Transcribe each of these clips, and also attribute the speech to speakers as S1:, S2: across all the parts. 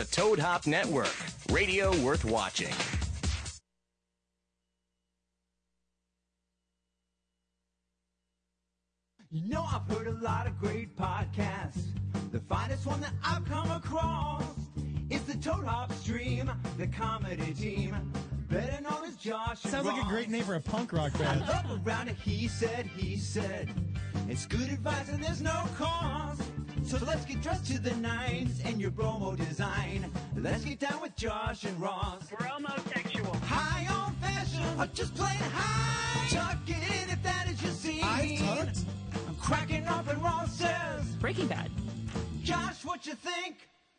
S1: The Toad Hop Network, radio worth watching.
S2: You know, I've heard a lot of great podcasts. The finest one that I've come across is the Toad Hop Stream, the comedy team, better known as Josh. and
S3: Sounds like a
S2: Ross.
S3: great name for a punk rock
S2: I
S3: band.
S2: love around it, he said, he said. It's good advice and there's no cost. So let's get dressed to the nines and your promo design. Let's get down with Josh and Ross.
S4: We're homosexual.
S2: High on fashion, or just plain high. Tuck it in if that is your scene.
S3: I've tucked.
S2: I'm cracking up and Ross says,
S5: Breaking Bad.
S2: Josh, what you think?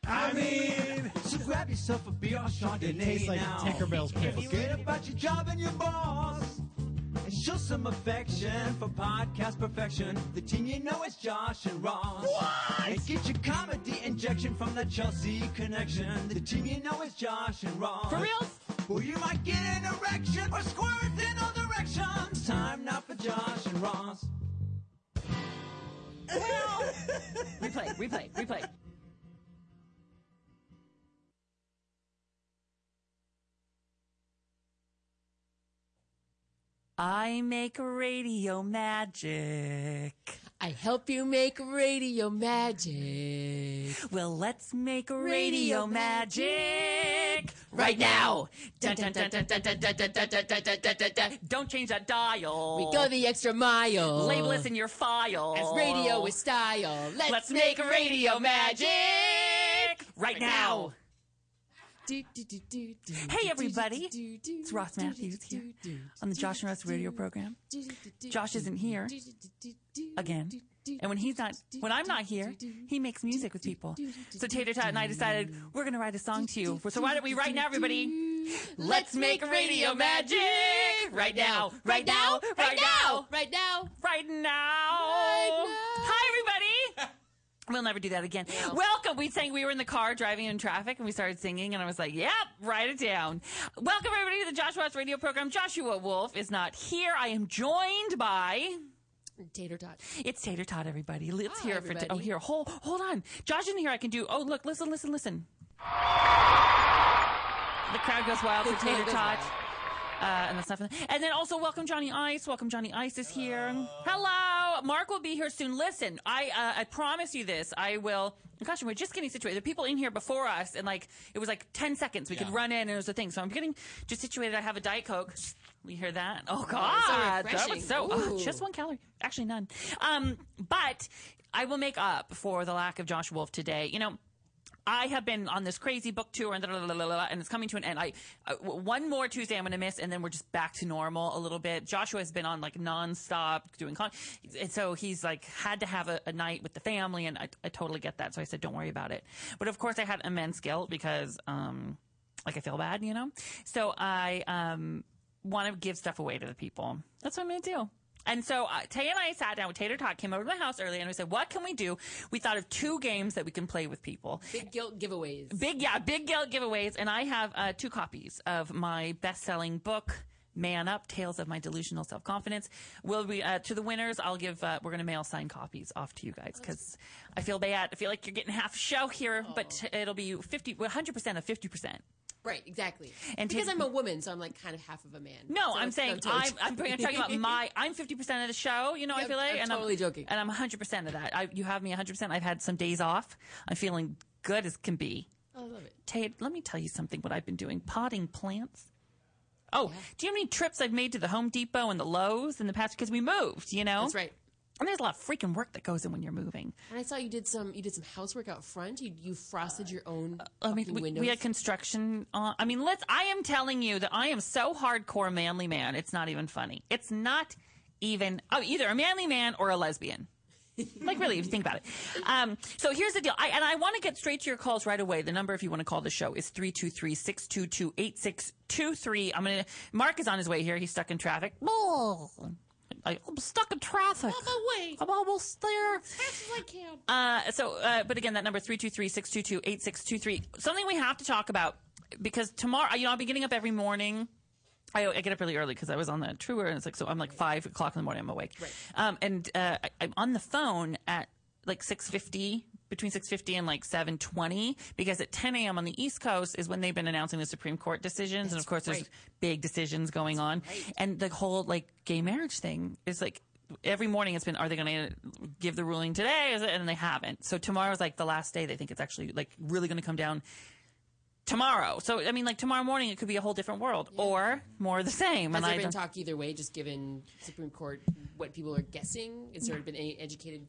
S3: I mean,
S2: So grab yourself a beer or Chardonnay
S3: tastes like
S2: now.
S3: Tinker Bell's piss.
S2: Forget about your job and your boss. And show some affection for podcast perfection. The team you know is Josh and Ross. What? And get your comedy injection from the Chelsea connection. The team you know is Josh and Ross.
S5: For real?
S2: Or you might get an erection or squirt in all directions. Time now for Josh and Ross.
S5: Replay, replay, replay. I make radio magic.
S6: I help you make radio magic.
S5: Well, let's make radio,
S6: Radio
S5: magic.
S6: Right now!
S5: Dun, dun, dun, dun, dun, dun, dun, dun, dun, dun, dun, dun, dun, dun. Don't change that dial.
S6: We go the extra mile.
S5: Label us in your file.
S6: as radio with style. Let's,
S5: Let's make radio magic right now.
S6: Do, do, do, do, do,
S5: Hey,
S6: do,
S5: everybody.
S6: do, do, do,
S5: It's Ross
S6: do, do,
S5: Matthews
S6: do,
S5: here
S6: do,
S5: on the
S6: do,
S5: Josh and Ross
S6: do,
S5: radio
S6: do,
S5: program.
S6: do, do, do,
S5: Josh
S6: do,
S5: isn't
S6: do,
S5: here
S6: do, do, do, do,
S5: Again.
S6: do, do,
S5: And when he's not,
S6: do,
S5: when I'm
S6: do,
S5: not here,
S6: do, do,
S5: he makes music with people. So Tater Tot and I decided we're going to write a song to you.
S6: do,
S5: So why don't we right now, everybody? Let's make radio magic right now, right now, right now,
S6: right now.
S5: right now.
S6: now.
S5: Hi, everybody. We'll never do that again. Welcome. We sang, we were in the car driving in traffic and we started singing and I was like, yep, write it down. Welcome everybody to the Joshua Watts radio program. Joshua Wolf is not here. I am joined by,
S6: Tater tot.
S5: it's Tater Tot, everybody. Let's
S6: Hi,
S5: hear it for,
S6: everybody.
S5: oh, here, hold, hold on. Josh in here, I can do, oh, look, listen, listen, listen. The crowd goes wild for
S6: The crowd
S5: Tater
S6: goes
S5: Tot.
S6: wild.
S5: Uh, and that's not for And then also welcome Johnny Ice. Welcome Johnny Ice is here. Hello, Mark will be here soon. Listen, I uh, I promise you this. I will. Gosh, we're just getting situated. The people in here before us, and like it was like ten seconds. We could run in, and it was a thing. So I'm getting just situated. I have a diet coke. We hear that. Oh God, that
S6: refreshing.
S5: was so oh,
S6: Ooh.
S5: just one calorie, actually none. Um, but I will make up for the lack of Josh Wolf today. You know. I have been on this crazy book tour and, da- da- da- da- da- and it's coming to an end. I uh, w- one more Tuesday I'm going to miss, and then we're just back to normal a little bit. Joshua has been on like nonstop doing con, and so he's like had to have a, a night with the family, and I, I totally get that. So I said, don't worry about it. But of course, I had immense guilt because um, like I feel bad, you know. So I um want to give stuff away to the people. That's what I'm going to do. And so uh, Tay and I sat down with Tater Tot, came over to my house early, and we said, "What can we do?" We thought of two games that we can play with people.
S6: Big guilt giveaways.
S5: Big, yeah, big guilt giveaways. And I have uh, two copies of my best selling book, Man Up Tales of My Delusional Self Confidence. Will be uh, to the winners, I'll give, uh, we're going to mail signed copies off to you guys because I feel bad. I feel like you're getting half a show here, but it'll be 50, well, 100% of 50%.
S6: Right, exactly.
S5: And
S6: because
S5: Tater-
S6: I'm a woman, so I'm like kind of half of a man.
S5: No,
S6: So
S5: I'm
S6: it's
S5: saying
S6: no
S5: I'm,
S6: joke.
S5: I'm, I'm talking about my. I'm 50 percent of the show. You know, I
S6: Yeah,
S5: feel like,
S6: I'm
S5: and
S6: totally joking.
S5: and I'm 100 percent of that. I, you have me 100. percent I've had some days off. I'm feeling good as can be.
S6: I love it.
S5: Tay, let me tell you something. What I've been doing: potting plants. Oh, do you know how many trips I've made to the Home Depot and the Lowe's in the past? Because we moved, you know.
S6: That's right.
S5: And there's a lot of freaking work that goes in when you're moving.
S6: And I saw you did some you did some housework out front. You you frosted your own
S5: I mean,
S6: fucking
S5: Uh, we,
S6: windows.
S5: we had construction. On, I mean, let's. I am telling you that I am so hardcore manly man. It's not even funny. It's not even oh, either a manly man or a lesbian. like really, if you think about it. Um, so here's the deal. I, and I want to get straight to your calls right away. The number, if you want to call the show, is 323-622-8623. I'm gonna. Mark is on his way here. He's stuck in traffic. Oh, I- I'm stuck in traffic.
S6: On my way.
S5: I'm almost there.
S6: Fast as I can.
S5: Uh, so, uh, but again, that number 323-622-8623. Something we have to talk about because tomorrow, you know, I'll be getting up every morning. I, I get up really early because I was on the tour, and it's like so. I'm like five o'clock in the morning. I'm awake, um, and uh, I, I'm on the phone at like six fifty between 6.50 and like 7.20 because at 10 a.m. on the East Coast is when they've been announcing the Supreme Court decisions. and of course, there's
S6: right.
S5: big decisions going on. And the whole like gay marriage thing is like every morning it's been, are they going to give the ruling today? Is it? And they haven't. So tomorrow's like the last day they think it's actually like really going to come down tomorrow. So, I mean, like tomorrow morning it could be a whole different world or more of the same.
S6: Has
S5: and
S6: there
S5: I
S6: been
S5: don't-
S6: talk either way, just given Supreme Court what people are guessing? Has there been any educated?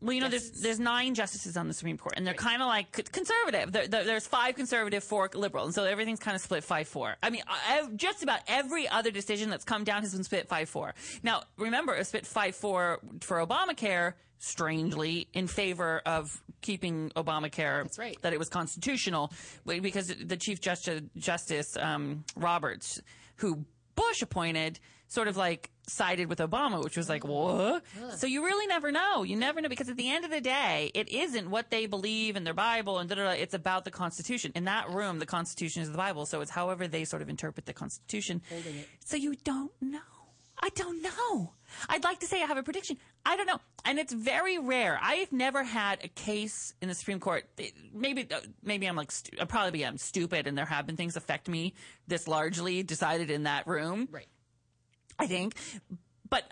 S5: Well, you know, there's
S6: Justices.
S5: there's nine justices on the Supreme Court, and they're kind of like c- conservative. There- there- there's five conservative, four liberal, and so everything's kind of split five four. I mean, I, I- just about every other decision that's come down has been split five four. Now, remember, it was split five four for Obamacare, strangely in favor of keeping Obamacare.
S6: That's right.
S5: That it was constitutional w- because the Chief Justice, Justice um, Roberts, who Bush appointed, sort of like sided with Obama, which was like, what? So you really never know. You never know because at the end of the day, it isn't what they believe in their Bible and da da da. It's about the Constitution. In that room, the Constitution is the Bible. So it's however they sort of interpret the Constitution. So you don't know. I don't know. I'd like to say I have a prediction. I don't know. And it's very rare. I've never had a case in the Supreme Court. It- Maybe, uh, maybe I'm like, stu- uh, probably I'm stupid and there have been things affect me this largely decided in that room.
S6: Right.
S5: I think. But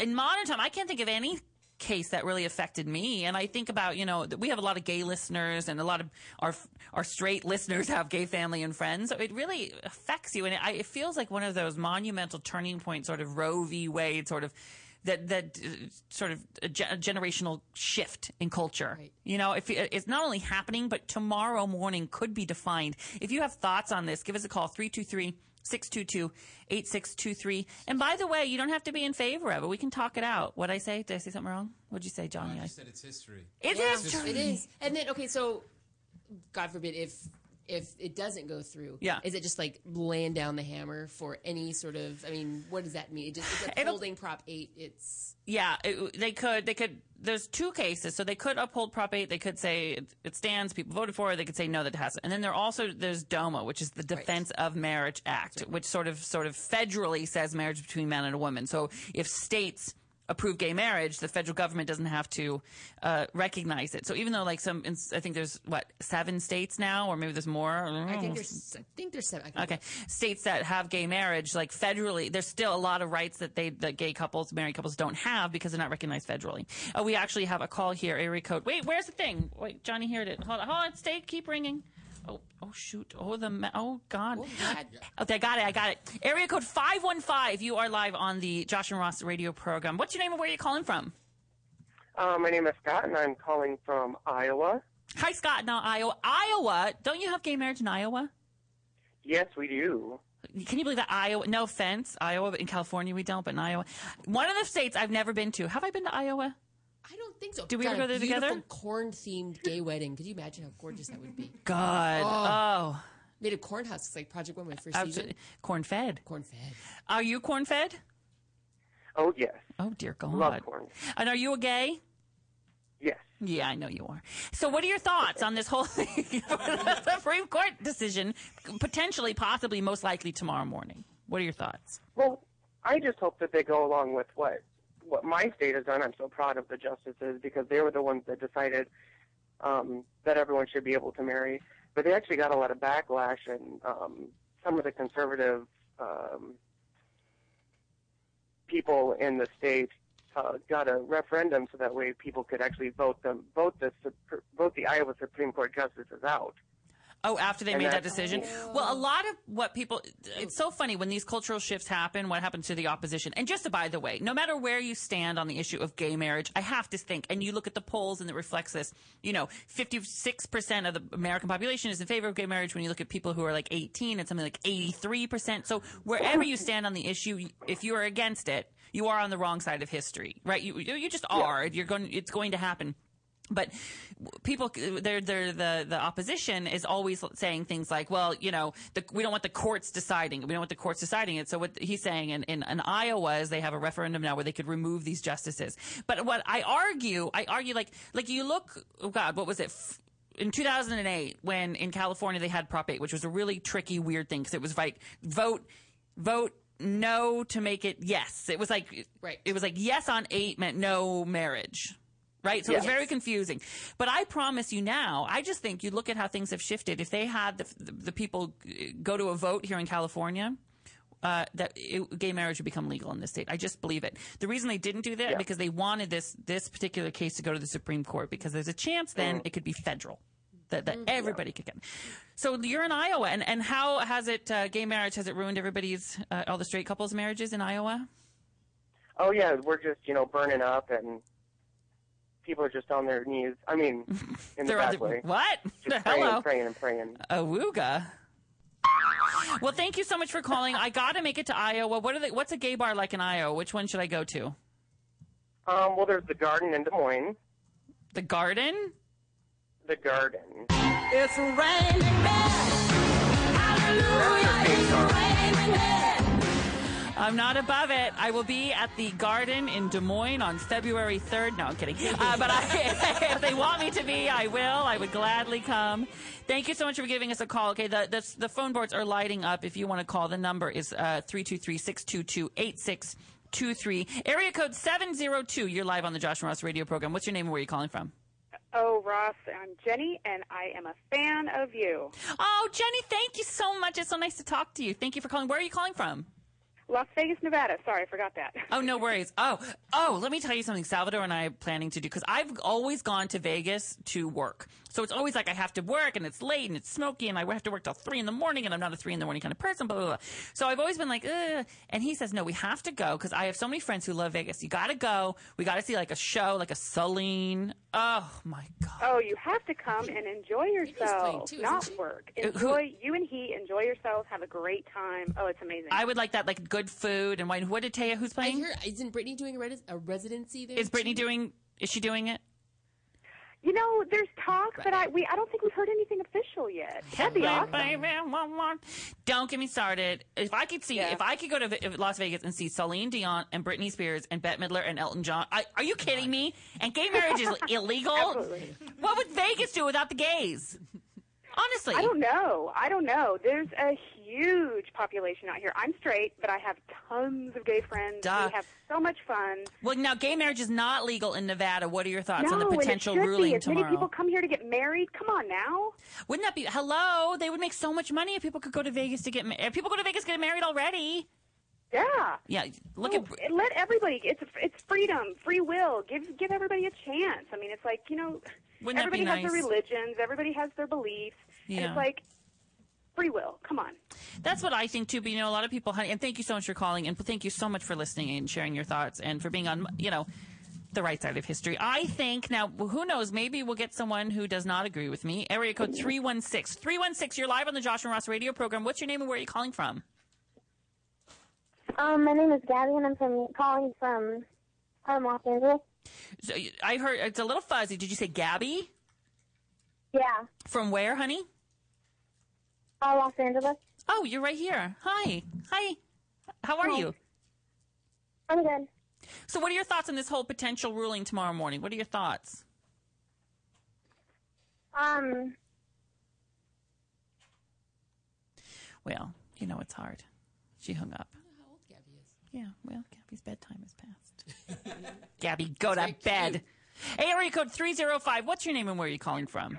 S5: in modern time, I can't think of any case that really affected me. And I think about, you know, that we have a lot of gay listeners and a lot of our, our straight listeners have gay family and friends. So it really affects you. And it, I, it feels like one of those monumental turning point sort of Roe v. Wade sort of that, that uh, sort of a ge- a generational shift in culture.
S6: Right.
S5: You know, if it's not only happening, but tomorrow morning could be defined. If you have thoughts on this, give us a call 323 622 8623. And by the way, you don't have to be in favor of it. We can talk it out. What'd I say? Did I say something wrong? What'd you say, Johnny?
S7: I
S5: I-
S7: just said it's history.
S5: It
S6: Yeah,
S5: is true.
S6: It is. And then okay, so God forbid if if it doesn't go through,
S5: Yeah.
S6: is it just like laying down the hammer for any sort of? I mean, what does that mean? It just it's
S5: It'll-
S6: upholding Prop Eight. It's
S5: Yeah, it, they could. They could. There's two cases, so they could uphold Prop 8. They could say it, it stands. People voted for it. They could say no, that it hasn't. And then there also there's DOMA, which is the Defense of Marriage Act, which sort of sort of federally says marriage between man and a woman. So if states approve gay marriage, the federal government doesn't have to uh, recognize it. So even though like some, in- I think there's what seven states now, or maybe there's more.
S6: I think there's I think there's seven. I can-
S5: Mm. Okay, states that have gay marriage, like federally, there's still a lot of rights that they that gay couples, married couples, don't have because they're not recognized federally. Uh, we actually have a call here, area code. Wait, where's the thing? Wait, Johnny heard it. Hold on, hold on, stay, keep ringing. Oh, oh shoot! Oh the ma- oh god! Okay, I got it. I got it. Area code five one five. You are live on the Josh and Ross radio program. What's your name and where are you calling from?
S8: Uh, my name is Scott, and I'm calling from Iowa.
S5: Hi, Scott. Now Iowa. Iowa. Don't you have gay marriage in Iowa?
S8: Yes, we do.
S5: Can you believe that Iowa? No offense, Iowa, but in California we don't. But in Iowa, one of the states I've never been to. Have I been to Iowa?
S6: I don't think so.
S5: Do we ever
S6: Got a
S5: go there together?
S6: beautiful Corn-themed gay wedding. Could you imagine how gorgeous that would be?
S5: God, oh,
S6: Made of corn husks, like Project One, my first
S5: absolutely.
S6: season.
S5: corn fed.
S6: Corn fed.
S5: Are you corn fed?
S8: Oh, yes.
S5: Oh dear God.
S8: Love corn.
S5: And are you a gay?
S8: Yes.
S5: Yeah, I know you are. So, what are your thoughts on this whole thing, Supreme Court decision, potentially, possibly, most likely tomorrow morning? What are your thoughts?
S8: Well, I just hope that they go along with what what my state has done. I'm so proud of the justices because they were the ones that decided um, that everyone should be able to marry. But they actually got a lot of backlash, and um, some of the conservative um, people in the state uh, got a referendum so that way people could actually vote them vote the Supr- vote the Iowa Supreme Court justices out.
S5: Oh, after they
S8: And
S5: made that
S8: that's-
S5: decision. Well, a lot of what people, it's so funny when these cultural shifts happen, what happens to the opposition. And just by the way, no matter where you stand on the issue of gay marriage, I have to think, and you look at the polls and it reflects this, you know, 56% of the American population is in favor of gay marriage. When you look at people who are like 18, it's something like 83%. So wherever you stand on the issue, if you are against it, you are on the wrong side of history, right? You, you you just are. You're going, it's going to happen but w- people they're, they're the the opposition is always saying things like well you know the, we don't want the courts deciding we don't want the courts deciding it so what he's saying in, in, in iowa is they have a referendum now where they could remove these justices but what i argue i argue like like you look oh god what was it F- in 2008 when in california they had prop 8 which was a really tricky weird thing because it was like vote vote no to make it yes it was like
S6: Right.
S5: it was like yes on 8 meant no marriage right? So it's
S3: Yes.
S5: very confusing. But I promise you now, I just think you look at how things have shifted. If they had the, the, the people uh, go to a vote here in California, uh, that it, gay marriage would become legal in this state. I just believe it. The reason they didn't do that because they wanted this this particular case to go to the Supreme Court because there's a chance then it could be federal that, that everybody could get. So you're in Iowa, and, and how has it uh, gay marriage has it ruined everybody's uh, all the straight couples' marriages in Iowa?
S3: Oh yeah, we're just you know burning up, and people are just on their knees. I mean, in the
S5: They're on
S3: bad
S5: the-
S3: way,
S5: what?
S3: just praying
S5: Hello,
S3: and praying and praying.
S5: awooga. Well, thank you so much for calling. I got to make it to Iowa. What are the, what's a gay bar like in Iowa? Which one should I go to?
S3: Um, well, there's the garden in Des Moines,
S5: The Garden.
S3: the garden.
S9: It's raining men. Hallelujah. It's raining men.
S5: I'm not above it. I will be at the Garden in Des Moines on February 3rd. No, I'm kidding. Uh, but I, if they want me to be, I will. I would gladly come. Thank you so much for giving us a call. Okay, the, the, the phone boards are lighting up. If you want to call, the number is uh, 323 622 8623. Area code 702. You're live on the Josh and Ross radio program. What's your name and where are you calling from?
S10: Oh, Ross, I'm Jenny, and I am a fan of you.
S5: Oh, Jenny, thank you so much. It's so nice to talk to you. Thank you for calling. Where are you calling from?
S10: Las Vegas, Nevada. Sorry, I forgot that.
S5: Oh, no worries. Oh, oh, let me tell you something Salvador and I are planning to do because I've always gone to Vegas to work. So it's always like I have to work and it's late and it's smoky and I have to work till three in the morning and I'm not a three in the morning kind of person, blah, blah, blah. So I've always been like, Ugh. and he says, no, we have to go because I have so many friends who love Vegas. You got to go. We got to see like a show, like a Celine. Oh, my God.
S10: Oh, you have to come and enjoy
S11: playing
S10: yourself,
S11: too,
S10: not
S11: isn't she?
S10: work.
S5: Uh, who-
S10: Enjoy you and he. Enjoy yourselves. Have a great time. Oh, it's amazing.
S5: I would like that, like good food and wine. What did Taya, who's
S11: I
S5: playing?
S11: hear isn't Brittany doing a, res- a residency there?
S5: Is Brittany
S11: too?
S5: doing, is she doing it?
S10: you know, there's talk, but I we I don't think we've heard anything official yet. That'd be awesome.
S5: Don't get me started. If I could see,
S10: Yeah.
S5: if I could go to Ve- Las Vegas and see Celine Dion and Britney Spears and Bette Midler and Elton John, I, are you kidding me? And gay marriage is illegal.
S10: Absolutely.
S5: What would Vegas do without the gays? Honestly,
S10: I don't know. I don't know. There's a huge population out here. I'm straight, but I have tons of gay friends.
S5: Duh.
S10: We have so much fun.
S5: Well, now gay marriage is not legal in Nevada. What are your thoughts
S10: no,
S5: on the
S10: and it
S5: potential
S10: should
S5: ruling
S10: be. As
S5: tomorrow?
S10: many people come here to get married. Come on now.
S5: Wouldn't that be hello? They would make so much money if people could go to Vegas to get married. People go to Vegas to get married already.
S10: Yeah.
S5: Yeah, look
S10: Oh,
S5: at
S10: let everybody. It's it's freedom, free will. Give give everybody a chance. I mean, it's like you know,
S5: Wouldn't that be
S10: everybody
S5: nice?
S10: has their religions, everybody has their beliefs, and
S5: Yeah.
S10: it's like free will. Come on.
S5: That's what I think too. But you know, a lot of people. honey, And thank you so much for calling, and thank you so much for listening and sharing your thoughts, and for being on. You know. The right side of history. I think now, who knows? Maybe we'll get someone who does not agree with me. Area code 316. 316, you're live on the Josh and Ross radio program. What's your name and where are you calling from?
S12: Um, my name is Gabby, and I'm from calling from um, Los Angeles.
S5: So, you- I heard it's a little fuzzy. Did you say Gabby?
S12: Yeah,
S5: From where, honey?
S12: uh, Los Angeles.
S5: Oh, you're right here. Hi. Hi. How are you?
S12: I'm good.
S5: So, what are your thoughts on this whole potential ruling tomorrow morning? What are your thoughts?
S12: Um,
S5: Well, you know, it's hard. She hung up.
S11: How old Gabby is?
S5: Yeah, well, Gabby's bedtime is past. Gabby, go to bed. Hey, area code 305. What's your name and where are you calling from?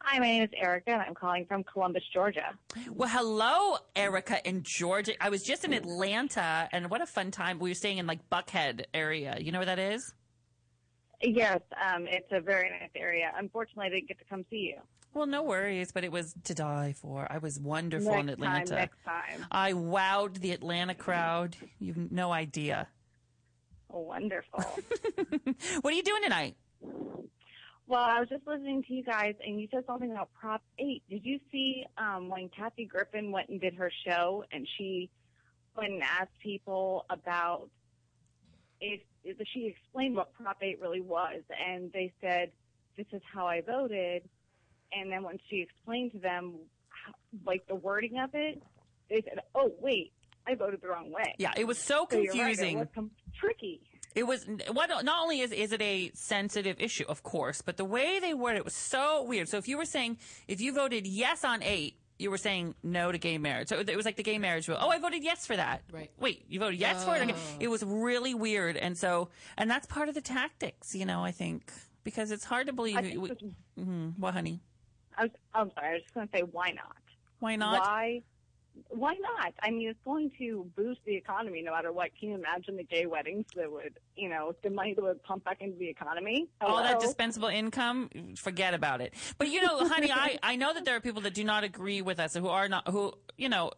S13: Hi, my name is Erica, and I'm calling from Columbus, Georgia.
S5: Well, hello, Erica in Georgia. I was just in Atlanta, and what a fun time. We were staying in like Buckhead area. You know where that is?
S13: Yes, um, it's a very nice area. Unfortunately, I didn't get to come see you.
S5: Well, no worries, but it was to die for. I was wonderful in
S13: next
S5: Atlanta.
S13: time, next time.
S5: I wowed the Atlanta crowd. You've no idea.
S13: Wonderful.
S5: What are you doing tonight?
S13: well, I was just listening to you guys, and you said something about Prop 8. Did you see um, when Kathy Griffin went and did her show, and she went and asked people about if, if she explained what Prop 8 really was, and they said, this is how I voted. And then when she explained to them, how, like the wording of it, they said, oh, wait, I voted the wrong way.
S5: Yeah, it was so
S13: So you're right, it
S5: confusing.
S13: was com- tricky.
S5: It was what not only is is it a sensitive issue, of course, but the way they word it was so weird. So if you were saying if you voted yes on eight, you were saying no to gay marriage. So it was like the gay marriage rule. Oh, I voted yes for that. Right. Wait, you voted yes for it? Okay.
S6: Oh.
S5: It was really weird. And so, and that's part of the tactics, you know, I think, because it's hard to believe.
S14: I
S5: it
S14: think
S5: would-
S14: this-
S5: Mhm. What, honey?
S14: I was, I'm sorry. I was just going to say, why not?
S5: Why not?
S14: Why? Why not? I mean, it's going to boost the economy no matter what. Can you imagine the gay weddings that would, you know, the money that would pump back into the economy?
S5: all that
S14: Hello?
S5: dispensable income forget about it but you know honey i i know that there are people that do not agree with us who are not who you know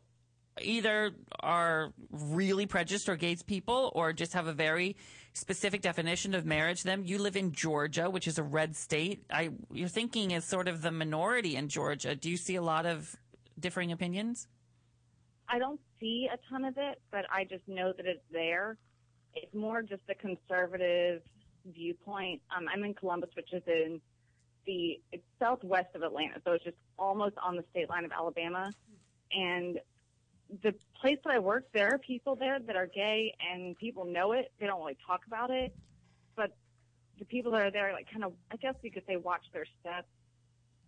S5: either are really prejudiced or gays people or just have a very specific definition of marriage to them you live in georgia which is a red state i your thinking is sort of the minority in georgia do you see a lot of differing opinions
S14: I don't see a ton of it, but I just know that it's there. It's more just a conservative viewpoint. Um, I'm in Columbus, which is in the it's southwest of Atlanta, so it's just almost on the state line of Alabama. And the place that I work, there are people there that are gay, and people know it. They don't really talk about it, but the people that are there, like, kind of, I guess you could say, watch their step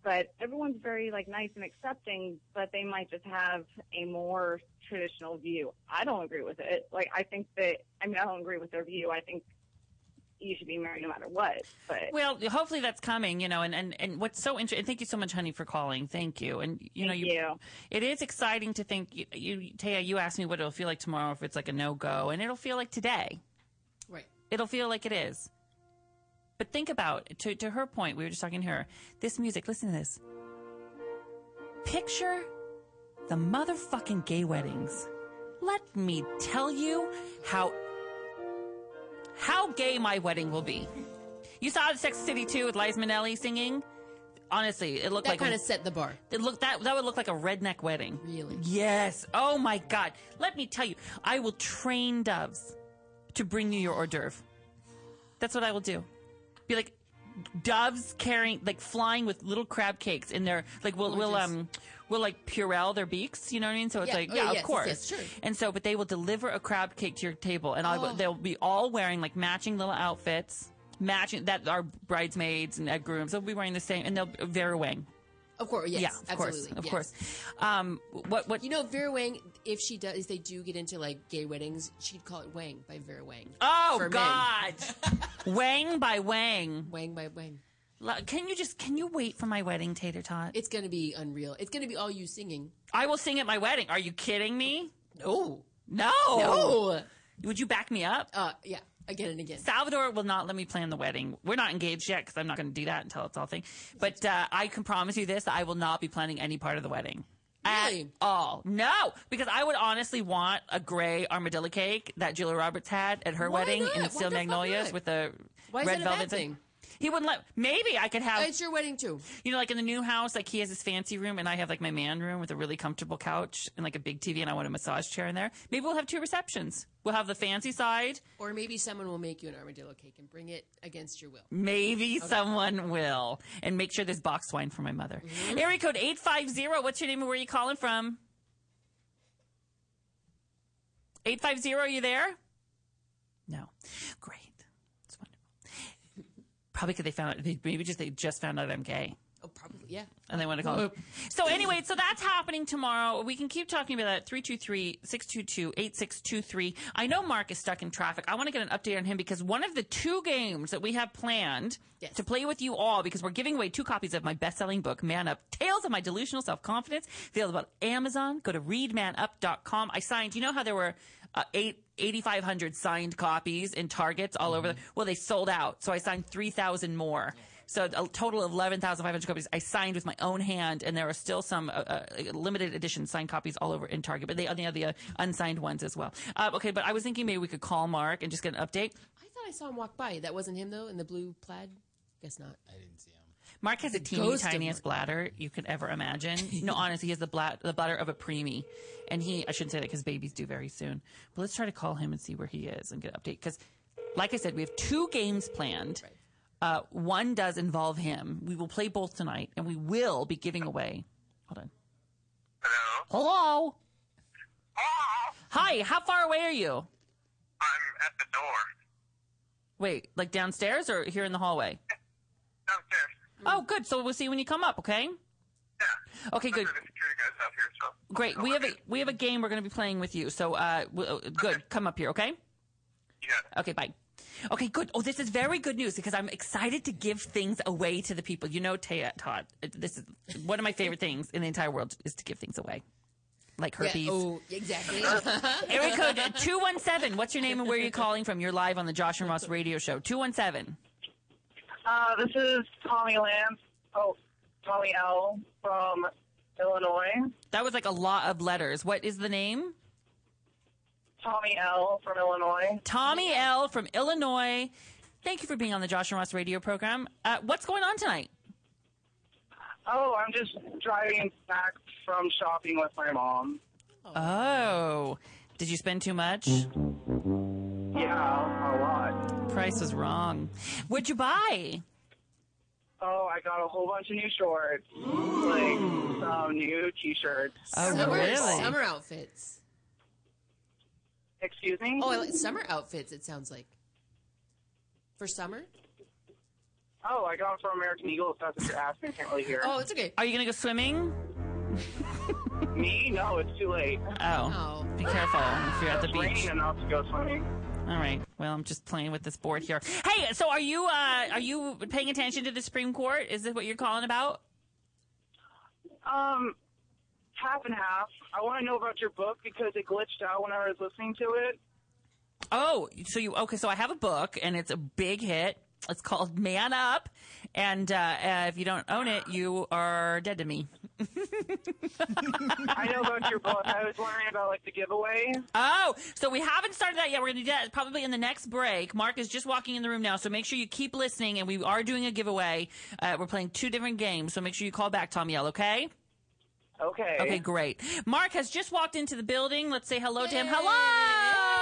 S14: but everyone's very like nice and accepting, but they might just have a more traditional view. I don't agree with it. Like I think that I mean I don't agree with their view. I think you should be married no matter what. But
S5: Well, hopefully that's coming, you know, and, and, and what's so interesting, and thank you so much, honey, for calling. Thank you. And, you know,
S14: Thank
S5: you,
S14: you.
S5: it is exciting to think, you, you, Taya, you asked me what it'll feel like tomorrow if it's like a no go, and it'll feel like today.
S6: Right.
S5: It'll feel like it is. But think about, to, to her point, we were just talking to her, this music, listen to this. Picture the motherfucking gay weddings. Let me tell you how how gay my wedding will be. You saw the Sex City 2 with Liza Minnelli singing. Honestly, it looked
S6: That
S5: like
S6: kinda set the bar.
S5: It looked that that would look like a redneck wedding.
S6: Really?
S5: Yes. Oh my god. Let me tell you, I will train doves to bring you your hors d'oeuvre. That's what I will do. Be like doves carrying like flying with little crab cakes in their like we'll we'll
S6: Gorgeous.
S5: um we'll like purell their beaks, you know what I mean? So it's
S6: Yeah.
S5: like
S6: Oh,
S5: yeah,
S6: yeah,
S5: of
S6: yes, yes,
S5: course.
S6: yes, sure.
S5: And so but they will deliver a crab cake to your table and I will,
S6: Oh.
S5: they'll be all wearing like matching little outfits, matching that our bridesmaids and ed grooms. They'll be wearing the same and they'll uh, Vera Wang.
S6: Of course, yes,
S5: yeah, of
S6: absolutely,
S5: course. Of
S6: yes.
S5: course. Um what what
S6: You know, Vera Wang, if she does, if they do get into like gay weddings, she'd call it Wang by Vera Wang.
S5: Oh
S6: For men.
S5: God! Wang by Wang.
S6: Wang by Wang.
S5: Lo- Can you just can you wait for my wedding, Tater Tot?
S6: It's going to be unreal. It's going to be all you singing.
S5: I will sing at my wedding. Are you kidding me?
S6: No.
S5: No.
S6: No.
S5: Would you back me up?
S6: Uh, yeah, again and again.
S5: Salvador will not let me plan the wedding. We're not engaged yet because I'm not going to do that until it's all thing. But uh, I can promise you this: I will not be planning any part of the wedding.
S6: Really?
S5: At all. No, because I would honestly want a gray armadillo cake that Julia Roberts had at her
S6: Why
S5: wedding
S6: not?
S5: in
S6: Why
S5: Steel
S6: the fuck
S5: Magnolias
S6: not?
S5: with the
S6: Why is
S5: red
S6: that a bad
S5: velvet
S6: thing?
S5: He wouldn't let. Maybe I could have.
S6: it's your wedding too.
S5: You know, like in the new house, like he has his fancy room, and I have like my man room with a really comfortable couch and like a big TV, and I want a massage chair in there. Maybe we'll have two receptions. We'll have the fancy side.
S6: Or maybe someone will make you an armadillo cake and bring it against your will.
S5: Maybe someone will, and make sure there's box wine for my mother.
S6: Mm-hmm.
S5: Area code eight five zero. What's your name and where are you calling from? Eight five zero. Are you there? No. Great. It's wonderful. Probably because they found out. they- Maybe just they just found out I'm gay.
S6: Oh, probably, yeah.
S5: and they want to call it. So anyway, so that's happening tomorrow. We can keep talking about that. 323-622-8623. I know Mark is stuck in traffic. I want to get an update on him because one of the two games that we have planned
S6: Yes.
S5: to play with you all because we're giving away two copies of my best-selling book, Man Up: Tales of My Delusional Self-Confidence, available on Amazon. Go to readmanup.com. I signed, you know how there were uh, eight 8500 signed copies in Targets all over the Well, they sold out. So I signed 3000 more. So a total of 11,500 copies I signed with my own hand, and there are still some uh, uh, limited edition signed copies all over in Target, but they, they have the uh, unsigned ones as well. Uh, okay, but I was thinking maybe we could call Mark and just get an update.
S6: I thought I saw him walk by. That wasn't him though, in the blue plaid. Guess not.
S5: Mark has the teeny
S6: ghost of
S5: tiniest bladder you could ever imagine. no, honestly, he has the, bla- the bladder of a preemie, and he I shouldn't say that because babies do very soon. But let's try to call him and see where he is and get an update because, like I said, we have two games planned. Uh, one does involve him. We will play both tonight, and we will be giving away. Hold on. Hello. Hello. Hi. How far away are you?
S15: I'm at the door.
S5: Wait, like downstairs or here in the hallway?
S15: Downstairs.
S5: Oh, good. So we'll see when you come up. Okay. Okay. Good.
S15: Security guys have
S5: Great. We have a we have a game we're going to be playing with you. So uh, w- uh, good. Come up here, okay? Yeah. Okay. Bye. Okay. Good. Oh, this is very good news because I'm excited to give things away to the people. You know, Taya, Todd, uh, this is one of my favorite things in the entire world is to give things away, like
S6: Yeah,
S5: herpes.
S6: oh, exactly.
S5: Area code two one seven. What's your name and where are you calling from? You're live on the Josh and Ross Radio Show. Two one seven.
S3: Uh, this is Tommy Lance. Oh, Tommy L. from Illinois.
S5: That was like a lot of letters. What is the name?
S3: Tommy L. from Illinois.
S5: Tommy L from Illinois. Thank you for being on the Josh and Ross radio program. Uh, what's going on tonight?
S3: Oh, I'm just driving back from shopping with my mom.
S5: Oh, did you spend too much?
S3: Yeah, a lot.
S5: Price was wrong. What'd you buy?
S3: Oh, I got a whole bunch of new shorts, like some new T-shirts.
S5: Oh,
S6: summer, Summer outfits.
S3: Excuse me?
S6: Oh, I like summer outfits, it sounds like. For summer?
S3: Oh, I got them from American Eagle. If that's what you're asking, I can't really hear.
S6: Oh, it's okay.
S5: Are you gonna go swimming?
S3: Me? No, it's too late.
S5: Oh, be careful if you're at the
S3: It's
S5: beach.
S3: raining enough to go swimming.
S5: All right. Well, I'm just playing with this board here. Hey, so are you uh, are you paying attention to the Supreme Court? Is this what you're calling about?
S3: Um, half and half. I want to know about your book because it glitched out when I was listening to it.
S5: Oh, so you okay? So I have a book, and it's a big hit. It's called Man Up, and uh, uh, if you don't own it, you are dead to me.
S3: I know about your book. I was wondering about like the giveaway.
S5: Oh, so we haven't started that yet. We're going to do that probably in the next break. Mark is just walking in the room now, so make sure you keep listening. And we are doing a giveaway. Uh, we're playing two different games, so make sure you call back, Tom Yell. Okay.
S3: Okay.
S5: Okay, great. Mark has just walked into the building. Let's say hello to him. Hello.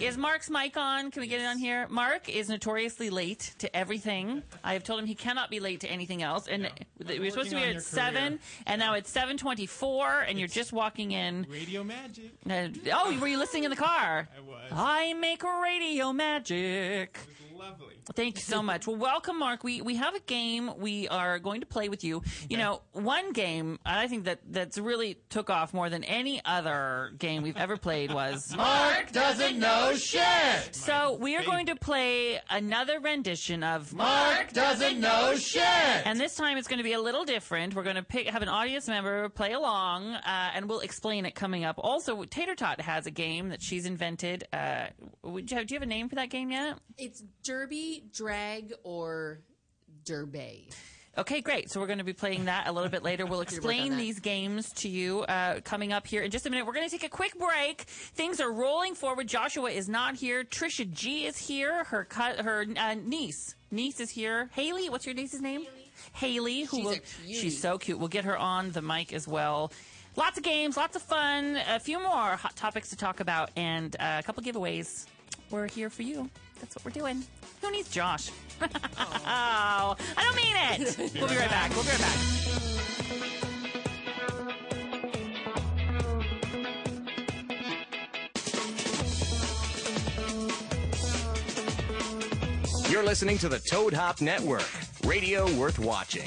S5: Is Mark's mic on? Can we get it on here? Mark is notoriously late to everything. I have told him he cannot be late to anything else. And we were supposed to be here
S16: working on
S5: at
S16: your career.
S5: seven, and now it's seven twenty-four, and you're just walking in.
S16: Radio magic.
S5: Uh, oh, were you listening in the car?
S16: I was.
S5: I make radio magic.
S16: Lovely.
S5: Thank you so much. Well, welcome, Mark. We we have a game we are going to play with you. You know, one game I think that that's really took off more than any other game we've ever played was
S7: Mark doesn't know shit.
S5: So we are going to play another rendition of
S7: Mark doesn't know shit.
S5: and this time it's going to be a little different. We're going to pick have an audience member play along, uh, and we'll explain it coming up. Also, Tater Tot has a game that she's invented. Uh, would you have, do you have a name for that game yet?
S6: It's derby, drag, or derby.
S5: Okay, great. So we're going to be playing that a little bit later. We'll
S6: Good work on
S5: explain
S6: that.
S5: these games to you uh, coming up here in just a minute. We're going to take a quick break. Things are rolling forward. Joshua is not here. Trisha G is here. Her cut, her uh, niece niece is here. Haley, what's your niece's name? Haley, who
S6: She's
S5: will
S6: a cutie.
S5: she's so cute. We'll get her on the mic as well. Lots of games, lots of fun, a few more hot topics to talk about, and uh, a couple giveaways. We're here for you. That's what we're doing. Who needs Josh? oh, I don't mean it. We'll be right back. We'll be right back.
S1: You're listening to the Toad Hop Network, radio worth watching.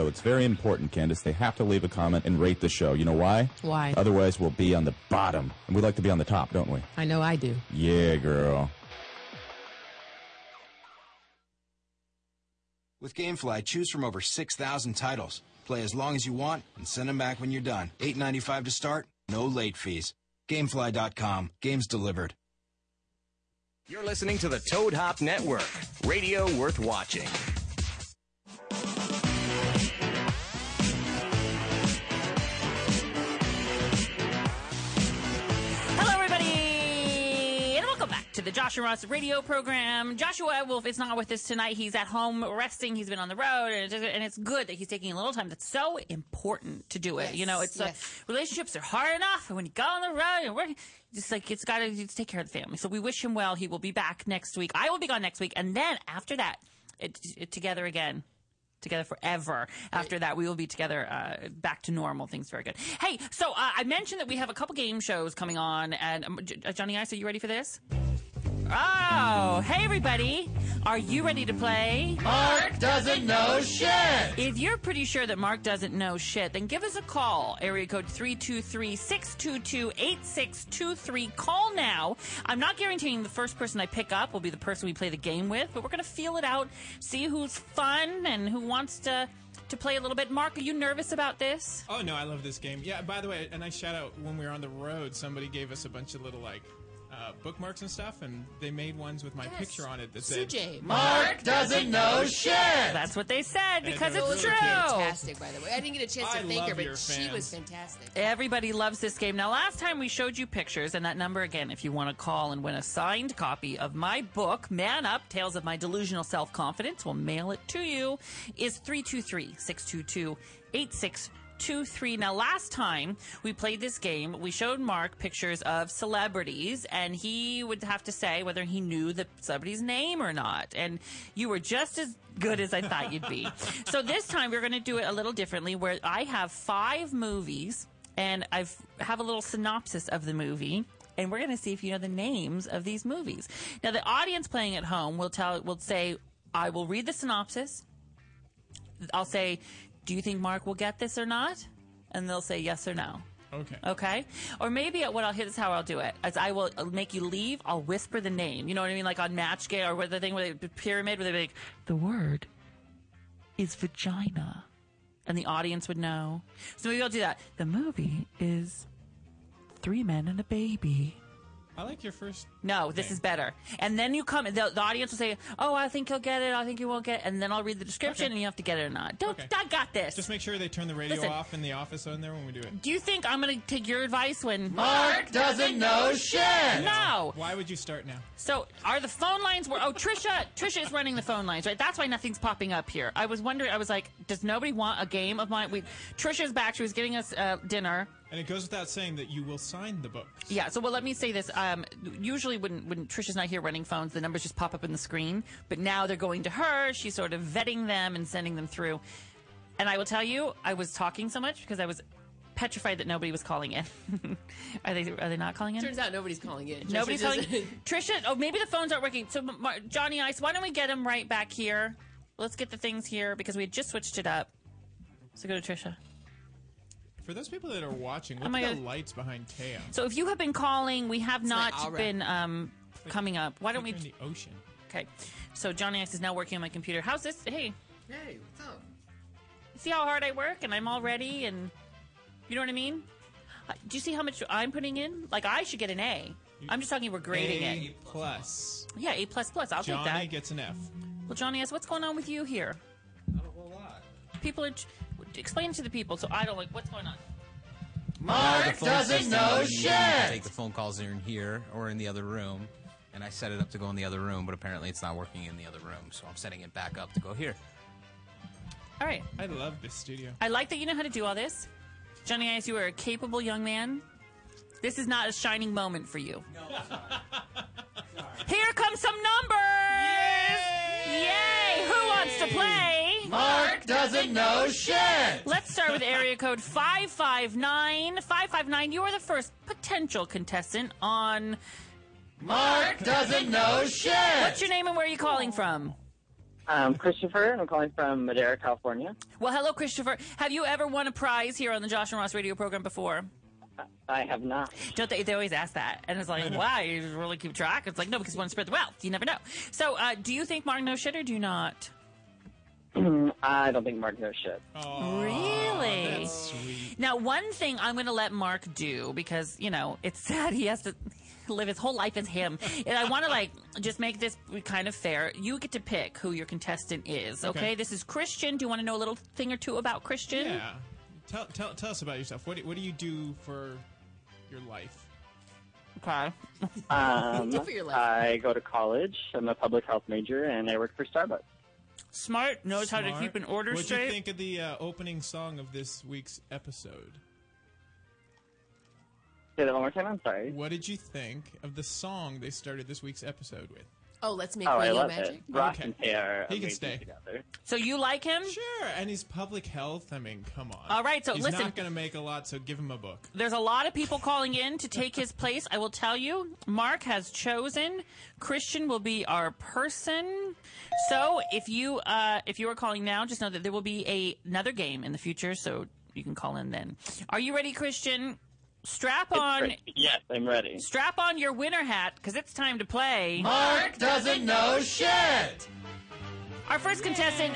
S17: It's very important, Candace. They have to leave a comment and rate the show. You know why?
S18: Why?
S17: Otherwise, we'll be on the bottom. And we like to be on the top, don't we?
S18: I know I do.
S17: Yeah, girl.
S19: With GameFly, choose from over 6,000 titles. Play as long as you want and send them back when you're done. 8.95 to start, no late fees. GameFly.com. Games delivered.
S1: You're listening to the Toad Hop Network, radio worth watching.
S5: Hello, everybody, and welcome back to the Joshua Ross radio program. Joshua Wolf is not with us tonight. He's at home resting. He's been on the road, and it's, and it's good that he's taking a little time. That's so important to do it. you know, it's uh, relationships are hard enough, and when you go on the road and work, just like it's got to take care of the family. So we wish him well. He will be back next week. I will be gone next week, and then after that, it, it, together again. Together forever. After that, we will be together uh, back to normal. Things very good. Hey, so uh, I mentioned that we have a couple game shows coming on, and um, J- uh, Johnny Ice, are you ready for this? Oh, hey everybody! Are you ready to play? Mark
S7: doesn't know shit.
S5: If you're pretty sure that Mark doesn't know shit, then give us a call. Area code 323-622-8623. Call now. I'm not guaranteeing the first person I pick up will be the person we play the game with, but we're gonna feel it out, see who's fun and who wants to to play a little bit. Mark, are you nervous about this?
S16: Oh no, I love this game. Yeah. By the way, a nice shout out when we were on the road. Somebody gave us a bunch of little like uh, bookmarks and stuff, and they made ones with my picture on it that said
S6: CJ.
S5: That's what they said
S16: And
S5: because
S16: they're
S5: it's
S16: really
S5: true.
S6: Fantastic, by the way. I didn't get a chance to
S5: I
S6: thank her,
S5: love
S6: but
S5: your
S6: she
S5: fans.
S6: was fantastic.
S5: Everybody loves this game. Now, last time we showed you pictures, and that number again, if you want to call and win a signed copy of my book, Man Up Tales of My Delusional Self Confidence, we'll mail it to you, is 323 622 8623. Now, last time we played this game, we showed Mark pictures of celebrities, and he would have to say whether he knew the celebrity's name or not. And you were just as good as I thought you'd be. so, this time we're going to do it a little differently where I have five movies and I have a little synopsis of the movie. And we're going to see if you know the names of these movies. Now, the audience playing at home will tell, will say, "I will read the synopsis. I'll say, do you think Mark will get this or not?" And they'll say yes or no.
S16: Okay.
S5: Okay. Or maybe what I'll hit is how I'll do it. As I will make you leave, I'll whisper the name. You know what I mean? Like on Match Game or what the thing where they, the pyramid where they like the word is vagina, and the audience would know. So maybe I'll do that. The movie is Three Men and a Baby.
S16: I like your first.
S5: No, this is better. And then you come, the, the audience will say, "Oh, I think he'll get it. I think he won't get it." And then I'll read the description, and you have to get it or not. Don't. I got this.
S16: Just make sure they turn the radio
S5: Listen.
S16: off in the office on there when we do it.
S5: Do you think I'm going to take your advice when
S16: Mark doesn't know shit.
S5: No.
S16: Why would you start now?
S5: So are the phone lines were oh Trisha Trisha is running the phone lines right that's why nothing's popping up here I was wondering I was like does nobody want a game of mine we Trisha's back she was giving us uh, dinner
S16: And it goes without saying that you will sign the book.
S5: Yeah. So, well, let me say this. Um, usually, when when Trisha's not here running phones, the numbers just pop up in the screen. But now they're going to her. She's sort of vetting them and sending them through. And I will tell you, I was talking so much because I was petrified that nobody was calling in. are they? Are they not calling in?
S6: Turns out nobody's calling in. Trisha
S5: Nobody's
S6: just-
S5: calling. Trisha, oh, maybe the phones aren't working. So, Mar- Johnny Ice, why don't we get him right back here? Let's get the things here because we had just switched it up. So go to Trisha.
S16: For those people that are watching,
S5: Oh
S16: look
S5: my
S16: at the
S5: God.
S16: lights behind Teo.
S5: So if you have been calling, we have
S16: It's
S5: not
S16: like aura.
S5: been um, coming up. Why don't we?
S16: in the ocean.
S5: Okay. So Johnny Ice is now working on my computer. How's this? Hey,
S6: Hey, what's up?
S5: see how hard I work, and I'm all ready, and you know what I mean. Uh, Do you see how much I'm putting in? Like I should get an A. I'm just talking. We're grading
S16: A
S5: it.
S16: plus.
S5: Yeah, A plus plus. I'll
S16: Johnny
S5: take that.
S16: gets an F.
S5: Well, Johnny asks, what's going on with you here?
S18: Not a whole lot.
S5: People are. Explain to the people so I don't like what's going on.
S20: The phone system, you can Take the phone calls in here or in the other room, and I set it up to go in the other room, but apparently it's not working in the other room, so I'm setting it back up to go here.
S5: All right.
S16: I love this studio.
S5: I like that you know how to do all this. Johnny Ice, you are a capable young man. This is not a shining moment for you. Here comes some numbers! Yay! Who wants to play?
S7: Mark doesn't know shit.
S5: Let's start with area code 559. 559, you are the first potential contestant on.
S7: Mark doesn't know shit.
S5: What's your name and where are you calling from?
S21: Um, Christopher, I'm calling from Madera, California.
S5: Well, hello, Christopher. Have you ever won a prize here on the Josh and Ross radio program before?
S21: I have not.
S5: Don't they? They always ask that, and it's like, wow, you really keep track. It's like, no, because you want to spread the wealth. You never know. So, uh, do you think Mark knows shit or do you not?
S21: I don't think Mark knows shit.
S5: really? Now, one thing I'm going to let Mark do because you know it's sad he has to live his whole life as him, and I want to like just make this kind of fair. You get to pick who your contestant is. Okay,
S16: Okay.
S5: this is Christian. Do you want to know a little thing or two about Christian?
S16: Yeah. Tell, tell, tell us about yourself. What do, what do you do for your life?
S5: Okay.
S21: Um,
S5: Good for your life.
S21: I go to college. I'm a public health major, and I work for Starbucks.
S5: Smart knows how to
S16: Smart.
S5: keep an order
S16: What'd
S5: straight.
S16: you think of the uh, opening song of this week's episode?
S21: Say that one more time. I'm sorry.
S16: What did you think of the song they started this week's episode with?
S6: Oh, let's make
S21: oh, I
S6: radio
S21: love
S6: magic.
S21: it. Rock and Tay are
S16: He can
S21: amazing
S16: stay.
S21: together.
S5: So you like him?
S16: Sure. And he's public health. I mean, come on.
S5: All right, so
S16: he's
S5: listen-
S16: not going to make a lot. So give him a book.
S5: There's a lot of people calling in to take his place. I will tell you, Mark has chosen Christian will be our person. So if you uh, if you are calling now, just know that there will be a, another game in the future, so you can call in then. Are you ready, Christian? Strap on,
S21: Great. Yes, I'm ready.
S5: strap on your winner hat because it's time to play.
S7: Mark doesn't know shit.
S5: Our first contestant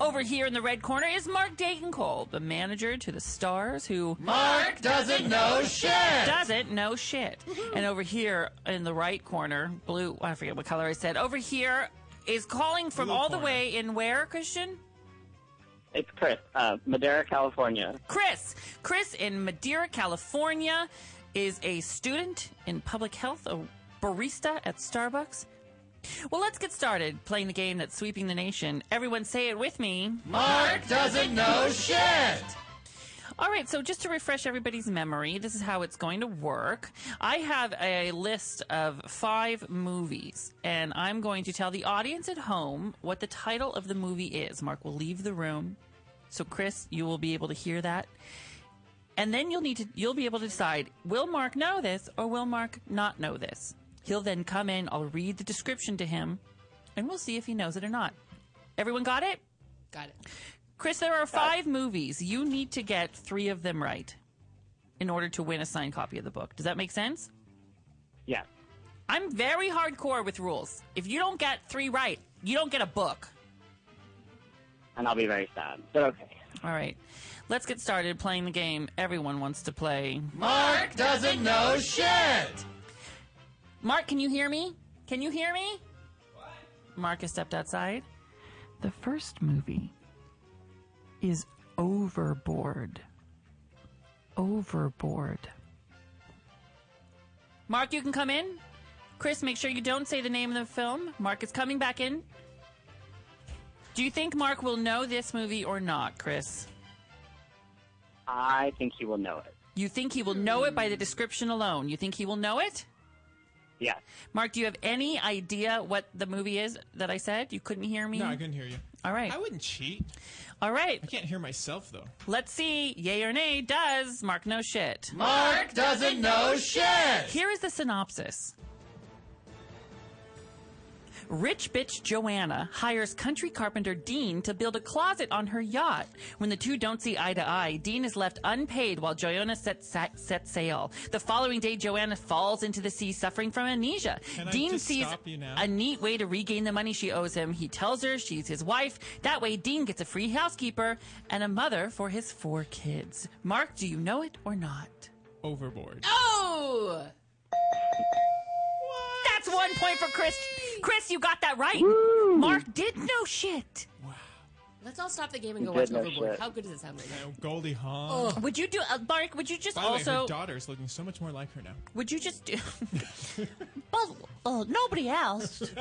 S5: over here in the red corner is Mark Dagenkolb, the manager to the stars who
S7: Mark doesn't know shit.
S5: Doesn't know shit. And over here in the right corner, blue I forget what color I said, over here is calling from
S21: Blue
S5: all the
S21: corner.
S5: way in where, Christian?
S21: It's Chris, uh, Madera, California.
S5: Chris. Chris in Madeira, California is a student in public health, a barista at Starbucks. Well, let's get started playing the game that's sweeping the nation. Everyone say it with me.
S7: Mark doesn't know shit.
S5: All right, so just to refresh everybody's memory, this is how it's going to work. I have a list of five movies, and I'm going to tell the audience at home what the title of the movie is. Mark will leave the room. So, Chris, you will be able to hear that. And then you'll need to you'll be able to decide will Mark know this or will Mark not know this. He'll then come in, I'll read the description to him, and we'll see if he knows it or not. Everyone got it?
S6: Got it.
S5: Chris, there are five movies. You need to get three of them right in order to win a signed copy of the book. Does that make sense?
S21: Yeah.
S5: I'm very hardcore with rules. If you don't get three right, you don't get a book.
S21: And I'll be very sad. But okay.
S5: All right. Let's get started playing the game everyone wants to play.
S7: Mark doesn't know shit.
S5: Mark, can you hear me? Can you hear me? Mark has stepped outside. The first movie is Overboard. Overboard. Mark, you can come in. Chris, make sure you don't say the name of the film. Mark is coming back in. Do you think Mark will know this movie or not, Chris?
S21: I think he will know it.
S5: You think he will know it by the description alone? You think he will know it?
S21: Yes.
S5: Mark, do you have any idea what the movie is that I said? You couldn't hear me?
S16: No, I couldn't hear you.
S5: All right.
S16: I wouldn't cheat.
S5: All right.
S16: I can't hear myself though.
S5: Let's see, yay or nay, does Mark know shit?
S16: Mark doesn't know shit.
S5: Here is the synopsis. Rich bitch Joanna hires country carpenter Dean to build a closet on her yacht. When the two don't see eye to eye, Dean is left unpaid while Joanna sets sa- sets sail. The following day, Joanna falls into the sea suffering from amnesia.
S16: Can I
S5: Dean
S16: just
S5: sees
S16: stop you now?
S5: a neat way to regain the money she owes him. He tells her she's his wife. That way, Dean gets a free housekeeper and a mother for his four kids. Mark, do you know it or not?
S16: Overboard.
S5: Oh! That's one point for Chris. Chris, you got that right. Mark did know shit.
S6: Let's all stop the game and
S16: You
S6: go
S16: did
S6: watch
S16: know
S6: Overboard.
S16: shit.
S6: How good does that sound right now?
S16: Goldie Hawn.
S5: Oh. Would you do, uh, Mark? Would you just
S16: By the way,
S5: also?
S16: her daughter's looking so much more like her now.
S5: would you just do? but uh, nobody else.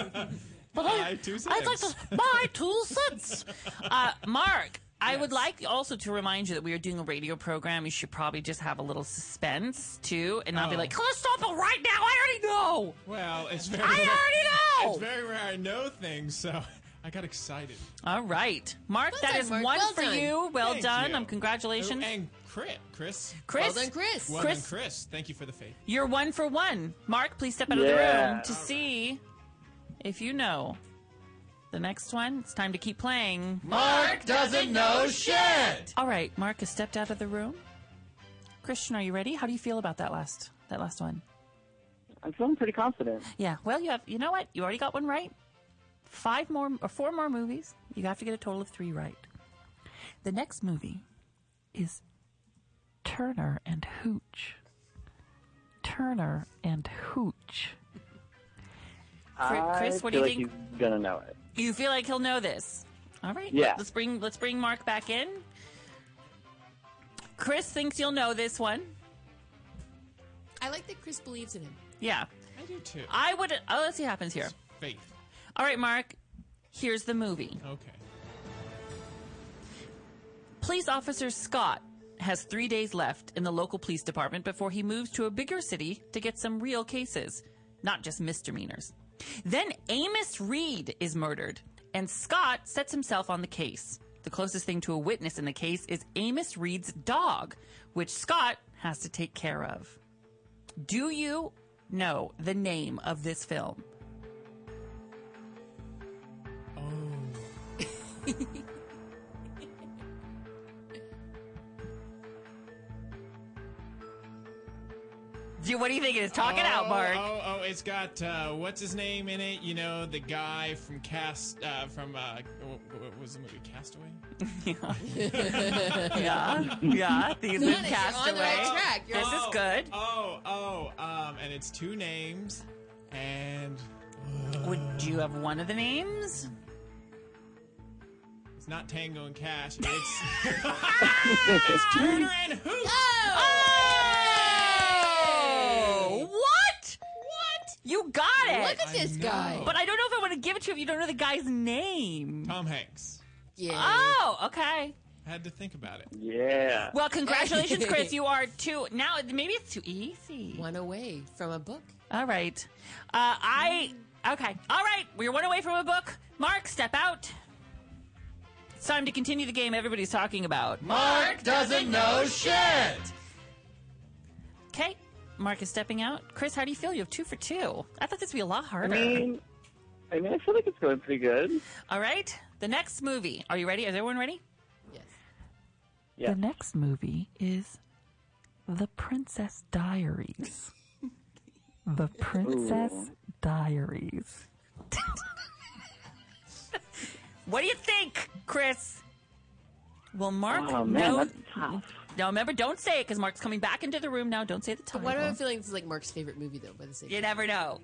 S5: But I,
S16: Buy two
S5: I'd like
S16: cents.
S5: to buy two cents. Uh, Mark, I would like also to remind you that we are doing a radio program. You should probably just have a little suspense too, and not be
S16: Oh.
S5: like, "Let's stop it right now." I already know.
S16: Well, it's very.
S5: I
S16: rare-
S5: already know!
S16: It's very rare I know things, so I got excited.
S5: All right, Mark,
S16: Well
S5: that
S16: done,
S5: is
S16: Mark.
S5: one
S16: Well
S5: for
S16: done.
S5: you. Well
S16: Thank
S5: done.
S16: you.
S5: Um, congratulations.
S16: Oh, and Chris, Chris,
S5: Chris. Well done, Chris.
S16: Well
S5: Chris.
S16: done, Chris. Thank you for the faith.
S5: You're one for one. Mark, please step out
S16: Yeah.
S5: of the room to see if you know. The next one, it's time to keep playing.
S7: Mark doesn't know shit.
S5: All right, Mark has stepped out of the room. Christian, are you ready? How do you feel about that last that last one?
S21: I'm feeling pretty confident.
S5: Yeah. Well, you have you know what? You already got one right. Five more or four more movies. You have to get a total of 3 right. The next movie is Turner and Hooch. Turner and Hooch. Chris,
S21: I
S5: what
S21: feel
S5: do you
S21: like
S5: think?
S21: You're gonna know it.
S5: You feel like he'll know this. All right.
S21: Yeah.
S5: Let's bring let's bring Mark back in. Chris thinks you'll know this one.
S6: I like that Chris believes in him.
S5: Yeah.
S16: I do too.
S5: I would oh, let's see what happens here.
S16: Faith.
S5: All right, Mark. Here's the movie.
S16: Okay.
S5: Police officer Scott has three days left in the local police department before he moves to a bigger city to get some real cases, not just misdemeanors. Then Amos Reed is murdered, and Scott sets himself on the case. The closest thing to a witness in the case is Amos Reed's dog, which Scott has to take care of. Do you know the name of this film? Do you- what do you think it is? Talk it out,
S16: Oh,
S5: Mark.
S16: Oh, oh, it's got uh, what's his name in it? You know, the guy from Cast uh, from uh, what, what was the movie Castaway?
S5: yeah, yeah. These are Castaway. This is good.
S16: Oh, oh, um, and it's two names, and
S5: Would do you have one of the names?
S16: it's not Tango and Cash. It's,
S5: Ah!
S16: it's Turner and Hooch.
S5: Oh! What? What? You got it.
S6: Look at this I know. guy.
S5: But I don't know if I want to give it to you if you don't know the guy's name.
S16: Tom Hanks.
S6: Yeah.
S5: Oh, okay.
S16: Had to think about it.
S21: Yeah.
S5: Well, congratulations, Chris. You are two. Now, maybe it's too easy.
S6: One away from a book.
S5: All right. Uh, I. Okay. All right. We're one away from a book. Mark, step out. It's time to continue the game everybody's talking about.
S7: Mark doesn't know shit.
S5: Okay. Mark is stepping out. Chris, how do you feel? You have two for two. I thought this would be a lot
S21: I
S5: harder.
S21: mean, I mean, I feel like it's going pretty good.
S5: All right. The next movie. Are you ready? Is everyone ready?
S21: Yeah.
S5: The next movie is The Princess Diaries. the Princess Diaries. what do you think, Chris? Will Mark
S6: Oh, man,
S5: know?
S6: that's
S5: Now remember, don't say it because Mark's coming back into the room now. Don't say the
S6: But
S5: title.
S6: why do I have a feeling this is like Mark's favorite movie though? By the same.
S5: You never know.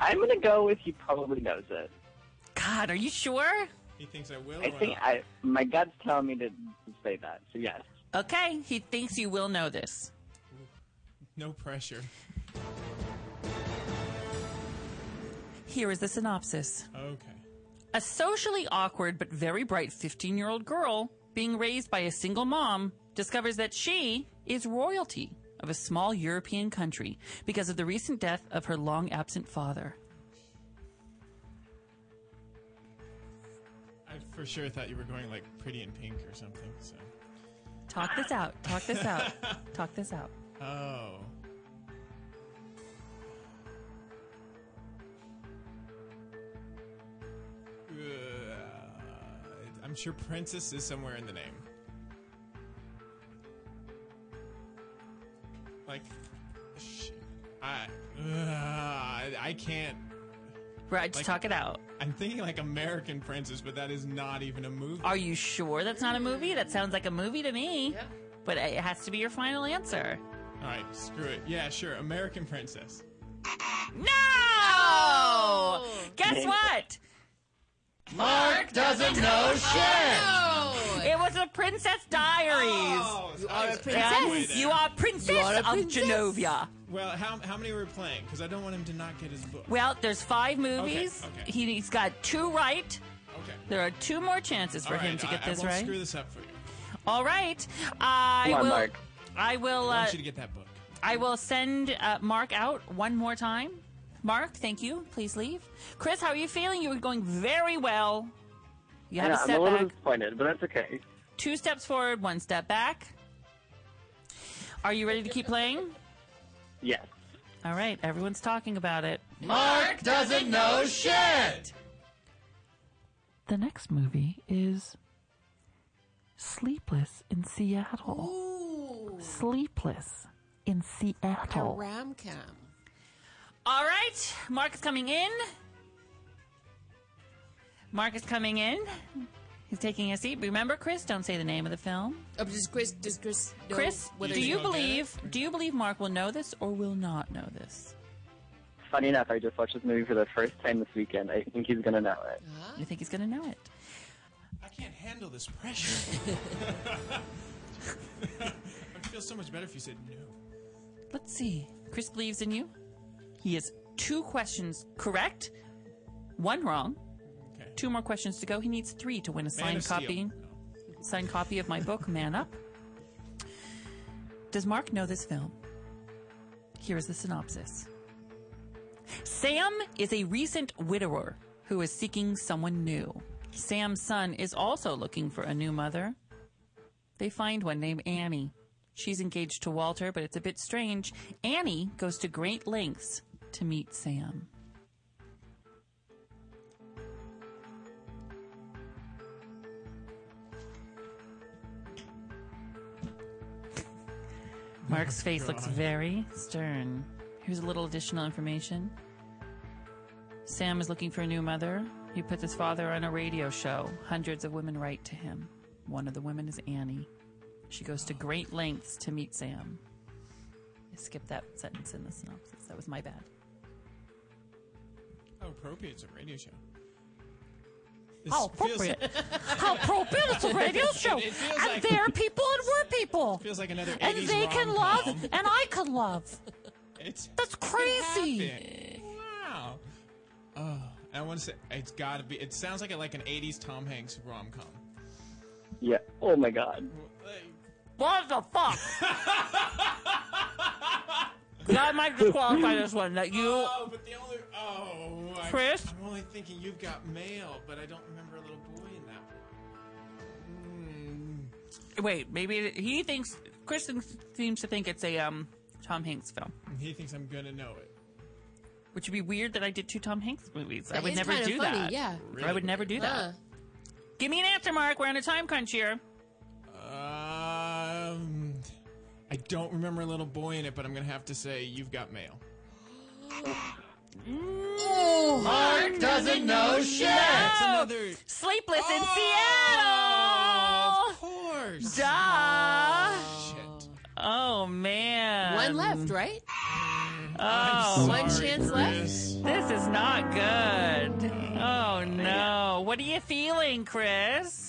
S21: I'm gonna go with he probably knows it.
S5: God, are you sure?
S16: He thinks I will.
S21: I
S16: or
S21: think
S16: not.
S21: I my gut's telling me to say that. So yes.
S5: Okay, he thinks you will know this.
S16: No pressure.
S5: Here is the synopsis.
S16: Okay.
S5: A socially awkward but very bright 15 year old girl being raised by a single mom discovers that she is royalty of a small European country because of the recent death of her long absent father.
S16: for sure thought you were going like Pretty in Pink or something. So.
S5: Talk this out. Talk this out. Talk this out.
S16: Oh. Uh, I'm sure Princess is somewhere in the name. Like, sh- I, uh, I can't.
S5: Reg, talk it out.
S16: I'm thinking like American Princess, but that is not even a movie.
S5: Are you sure that's not a movie? That sounds like a movie to me. But it has to be your final answer.
S16: All right, screw it. Yeah, sure. American Princess.
S5: No! Guess what?
S7: Mark doesn't know
S5: Oh,
S7: shit.
S5: It was a Princess Diaries.
S16: Oh,
S7: You are a princess.
S5: You are princess
S7: You are a
S5: of
S7: princess.
S5: Genovia.
S16: Well, how, how many were playing? Because I don't want him to not get his book.
S5: Well, there's five movies.
S16: Okay, okay.
S5: He, has got two right.
S16: Okay.
S5: There are two more chances for
S16: All
S5: him
S16: right,
S5: to get
S16: I,
S5: this
S16: I won't
S5: right.
S16: Screw this up for you.
S5: All right. I
S16: Come on,
S5: will.
S16: Mike.
S5: I will.
S16: I
S5: Uh,
S16: want you to get that book.
S5: I will send uh, Mark out one more time. Mark, thank you. Please leave. Chris, how are you feeling? You were going very well. You had
S21: yeah,
S5: a
S21: I'm a little
S5: setback.
S21: disappointed, but that's okay.
S5: Two steps forward, one step back. Are you ready to keep playing?
S21: Yes.
S5: All right, everyone's talking about it.
S7: Mark doesn't know shit.
S5: The next movie is Sleepless in Seattle. Sleepless in Seattle.
S6: Ramcam.
S5: Oh. All right, Mark is coming in. Mark is coming in. He's taking a seat. Remember, Chris, don't say the name of the film.
S6: Oh, does Chris? Does Chris? Know
S5: Chris,
S6: whether
S5: do
S6: he's
S5: you
S6: gonna get
S5: believe? Do you believe Mark will know this or will not know this?
S21: Funny enough, I just watched this movie for the first time this weekend. I think he's gonna know it.
S5: You think he's going to know it?
S16: I can't handle this pressure. I'd feel so much better if you said no.
S5: Let's see. Chris believes in you. He has two questions correct, one wrong. Two more questions to go. He needs three to win a
S7: Man of
S5: signed copy. Signed copy of my book, Man Up. Does Mark know this film? Here is the synopsis. Sam is a recent widower who is seeking someone new. Sam's son is also looking for a new mother. They find one named Annie. She's engaged to Walter, but it's a bit strange. Annie goes to great lengths to meet Sam. Mark's face looks
S7: God.
S5: very stern. Here's a little additional information. Sam is looking for a new mother. He puts his father on a radio show. Hundreds of women write to him. One of the women is Annie. She goes to great lengths to meet Sam. I skipped that sentence in the synopsis. That was my bad.
S16: How appropriate. It's a radio show.
S5: How
S16: feels-
S5: appropriate. How appropriate. It's a radio show.
S16: It- it feels
S5: and
S16: like-
S5: they're people and we're people.
S16: Feels like another
S5: and
S16: 80s
S5: they can love
S16: rom-com.
S5: and I can love.
S16: It's
S5: That's crazy.
S16: epic. Wow. Oh, I want to say it's got to be. It sounds like a, like an '80s Tom Hanks rom com.
S21: Yeah. Oh my God.
S5: What the fuck? I might disqualify this one. That you,
S16: Oh, but the only oh, I,
S5: Chris?
S16: I'm only thinking you've got mail, but I don't remember a little boy in that. one.
S5: Hmm. wait, maybe he thinks Kristen seems to think it's a um Tom Hanks film,
S16: Mm, He thinks I'm gonna know it.
S5: which would be weird that I did two Tom Hanks movies. I
S6: That
S5: would
S6: is
S5: never
S6: kinda
S5: do
S6: funny,
S5: that.
S6: yeah.
S5: I
S16: Really
S5: would never do that.
S6: Huh.
S5: Give me an answer, Mark. We're on a time crunch here.
S16: Um, I don't remember a little boy in it, but I'm gonna have to say you've got mail.
S7: Mark doesn't know shit.
S16: That's Oh, another.
S5: Sleepless in
S7: Oh,
S5: Seattle.
S7: of
S16: course.
S5: Duh.
S16: Shit.
S5: Oh man.
S6: One left, right?
S5: Oh,
S6: One chance left.
S5: This is not good. Oh no. What are you feeling, Chris?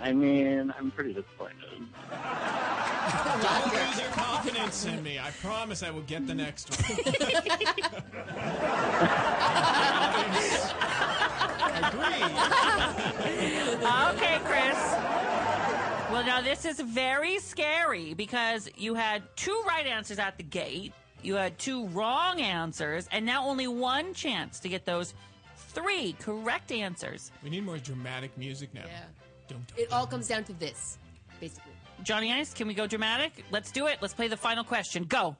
S21: I mean, I'm pretty disappointed.
S16: Don't lose your confidence in me. I promise I will get the next one.
S5: okay, Chris. Well, now this is very scary because you had two right answers at the gate, you had two wrong answers, and now only one chance to get those three correct answers.
S16: We need more dramatic music now.
S6: It all comes down to this, basically.
S5: Johnny Ice, can we go dramatic? Let's do it. Let's play the final question. Go.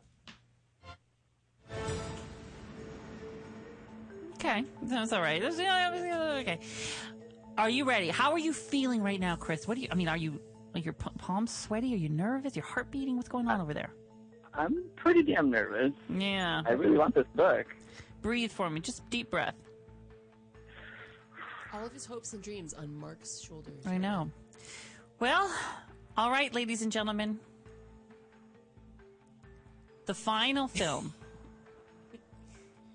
S5: Okay, that's all right. That's- yeah, yeah, Okay. Are you ready? How are you feeling right now, Chris? What do you? I mean, are you? Are your p- palms sweaty? Are you nervous? Your heart beating? What's going on over there?
S21: I'm pretty damn nervous.
S5: Yeah.
S21: I really want this book.
S5: Breathe for me. Just deep breath.
S6: All of his hopes and dreams on Mark's shoulders.
S5: I know. Well, all right, ladies and gentlemen. The final film.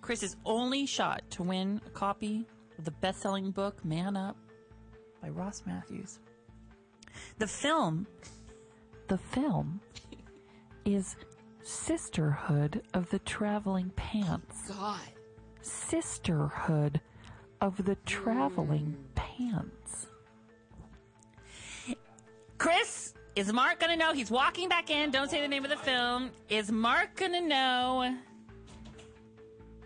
S5: Chris's only shot to win a copy of the best selling book, Man Up, by Ross Matthews. The film. The film is Sisterhood of the Traveling Pants.
S6: God.
S5: Sisterhood of the Traveling Pants. Chris, is Mark gonna know? He's walking back in. Don't say the name of the film. Is Mark gonna know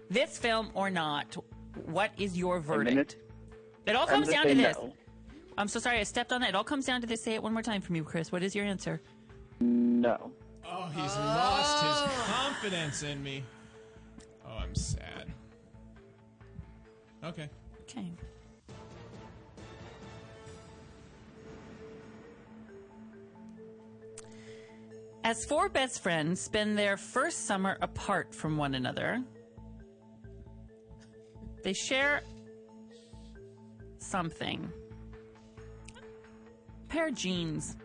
S5: this film or not? What is your verdict? It all
S21: I'm
S5: comes
S21: gonna
S5: down to
S21: say
S5: this.
S21: no.
S5: I'm so sorry I stepped on that. It all comes down to this. Say it one more time from you, Chris. What is your answer?
S21: No.
S16: Oh, he's lost
S5: Oh.
S16: his confidence in me. Oh, I'm sad. Okay.
S5: Okay. As four best friends spend their first summer apart from one another, they share something. A pair of jeans.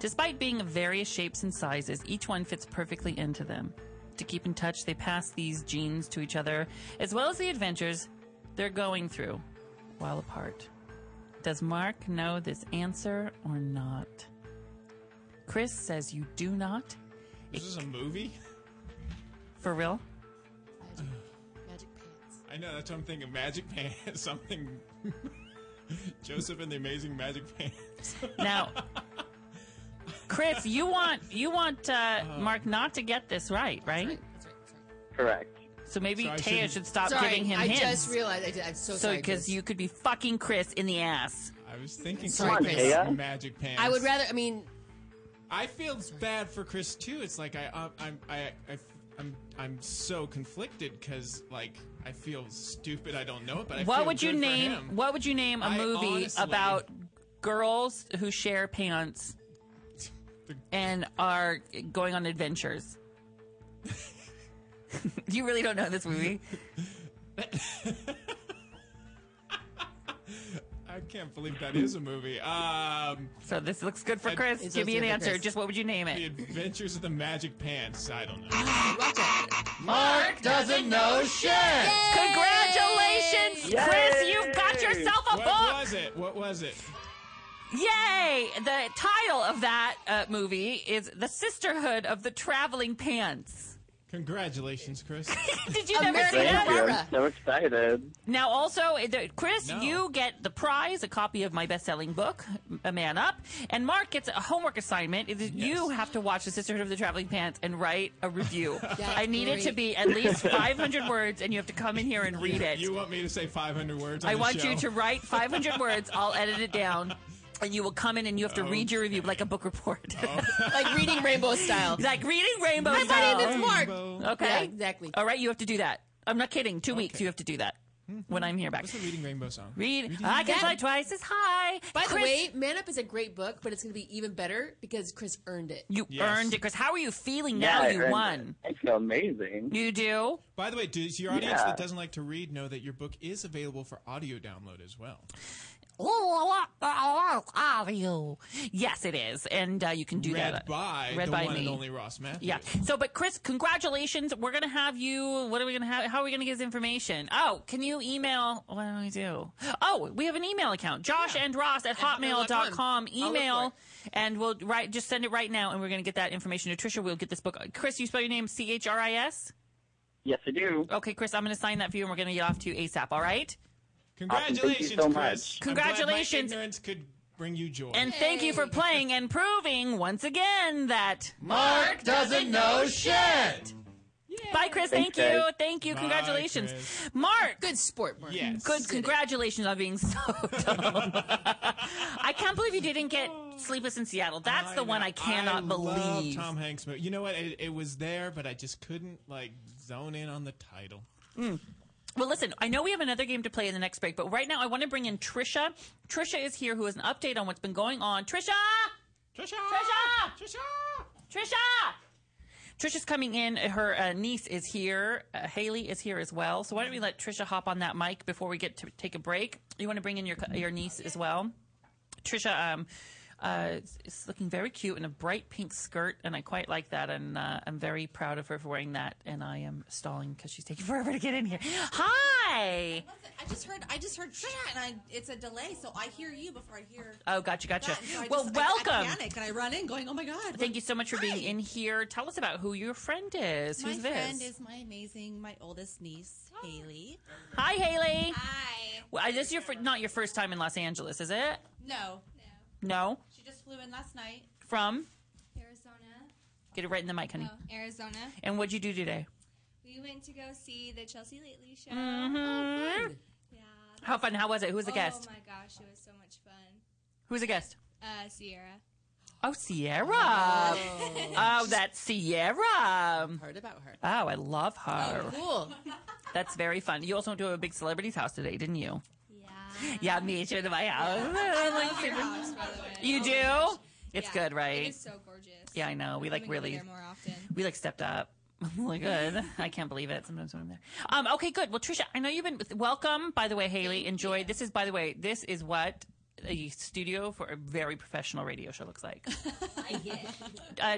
S5: Despite being of various shapes and sizes, each one fits perfectly into them. To keep in touch, they pass these jeans to each other, as well as the adventures they're going through while apart. Does Mark know this answer or not? Chris says you do not.
S16: This is a movie?
S5: For real?
S6: Magic pants.
S16: I know, that's what I'm thinking. Magic pants. Something. Joseph and the Amazing Magic Pants.
S5: Now, Chris, you want you want uh,
S21: Uh-huh.
S5: Mark not to get this right, right?
S21: Correct.
S5: So maybe
S21: So I
S5: Taya
S21: shouldn't-
S5: should stop
S6: Sorry,
S5: giving him
S6: I
S5: hints.
S6: just realized. I did- I'm so, sorry.
S5: because
S6: Chris.
S5: you could be fucking Chris in the ass.
S16: I was thinking
S6: Sorry,
S16: something
S6: Chris.
S16: about Magic Pants.
S6: I would rather. I mean,
S16: I feel bad for Chris too. It's like I, um, I'm, I, I, I'm, I'm so conflicted because like I feel stupid. I don't know it, but I
S5: what
S16: feel
S5: would you
S16: good for
S5: name?
S16: him.
S5: What would you name a
S16: I
S5: movie
S16: honestly-
S5: about girls who share pants and are going on adventures? you really don't know this movie.
S16: I can't believe that is a movie. Um,
S5: so this looks good for Chris. It's Give me an answer. Just what would you name it?
S16: The Adventures of the Magic Pants. I don't know.
S7: Mark doesn't know shit.
S5: Congratulations,
S7: Yay!
S5: Chris! You've got yourself a
S16: what
S5: book.
S16: was it? What was it?
S5: Yay! The title of that uh, movie is "The Sisterhood of the Traveling Pants."
S16: Congratulations, Chris.
S5: Did you never see
S21: Thank
S5: that?
S21: you. I'm so excited.
S5: Now, also, uh, there- Chris, you get the prize, a copy of my best-selling book, A Man Up, and Mark gets a homework assignment. It is You have to watch The Sisterhood of the Traveling Pants and write a review. I need it to be at least 500 words, and you have to come in here and read
S16: You-
S5: it.
S16: You want me to say 500 words? on
S5: I
S16: the
S5: want
S16: show?
S5: you to write 500 words. I'll edit it down. And you will come in and you have to read your review like a book report.
S16: Oh.
S6: like reading Rainbow style.
S5: like reading Rainbow
S6: My
S5: style.
S6: name is Mark.
S5: Okay.
S6: Yeah, exactly.
S5: All right, you have to do that. I'm not kidding. Two weeks you have to do that when I'm here back.
S16: Mm-hmm. What's the Reading Rainbow song?
S5: Read. I can
S6: That-
S5: fly twice as high.
S6: By the
S5: Chris,
S6: way, Man Up is a great book, but it's going to be even better because Chris earned it.
S5: you
S16: Yes.
S5: earned it, Chris. How are you feeling
S16: Yeah,
S5: now?
S16: I
S5: You
S16: earned
S5: won.
S21: I feel amazing.
S5: You do.
S16: By the way, does your audience
S21: Yeah.
S16: that doesn't like to read know that your book is available for audio download as well?
S5: Oh, I want- I want audio. Yes, it is, and uh, you can do
S16: Read
S5: that.
S16: by
S5: read
S16: the
S5: by
S16: one
S5: me.
S16: and only Ross Matthews.
S5: Yeah. So, but Chris, congratulations. We're gonna have you. What are we gonna have? How are we gonna get his information? Oh, can you email? What do we do? Oh, we have an email account. Josh and Ross at
S6: hotmail dot
S5: hotmail.com.
S6: com. I'll look for
S5: Email, and we'll right just send it right now, and we're gonna get that information to Trisha. We'll get this book. Chris, you spell your name C H R I S.
S21: Yes, I do.
S5: Okay, Chris, I'm gonna sign that for you, and we're gonna get off to you asap. All right.
S16: Congratulations,
S21: Awesome. Thank you so
S16: Chris.
S21: much.
S16: I'm glad my
S5: Congratulations.
S16: ignorance could bring you joy.
S5: And thank you for playing and proving once again that
S7: Mark doesn't know shit.
S5: Bye, Chris. thank
S7: Thanks,
S5: you.
S7: guys.
S5: Thank you.
S7: Bye,
S5: Congratulations.
S7: Chris.
S5: Mark. Good sport, Mark.
S7: Yes.
S5: Good. Congratulations on being so dumb. I can't believe you didn't get Sleepless in Seattle. That's the one I cannot
S16: love
S5: believe.
S16: Tom Hanks movie. You know what? It, it was there, but I just couldn't like zone in on the title.
S5: Mm. Well, listen, I know we have another game to play in the next break, but right now I want to bring in Trisha. Trisha is here who has an update on what's been going on. Trisha!
S16: Trisha!
S5: Trisha!
S16: Trisha!
S5: Trisha! Trisha's coming in. Her uh, niece is here. Uh, Haley is here as well. So why don't we let Trisha hop on that mic before we get to take a break? You want to bring in your your niece as well? Trisha um, uh, is- is looking very cute in a bright pink skirt, and I quite like that. And uh, I'm very proud of her for wearing that. And I am stalling because she's taking forever to get in here. Hi.
S18: I just heard. I just heard. And I, it's a delay, so I hear you before I hear.
S5: Oh, gotcha, gotcha.
S18: that. So I
S5: well,
S18: just- I-
S5: welcome.
S18: I, panic and I run in, going, "Oh my god!"
S5: Thank you so much for being in here. Tell us about who your friend is.
S18: my
S5: Who's this?
S18: friend is my amazing, my oldest niece, Haley.
S5: Hi, Haley. Hi. Well, this is your fir- not your first time in Los Angeles, is it?
S18: No,
S5: No.
S18: she just flew in last night.
S5: From?
S22: Arizona.
S5: Get it right in the mic, honey.
S22: Oh, Arizona.
S5: And what'd you do today?
S22: We went to go see the Chelsea Lately show.
S5: Mhm. How fun? How was it? Who was the guest?
S22: Oh my gosh, it was so much fun.
S5: Who was the guest?
S22: Uh, Sierra.
S5: Oh, Sierra.
S22: Oh.
S5: Oh, that's Sierra.
S6: Heard about her. Oh,
S5: Oh, I love her.
S6: Cool.
S5: That's very fun. You also went to a big celebrity's house today, didn't you? Yeah. Yeah, me too to my house.
S22: I
S5: Like
S22: love your
S5: super-
S22: house, by the way.
S5: You
S22: Oh my
S5: do?
S22: gosh.
S5: It's
S22: Yeah,
S5: good, right?
S22: It is so gorgeous.
S5: Yeah, I know. We
S22: I'm
S5: like
S22: gonna go
S5: really.
S22: there more often.
S5: We like stepped up. Really good. I can't believe it. Sometimes when I'm there. Um, okay, good. Well, Trisha, I know you've been welcome. By the way, Haley, enjoy. This is, by the way, this is what a studio for a very professional radio show looks like. Uh,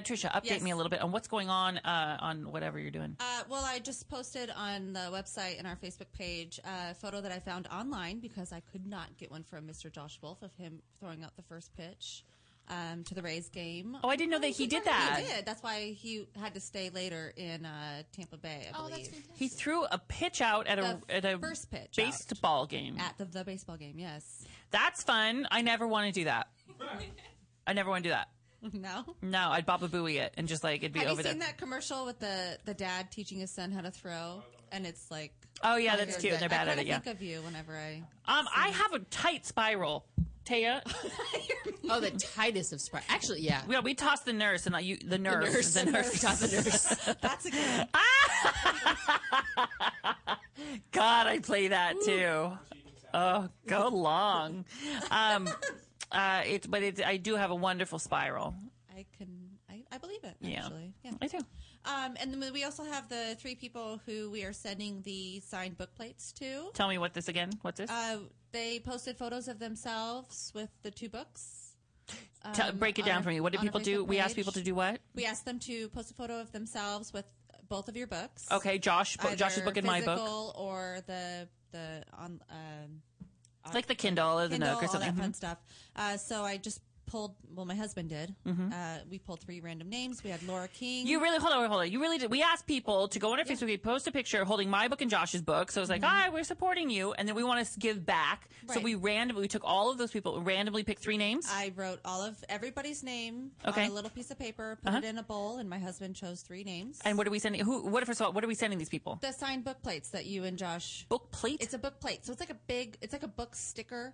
S5: Trisha, update
S18: Yes.
S5: me a little bit on what's going on uh, on whatever you're doing.
S18: Uh, well, I just posted on the website and our Facebook page uh, a photo that I found online because I could not get one from Mr. Josh Wolf of him throwing out the first pitch um, to the Rays game.
S5: Oh, I didn't know that he did that.
S18: He did. That's why he had to stay later in uh, Tampa Bay, I believe.
S5: He threw a pitch out at a
S18: The
S5: at a
S18: first pitch
S5: baseball game.
S18: At the, the baseball game, yes.
S5: That's fun. I never want to do that. I never want to do that.
S18: no?
S5: No, I'd Baba Booey it and just like it'd be
S18: Have
S5: over
S18: you seen
S5: there.
S18: that commercial with the, the dad teaching his son how to throw? And it's like.
S5: Oh, yeah,
S18: I
S5: that's
S18: heard
S5: cute.
S18: that.
S5: They're bad
S18: I
S5: at
S18: kinda
S5: it, yeah.
S18: think of you whenever I.
S5: Um, I have a tight spiral, Taya.
S6: oh, the tightest of spiral. Actually, yeah.
S5: Yeah, we tossed the nurse and I, you, the nurse,
S6: nurse,
S5: the
S6: the
S5: nurse, tossed the nurse.
S18: That's a good.
S5: God, I play that too. Oh, go long. Um, uh, it's but it's I do have a wonderful spiral.
S18: I can. I, I believe it.
S5: Yeah.
S18: Actually. Yeah.
S5: I do.
S18: Um, and then we also have the three people who we are sending the signed book plates to.
S5: Tell me what this again? What's this?
S18: Uh, they posted photos of themselves with the two books.
S5: Tell,
S18: um,
S5: break it
S18: on
S5: down
S18: our-
S5: for me. What do
S18: on our
S5: people do?
S18: Facebook
S5: We ask
S18: page.
S5: people to do what?
S18: We asked them to post a photo of themselves with both of your books.
S5: Okay, Josh, bo-
S18: Either
S5: Josh's book and my book,
S18: physical or the the on um, on-
S5: like the Kindle or the
S18: Kindle,
S5: Nook or
S18: all
S5: something.
S18: that fun
S5: Mhm.
S18: stuff. Uh, so I just pulled. Well, my husband did.
S5: Mhm.
S18: Uh, we pulled three random names. We had Laura King.
S5: You really hold on, hold on. You really did. We asked people to go on our Facebook, page, post a picture holding my book and Josh's book. So it was
S6: Mm-hmm.
S5: like, hi, we're supporting you, and then we want to give back. So
S18: Right.
S5: we randomly we took all of those people, randomly picked three names.
S18: I wrote all of everybody's name
S5: Okay.
S18: on a little piece of paper, put
S5: Uh-huh.
S18: it in a bowl, and my husband chose three names.
S5: and what are we sending? Who? What first of all? What are we sending these people?
S18: The signed book plates that you and Josh
S5: book plate.
S18: It's a book plate, so it's like a big. It's like a book sticker.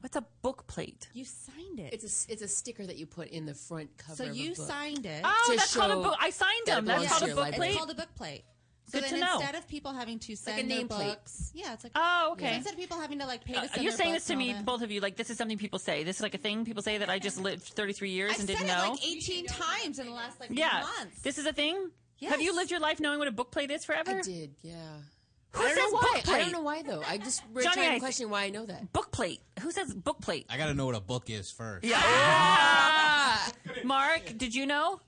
S5: What's a book plate?
S18: You signed it.
S6: It's a s- it's a sticker that you put in the front cover.
S18: So
S6: of a
S18: you
S6: book.
S18: signed it.
S5: Oh, that's called a book- I signed
S6: that it
S5: them. That's
S6: belongs
S5: called
S6: to
S5: a
S6: your
S5: book
S6: library.
S5: plate.
S18: It's called a book plate. So
S5: Good
S18: then
S5: to know.
S18: Instead of people having to send
S6: name
S18: their
S6: plate.
S18: books, yeah, it's like
S5: Oh, okay.
S18: Instead of people having to like pay to
S5: Uh,
S18: send
S5: you're
S18: their
S5: saying
S18: books
S5: this to
S18: and all
S5: me,
S18: that.
S5: both of you. Like this is something people say. This is like a thing people say that I just lived 33 years
S18: I've
S5: and
S18: said
S5: didn't
S18: it
S5: know.
S18: like 18 times in the last like
S5: yeah,
S18: month.
S5: this is a thing. Have you
S6: Yes.
S5: lived your life knowing what a book plate is forever?
S6: I did. Yeah.
S5: Who
S6: I don't
S5: says
S6: know why.
S5: book plate?
S6: I don't know why though. I just we're
S5: Johnny,
S6: trying
S5: I-
S6: to question why I know that.
S5: Book plate. Who says book plate?
S23: I gotta know what a book is first.
S5: Yeah. Mark, did you know?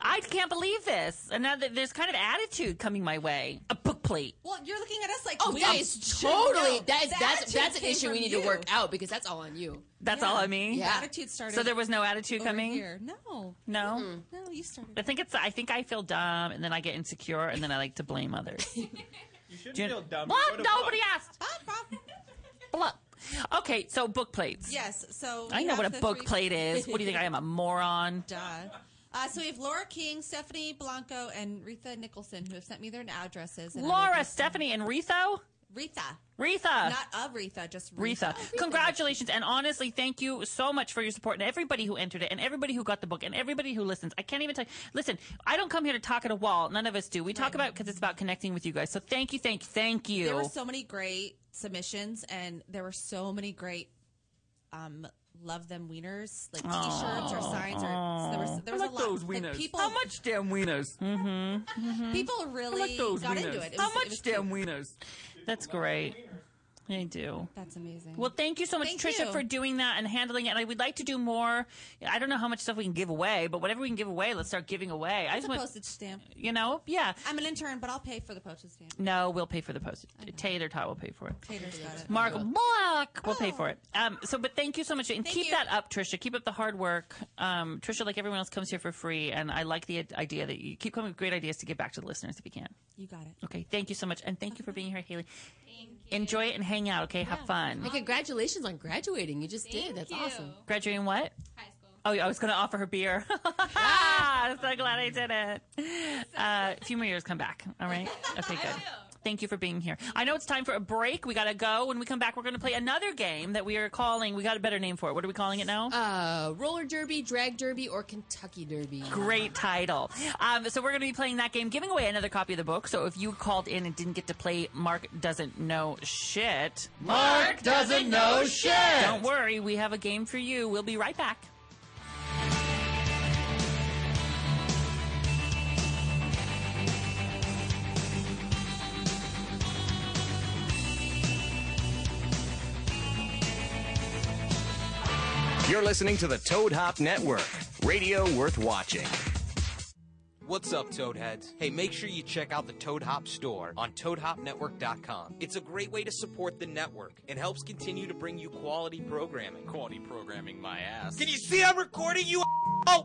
S5: I can't believe this. And now that there's kind of attitude coming my way. A book plate.
S18: Well, you're looking at us like
S6: Oh,
S18: we
S6: that is
S18: should
S6: totally
S18: know.
S6: that is
S18: The
S6: that's
S18: attitude
S6: that's an
S18: came
S6: issue we
S18: from
S6: need
S18: you.
S6: to work out because that's all on you.
S5: That's all I mean.
S18: The attitude started.
S5: So there was no attitude
S18: over
S5: coming?
S18: Here. No,
S5: No.
S6: Mm-hmm.
S18: no, you started.
S5: I think it's I think I feel dumb and then I get insecure and then I like to blame others.
S16: You
S5: Do you-
S16: dumb.
S5: What? Nobody asked. Blah. Okay, so book plates.
S18: Yes, so
S5: I
S18: we
S5: know
S18: have
S5: what a
S18: the
S5: book
S18: three-
S5: plate is. What do you think? I am a moron.
S18: Duh. Uh, so we have Laura King, Stephanie Blanco, and Retha Nicholson who have sent me their addresses. And I will
S5: Laura,
S18: be-
S5: Stephanie, and Retho?
S18: Retha.
S5: Retha.
S18: Not of Retha, just
S5: Retha. Congratulations. And honestly, thank you so much for your support and everybody who entered it and everybody who got the book and everybody who listens. I can't even tell. Listen, I don't come here to talk at a wall. None of us do. We talk about because it's about connecting with you guys. So thank you, thank you, thank you.
S18: There were so many great submissions, and there were so many great um, love them wieners, like T-shirts or signs, or there was there was
S24: I like
S18: a lot.
S24: those
S18: like,
S24: wieners.
S18: people,
S24: How much damn wieners? Mm-hmm.
S18: people really
S24: I like those
S18: got
S24: wieners.
S18: into it. it
S24: How
S18: was,
S24: much
S18: it was cute.
S24: damn wieners?
S5: That's great. I do.
S18: That's amazing.
S5: Well, thank you so much,
S18: Thank
S5: Trisha,
S18: you.
S5: for doing that and handling it. And I would like to do more. I don't know how much stuff we can give away, but whatever we can give away, let's start giving away. I
S18: It's
S5: just
S18: a
S5: want,
S18: postage stamp.
S5: you know, yeah.
S18: I'm an intern, but I'll pay for the postage stamp.
S5: No, we'll pay for the postage. Tater Tot will pay for it.
S18: Tater's got it. Oh.
S5: Mark, Mark, we'll pay for it. Um, so, but thank you so much, and
S18: Thank
S5: keep
S18: you.
S5: that up, Trisha. Keep up the hard work, um, Trisha. Like everyone else, comes here for free, and I like the idea that you keep coming with great ideas to give back to the listeners if you can.
S18: You got it.
S5: Okay, thank you so much, and thank you for being here, Haley. Thank you. Enjoy it and hang out. Okay, have fun.
S6: And congratulations on graduating. You just did. That's awesome.
S5: Graduating what? High school. Oh, yeah, I was going to offer her beer. I'm so glad I did it. Uh, a few more years, come back. All right. Okay, good. Thank you for being here. I know it's time for a break. We got to go. When we come back, we're going to play another game that we are calling. We got a better name for it. What are we calling it now?
S6: Uh, roller derby, drag derby, or Kentucky derby.
S5: Great title. Um, so we're going to be playing that game, giving away another copy of the book. So if you called in and didn't get to play, Mark doesn't know shit.
S7: Mark doesn't know shit.
S5: Don't worry, we have a game for you. We'll be right back.
S1: You're listening to the Toad Hop Network, radio worth watching.
S20: What's up, Toadheads? Hey, make sure you check out the Toad Hop store on ToadHopNetwork.com. It's a great way to support the network and helps continue to bring you quality programming. Quality programming, my ass. Can you see I'm recording you? Oh,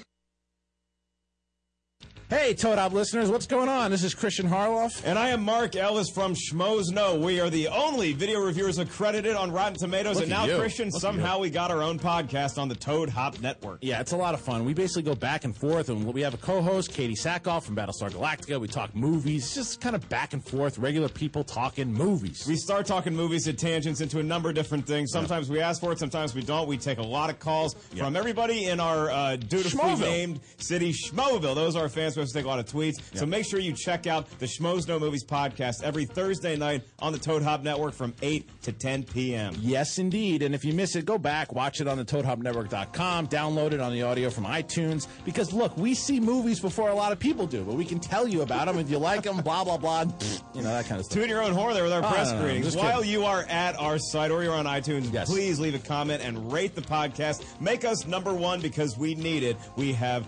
S17: Hey, Toad Hop listeners, what's going on? This is Christian Harloff.
S25: And I am Mark Ellis from Schmoes No. We are the only video reviewers accredited on Rotten Tomatoes,
S17: Look
S25: and
S17: at
S25: now
S17: you.
S25: Christian
S17: Look at
S25: somehow we got our own podcast on the Toad Hop Network.
S17: Yeah, it's a lot of fun. We basically go back and forth, and we have a co-host, Katie Sackhoff from Battlestar Galactica. We talk movies, It's just kind of back and forth, regular people talking movies.
S25: We start talking movies at tangents into a number of different things. Sometimes we ask for it, sometimes we don't. We take a lot of calls from everybody in our uh, dutifully
S17: Schmoville.
S25: named city, Schmoville. Those are our fans. We also take a lot of tweets. So make sure you check out the Schmoes No Movies podcast every Thursday night on the Toad Hop Network from 8 to 10 p.m.
S17: Yes, indeed. And if you miss it, go back, watch it on the ToadHopNetwork.com, download it on the audio from iTunes. Because look, we see movies before a lot of people do, but we can tell you about them if you like them. Blah blah blah. You know that kind of stuff.
S25: Toot your own horn there with our
S17: Oh,
S26: Ah,
S25: press
S17: no, no, no,
S25: greetings.
S17: just
S25: While
S17: kidding.
S25: you are at our site or you're on iTunes, please leave a comment and rate the podcast. Make us number one because we need it. We have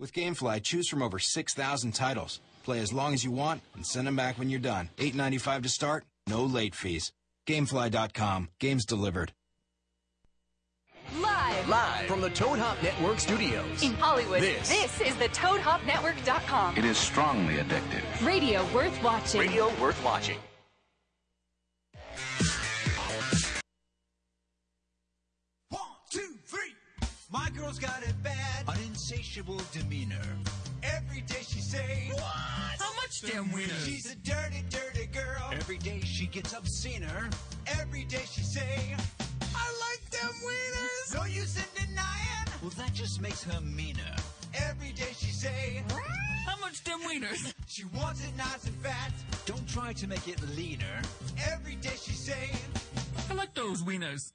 S19: With GameFly, choose from over 6,000 titles. Play as long as you want and send them back when you're done. $8.95 to start, no late fees. GameFly.com, games delivered.
S23: Live.
S1: Live from the Toad Hop Network studios.
S23: In Hollywood.
S1: This.
S23: is the ToadHopNetwork.com.
S1: It is strongly addictive.
S23: Radio worth watching.
S1: Radio worth watching.
S2: One, two, three. My girl's got it bad, an insatiable demeanor. Every day she say, What? How much
S7: damn wieners?
S2: She's a dirty, dirty girl. Every day she gets obscener. Every day she say, I like them wieners. No use in denying. Well, that just makes her meaner. Every day she say,
S5: How much dim wieners?
S2: She wants it nice and fat. Don't try to make it leaner. Every day she say,
S24: I like those wieners.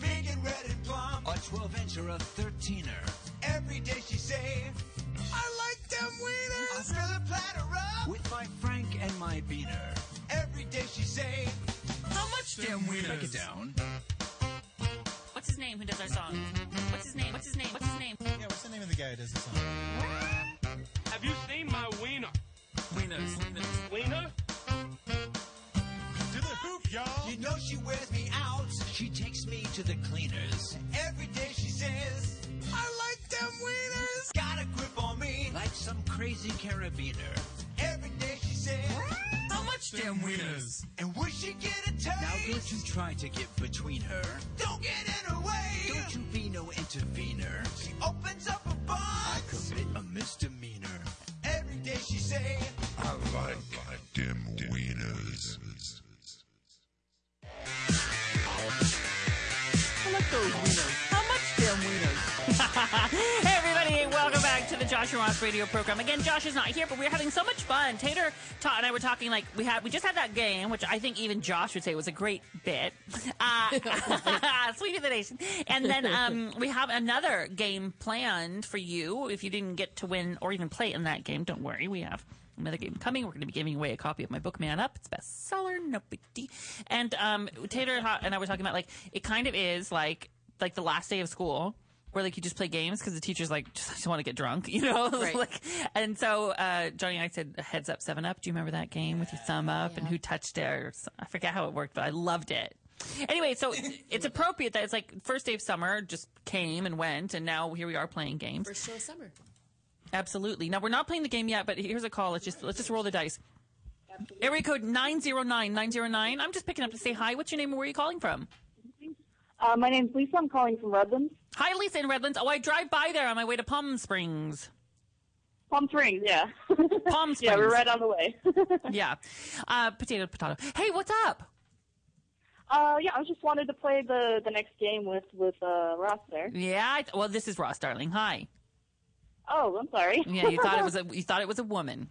S2: Big and red and plump. A 12 inch or a 13er. Every day she say, I like them wieners. I fill a platter up with my Frank and my beaner. Every day she say,
S5: How much
S2: them wieners. Break it down.
S5: What's his name? Who does our song? What's his name? What's his name? What's his name?
S8: Yeah, what's the name of the guy who does the song?
S12: Have you seen my wiener?
S24: Wieners. Wieners.
S12: Wiener?
S2: To the hoop, y'all. You know she wears me out. She takes me to the cleaners. Every day she says, I like them wieners. Got a grip on me like some crazy carabiner. Every day she says, How much
S24: them wieners?
S2: And would she get a taste? Now don't you try to get between her. Don't get in her way. Don't you be no intervener. She opens up a box. I commit a misdemeanor. Every day she say, I like
S14: Dim wieners.
S5: I like those wieners. How much dim wieners? hey everybody, welcome back to the Josh and Ross radio program. Again, Josh is not here, but we're having so much fun. Tater Ta- and I were talking like we had we just had that game, which I think even Josh would say was a great bit. Uh, Sweet of the Nation. And then um, we have another game planned for you. If you didn't get to win or even play in that game, don't worry. We have another game coming. We're going to be giving away a copy of my book, Man Up. It's a bestseller, no big deal. And um, Tater Ha- and I were talking about like it kind of is like like the last day of school. Where like you just play games because the teacher's like just, I just want to get drunk, you know.
S6: Right.
S5: like, and so uh, Johnny and I said heads up, seven up. Do you remember that game with your thumb up and who touched it? Or, so- I forget how it worked, but I loved it. Anyway, so it's, it's appropriate that it's like first day of summer just came and went, and now here we are playing games.
S6: First show of summer.
S5: Absolutely. Now we're not playing the game yet, but here's a call. Let's just let's just roll the dice. Area code 909909. I'm just picking up to say hi. What's your name and where are you calling from?
S27: Uh, my name's Lisa. I'm calling from Redlands.
S5: Hi, Lisa in Redlands. Oh, I drive by there on my way to Palm Springs.
S27: Palm Springs, yeah.
S5: Palm Springs.
S27: Yeah, we're right on the way.
S5: yeah. Uh, potato, potato. Hey, what's up?
S27: Uh, yeah, I just wanted to play the the next game with with uh, Ross there.
S5: Yeah. I th- well, this is Ross, darling. Hi.
S27: Oh, I'm sorry.
S5: Yeah, you thought it was a you thought it was a woman.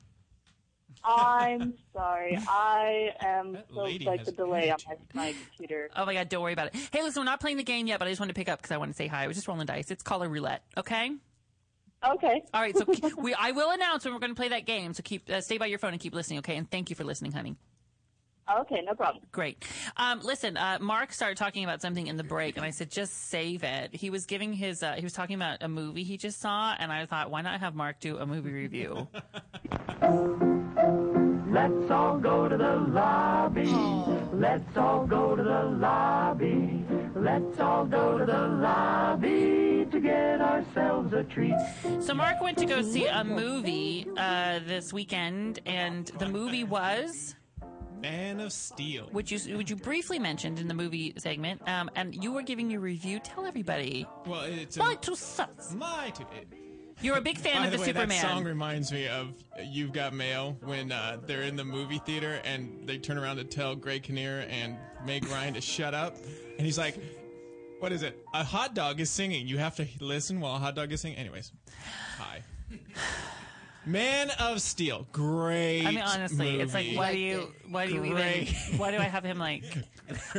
S27: I'm sorry. I am so
S5: lady
S27: like
S5: has
S27: the delay on my, my computer.
S5: Oh my God, don't worry about it. Hey, listen, we're not playing the game yet, but I just wanted to pick up because I want to say hi. I was just rolling dice. It's caller roulette, okay?
S27: Okay.
S5: All right, so ke- we I will announce when we're going to play that game. So keep uh, stay by your phone and keep listening, okay? And thank you for listening, honey.
S27: Oh, Okay, no problem.
S5: Great. Um, listen, uh, Mark started talking about something in the break, and I said, just save it. He was giving his, uh, he was talking about a movie he just saw, and I thought, why not have Mark do a movie review?
S7: Let's all go to the lobby.
S5: Oh.
S7: Let's all go to the lobby. Let's all go to the lobby to get ourselves a treat.
S5: so Mark went to go see a movie uh, this weekend, and the movie was.
S16: Man of Steel.
S5: Which you which you briefly mentioned in the movie segment, um, and you were giving your review. Tell everybody.
S16: Well, it's a,
S5: My two sons.
S16: My two.
S5: You're a big fan
S16: By
S5: of the,
S16: way,
S5: Superman.
S16: That song reminds me of You've Got Mail when uh, they're in the movie theater and they turn around to tell Greg Kinnear and Meg Ryan to shut up. And he's like, What is it? A hot dog is singing. You have to listen while a hot dog is singing. Anyways, hi. Man of Steel. Great.
S5: I mean, honestly, it's like,
S16: movie.
S5: why do you, why do you even,
S16: Great.
S5: why do I have him like?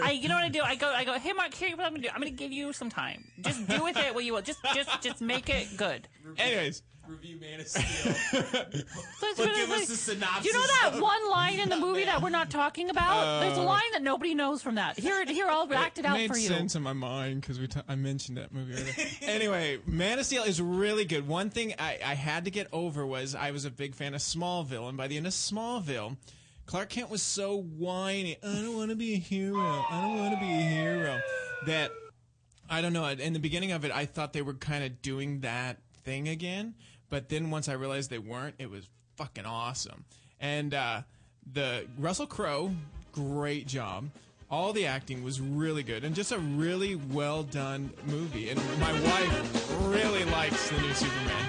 S5: I, you know what I do? I go, I go. Hey, Mark, here, what I'm gonna do? I'm gonna give you some time. Just do with it what you will. Just, just, just make it good.
S16: Anyways.
S8: Review Man of Steel.
S5: That's
S8: Well,
S5: what I
S8: give
S5: was
S8: us a
S5: like-
S8: synopsis
S5: You know that
S8: of-
S5: one line in the movie that we're not talking about? There's a
S16: Uh,
S5: line that nobody knows from that. Here, here, I'll act it out
S16: made
S5: for you.
S16: sense in my mind because we t- I mentioned that movie. Earlier. anyway, Man of Steel is really good. One thing I, I had to get over was I was a big fan of Smallville, and by the end of Smallville, Clark Kent was so whiny. I don't want to be a hero. I don't want to be a hero. That I don't know. In the beginning of it, I thought they were kind of doing that thing again, but then once I realized they weren't, it was fucking awesome. And uh, the Russell Crowe, great job. All the acting was really good, and just a really well done movie. And my wife really likes the new Superman.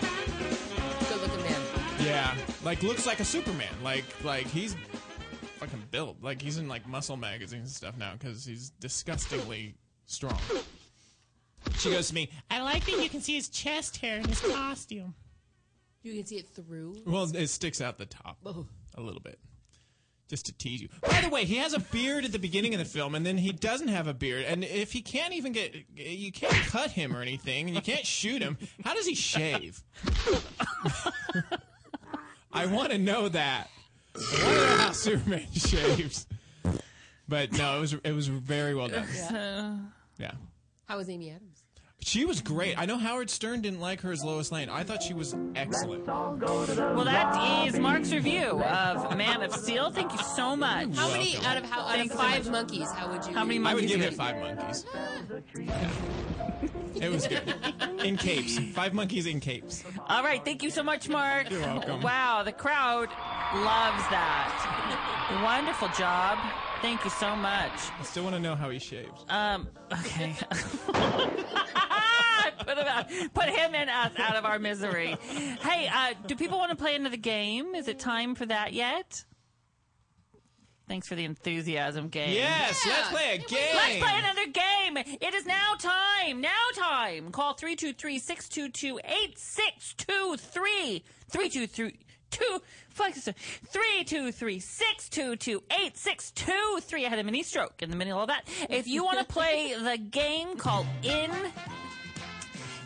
S6: Good looking man.
S16: Yeah, like looks like a Superman. Like like he's fucking built. Like he's in like muscle magazines and stuff now because he's disgustingly strong. She goes to me, I
S15: I think you can see his chest hair in his costume.
S6: You can see it through.
S16: Well, it sticks out the top
S6: Oh.
S16: a little bit. Just to tease you. By the way, he has a beard at the beginning of the film, and then he doesn't have a beard. And if he can't even get, you can't cut him or anything, and you can't shoot him. How does he shave? I want to know that. I want to know how Superman shaves. But no, it was it was very well done.
S6: Yeah.
S16: Yeah.
S6: How was Amy Adams?
S16: She was great. I know Howard Stern didn't like her as Lois Lane. I thought she was excellent.
S5: Well, that is Mark's review of Man of Steel. Thank you so much.
S6: How many out of how out of
S5: Thank you so
S6: five
S5: much.
S6: monkeys? How would you?
S5: How many
S16: I would
S5: monkeys
S16: give
S5: you
S16: it five monkeys. It was good. In capes. Five monkeys in capes.
S5: All right, thank you so much, Mark.
S16: You're welcome.
S5: Wow, the crowd loves that. Wonderful job. Thank you so much.
S16: I still want to know how he shaved.
S5: Um, okay. put, him out, put him and us out of our misery. Hey, uh, do people want to play another game? Is it time for that yet? Thanks for the enthusiasm game.
S16: Yes, let's Yeah. play a game.
S5: Let's play another game. It is now time. Now time. Call 323 622 8623. 323 Two, fuck, it's a- three, two, three, six, two, two, eight, six, two, three. I had a mini stroke in the middle of that. If you want to play the game called In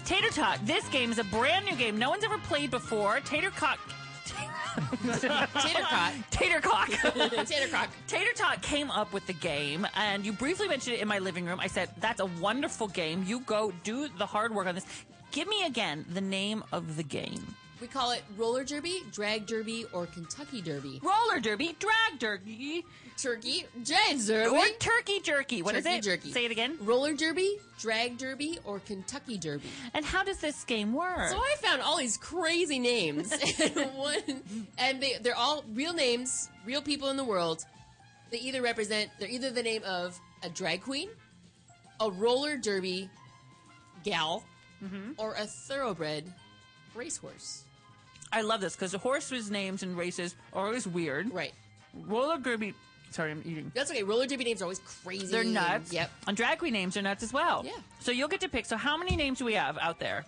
S5: Tater Tot. This game is a brand new game. No one's ever played before. Tater Cock.
S6: Tatercock.
S5: Tatercock.
S6: Tatercock.
S5: Tater Tot came up with the game, and you briefly mentioned it in my living room. I said, That's a wonderful game. You go do the hard work on this. Give me again the name of the game.
S6: We call it roller derby, drag derby, or Kentucky derby.
S5: Roller derby, drag derby,
S6: turkey, drag derby,
S5: Or turkey jerky. What is
S6: turkey
S5: it?
S6: Jerky.
S5: Say it again.
S6: Roller derby, drag derby, or Kentucky derby.
S5: And how does this game work?
S6: So I found all these crazy names, and one, and they they're all real names, real people in the world. They either represent they're either the name of a drag queen, a roller derby gal,
S5: Mm-hmm.
S6: or a thoroughbred racehorse.
S5: I love this because the horse was names and races are always weird.
S6: Right.
S5: Roller derby. Sorry, I'm eating.
S6: That's okay. Roller derby names are always crazy.
S5: They're nuts.
S6: Yep.
S5: And drag queen names are nuts as well.
S6: Yeah.
S5: So you'll get to pick. So how many names do we have out there?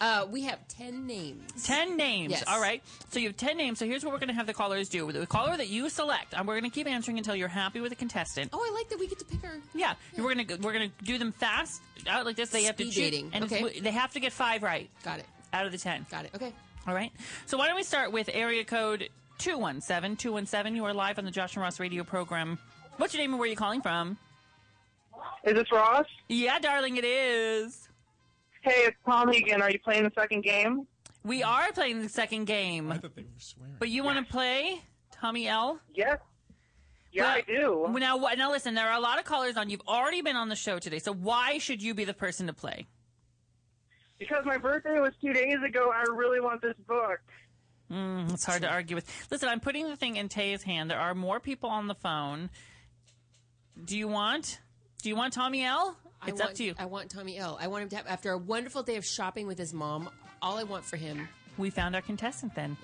S6: Uh, we have ten names.
S5: Ten names.
S6: Yes.
S5: All right. So you have ten names. So here's what we're going to have the callers do. The caller that you select, and we're going to keep answering until you're happy with the contestant.
S6: Oh, I like that we get to pick our.
S5: Yeah. We're going to we're going to do them fast out like this. They have to
S6: Speed
S5: choose-
S6: dating.
S5: and
S6: Okay.
S5: it's- they have to get five right.
S6: Got it.
S5: Out of the ten.
S6: Got it. Okay.
S5: All right. So why don't we start with area code 217 217. You are live on the Josh and Ross radio program. What's your name and where are you calling from?
S3: Is this Ross?
S5: Yeah, darling, it is.
S3: Hey, it's Tommy again. Are you playing the second game?
S5: We are playing the second game. I thought they were swearing. But you want to play Tommy L?
S3: Yes. Yeah, I do.
S5: Now, wh- now listen, there are a lot of callers on. You've already been on the show today, so why should you be the person to play?
S3: Because my birthday was two days ago. I really want this book.
S5: Mm, it's hard to argue with. Listen, I'm putting the thing in Tay's hand. There are more people on the phone. Do you want? Do you want Tommy L?
S6: I
S5: It's
S6: want,
S5: up to you.
S6: I want Tommy L. I want him to have after a wonderful day of shopping with his mom. All I want for him.
S5: We found our contestant then.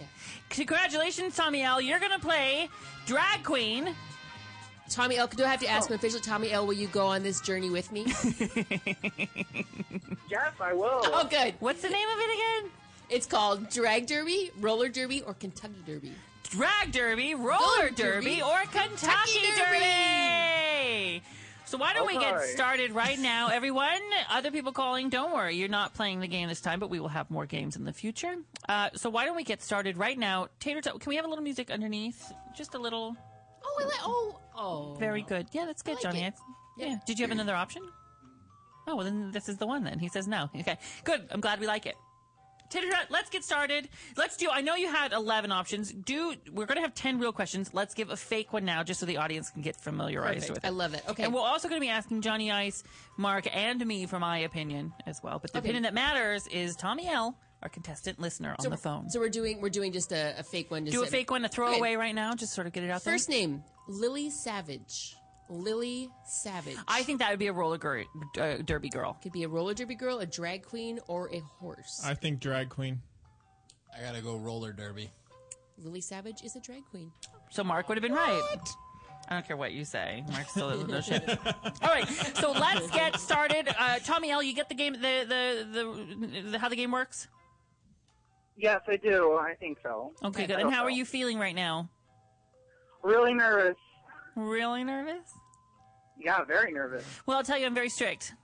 S5: Congratulations, Tommy L. You're going to play drag queen.
S6: Tommy L. Do I have to
S3: Oh.
S6: ask him officially? Tommy L. Will you go on this journey with me?
S3: yes, I will.
S6: Oh, good.
S5: What's the name of it again?
S6: It's called drag derby, roller derby, or Kentucky derby.
S5: Drag derby, roller derby,
S6: derby,
S5: or Kentucky
S6: Kentucky
S5: derby. So why don't we get
S6: Okay.
S5: started right now, everyone? Other people calling, don't worry. You're not playing the game this time, but we will have more games in the future. Uh, so why don't we get started right now? Tater Tot, can we have a little music underneath? Just a little.
S6: Oh, I like. Oh, oh.
S5: Very good. Yeah, that's good, Johnny. It's- Yeah. Did you have another option? Oh, well, then this is the one then. He says no. Okay. Good. I'm glad we like it. Tater Tot, let's get started. Let's do, I know you had 11 options. Do, we're going to have 10 real questions. Let's give a fake one now just so the audience can get familiarized
S6: Perfect.
S5: with it.
S6: I love it. Okay.
S5: And we're also going to be asking Johnny Ice, Mark, and me for my opinion as well. But the
S6: Okay.
S5: opinion that matters is Tommy L., our contestant listener on
S6: So-
S5: the phone.
S6: So we're doing we're doing just a, a fake one. Just
S5: Do a
S6: to-
S5: fake one, a
S6: Okay.
S5: throwaway right now. Just sort of get it out there.
S6: First name Lily Savage. Lily Savage.
S5: I think that would be a roller gir- uh, derby girl.
S6: Could be a roller derby girl, a drag queen, or a horse.
S16: I think drag queen.
S28: I gotta go roller derby.
S6: Lily Savage is a drag queen.
S5: So Mark would have been right. I don't care what you say. Mark still doesn't know shit. All right, so let's get started. Uh, Tommy L, you get the game, the, the the the how the game works.
S3: Yes, I do. I think so.
S5: Okay, good. And how are you feeling right now?
S3: Really nervous.
S5: Really nervous?
S3: Yeah, very nervous.
S5: Well, I'll tell you, I'm very strict.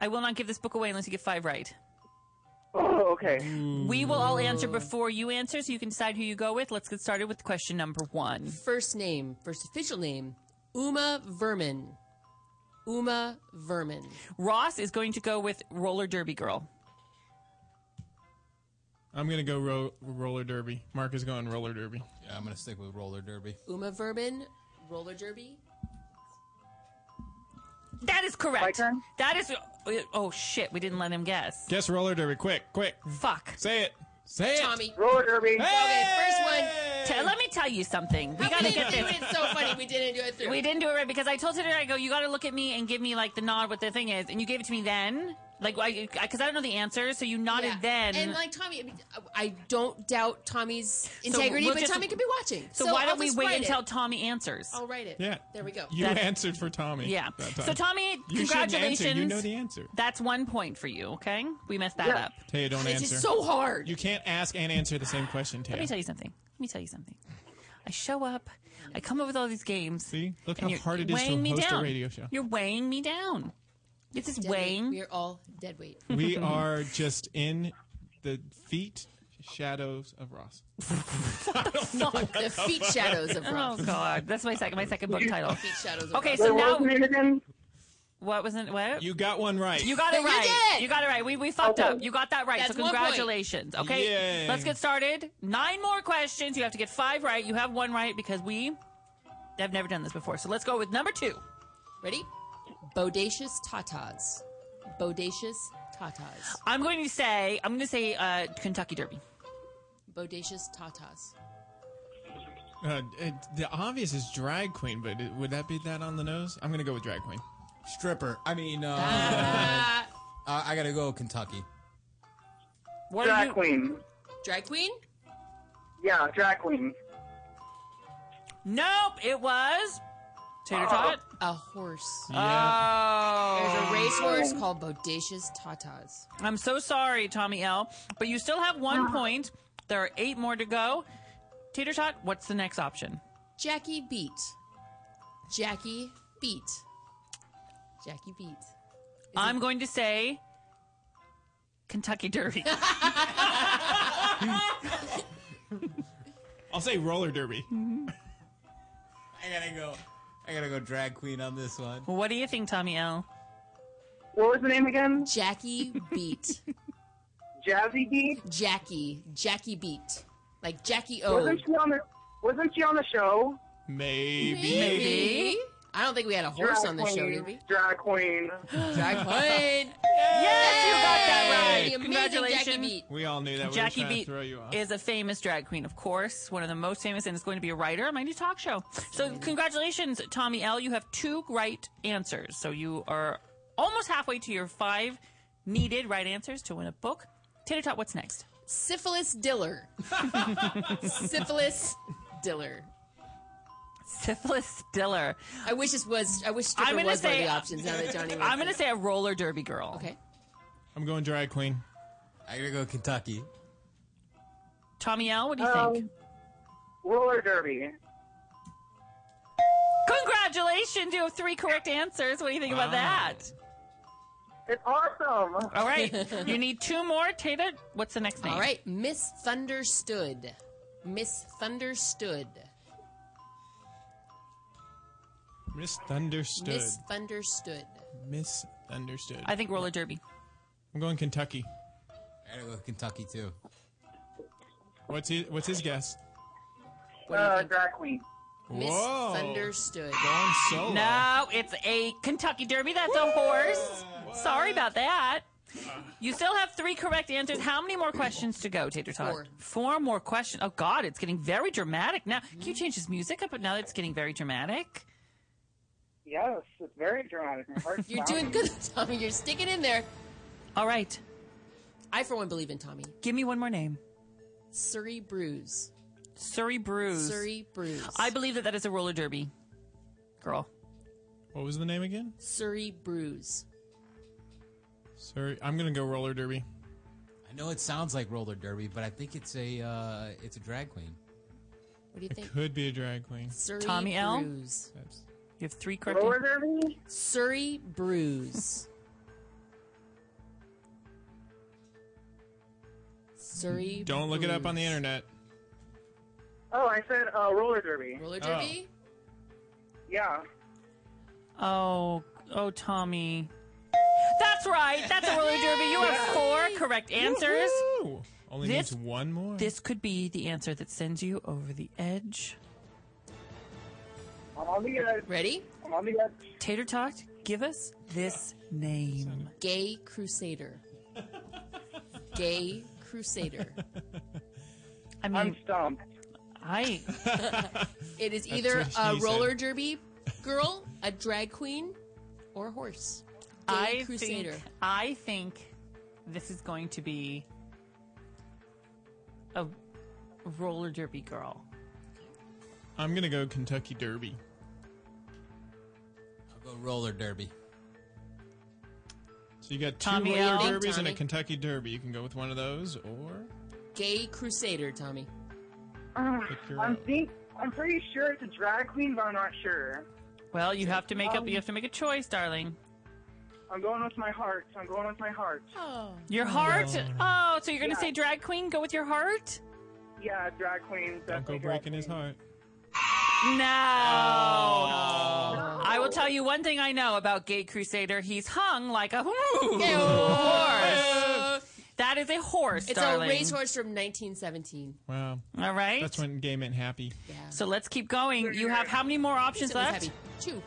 S5: I will not give this book away unless you get five right.
S3: Oh, okay.
S5: Mm. We will all answer before you answer, so you can decide who you go with. Let's get started with question number one.
S6: First name, first official name, Uma Verman. Uma Verman.
S5: Ross is going to go with roller derby girl.
S16: I'm going to go ro- roller derby. Mark is going roller derby.
S8: Yeah, I'm gonna stick with roller derby.
S6: Uma Verman, roller derby.
S5: That is correct. That is. Oh shit! We didn't let him guess.
S16: Guess roller derby. Quick, quick.
S5: Fuck.
S16: Say it. Say it.
S6: Tommy.
S3: Roller derby.
S6: Okay, first
S5: Te-
S6: one.
S5: let me tell you something. We
S6: How
S5: gotta
S6: we
S5: get
S6: didn't
S5: this.
S6: do it. It's so funny. We didn't do it through.
S5: We didn't do it right because I told her I go, you got to look at me and give me like the nod what the thing is, and you gave it to me then, like I because I, don't know the answer, so you nodded
S6: Yeah.
S5: then.
S6: And like Tommy, I mean, I don't doubt Tommy's
S5: So
S6: integrity,
S5: we'll
S6: but
S5: just-
S6: Tommy could be watching.
S5: so, why
S6: I'll
S5: don't we
S6: just
S5: wait
S6: write
S5: until
S6: it.
S5: Tommy answers?
S6: I'll write it.
S16: Yeah.
S6: There we go.
S16: You
S5: That's-
S16: answered for Tommy.
S5: Yeah.
S16: that time.
S5: So Tommy,
S16: You shouldn't
S5: congratulations.
S16: Answer. You know the answer.
S5: That's one point for you. Okay, we messed that
S16: Yeah.
S5: up.
S16: Taya, don't
S5: This
S16: answer.
S5: is so hard.
S16: You can't ask and answer the same question, Taya.
S5: Let me tell you something. Let me tell you something. I show up. I come up with all these games. See,
S16: Look how hard it is to
S5: me
S16: host
S5: down.
S16: a radio show.
S5: You're weighing me down. This is
S6: Dead
S5: weighing.
S6: weight. We are all dead weight.
S16: we are just in the feet shadows of Ross.
S6: the feet shadows of Ross.
S5: Oh God, that's my second my second book title.
S6: Feet shadows. Of
S5: Okay,
S6: Ross.
S5: so now what wasn't what?
S16: You got one right.
S5: You got it
S6: You
S5: right.
S6: did.
S5: got it right. We, we fucked
S6: Okay.
S5: up. You got that right.
S6: That's
S5: so
S6: one point.
S5: congratulations. Okay.
S16: Yay.
S5: Let's get started. Nine more questions. You have to get five right. You have one right because we have never done this before. So let's go with number two.
S6: Ready? Bodacious tatas. Bodacious tatas.
S5: I'm going to say I'm going to say uh, Kentucky Derby.
S6: Bodacious tatas.
S16: Uh, it, the obvious is drag queen, but it, would that be that on the nose? I'm gonna go with drag queen.
S8: Stripper. I mean, uh,
S5: Ah.
S8: uh, I gotta go Kentucky.
S5: What
S3: drag queen.
S6: Drag queen?
S3: Yeah, drag queen.
S5: Nope. It was tater tot.
S6: A horse.
S5: Oh.
S6: There's a racehorse called Bodacious Tatas. Uh-huh.
S5: I'm so sorry, Tommy L, but you still have one point. There are eight more to go. Tater Tot, what's the next option?
S6: Jackie Beat. Jackie Beat. Jackie Beat.
S5: I'm going to say Kentucky Derby.
S16: I'll say roller derby.
S8: I gotta go. I gotta go drag queen on this one.
S5: what do you think, Tommy L?
S3: What was the name again?
S6: Jackie Beat.
S3: Jazzy Beat?
S6: Jackie. Jackie Beat. Like Jackie O.
S3: Wasn't she on the Wasn't she on the show?
S16: Maybe.
S6: Maybe. I don't think we had a horse on the show, did we?
S3: Drag queen.
S6: Drag queen.
S5: Yes, you got that right.
S6: The amazing Jackie Beat.
S16: We all knew that.
S5: Jackie
S16: we were trying
S5: Beat
S16: to throw you off.
S5: is a famous drag queen, of course, one of the most famous, and is going to be a writer on my new talk show. So, congratulations, Tommy L. You have two right answers. So, you are almost halfway to your five needed right answers to win a book. Tater Tot, what's next?
S6: Syphilis Diller. Syphilis Diller.
S5: Syphilis Diller.
S6: I wish this was. I wish stripper
S5: I'm gonna
S6: was one
S5: say-
S6: of the options. Now that Johnny.
S5: I'm going to say a roller derby girl.
S6: Okay.
S16: I'm going drag queen.
S8: I gotta go Kentucky.
S5: Tommy L, what do you think?
S3: Roller derby.
S5: Congratulations, you have three correct answers. What do you think about
S3: Wow.
S5: that?
S3: It's awesome.
S5: All right. you need two more. Tater, what's the next name?
S6: All right, misunderstood. Misunderstood.
S16: Misunderstood.
S6: Misunderstood.
S16: Misunderstood.
S5: I think roller derby.
S16: I'm going Kentucky.
S8: I gotta go Kentucky too.
S16: What's his, what's his guess?
S3: Uh, drag queen.
S16: Whoa.
S6: Misunderstood.
S16: Going solo.
S5: No, it's a Kentucky Derby. That's a horse. Sorry about that. You still have three correct answers. How many more questions to go, Tater Tot?
S6: Four.
S5: Four more questions. Oh God, it's getting very dramatic now. Can you change this music up? But now it's getting very dramatic.
S3: Yes, it's very dramatic. My heart's
S6: You're doing good, Tommy. You're sticking in there.
S5: All right,
S6: I, for one, believe in Tommy.
S5: give me one more name.
S6: Surrey Brews.
S5: Surrey Brews.
S6: Surrey Brews.
S5: I believe that that is a roller derby. girl.
S16: What was the name again?
S6: Surrey Brews.
S16: Sorry, I'm gonna go roller derby.
S8: I know it sounds like roller derby, but I think it's a uh, it's a drag queen.
S6: What do you think?
S16: Could be a drag queen.
S6: Surrey
S5: Tommy L. You
S6: Brews.
S5: have three correct.
S3: Roller derby?
S6: Surrey Brews. Surrey.
S16: Don't look it up on the internet.
S3: Oh, I said uh, roller derby.
S6: Roller
S16: derby?
S3: Yeah.
S5: Oh, oh, Tommy. That's right. That's a roller derby. You have four correct answers.
S16: Woo! Only
S5: This-
S16: needs one more.
S5: This could be the answer that sends you over the edge.
S3: I'm on the edge.
S6: Ready?
S3: I'm on the edge.
S5: Tater Tot, give us this name.
S6: Gay Crusader. Gay Crusader.
S5: I mean,
S3: I'm stumped.
S5: I.
S6: It is
S5: That's
S6: either
S5: what
S6: a
S5: she
S6: roller derby girl, a drag queen, or a horse. Gay
S5: I
S6: Crusader.
S5: think. I think this is going to be a roller derby girl.
S16: I'm gonna go Kentucky Derby.
S8: I'll go roller derby.
S16: So you got two
S6: Tommy
S16: roller
S6: L.
S16: derbies and a
S6: Tommy.
S16: Kentucky Derby. You can go with one of those or
S6: Gay Crusader, Tommy.
S3: Uh,
S16: pick your
S3: I'm
S16: own.
S3: think I'm pretty sure it's a drag queen, but I'm not sure.
S5: Well, you have to make up.
S3: Um,
S5: You have to make a choice, darling.
S3: I'm going with my heart. I'm going with my heart.
S6: Oh.
S5: Your heart. Oh, so you're gonna
S3: Yeah.
S5: say drag queen? Go with your heart?
S3: Yeah, drag queen.
S16: Don't go
S3: definitely drag
S16: breaking his heart.
S5: No.
S16: Oh.
S5: Oh. I will tell you one thing I know about Gay Crusader. He's hung like a horse. That is a horse,
S6: It's
S5: darling.
S6: a racehorse from 1917.
S16: Wow.
S5: All right.
S16: That's when gay meant happy.
S5: So let's keep going. You have how many more options
S6: Somebody's
S5: left?
S6: happy. Two.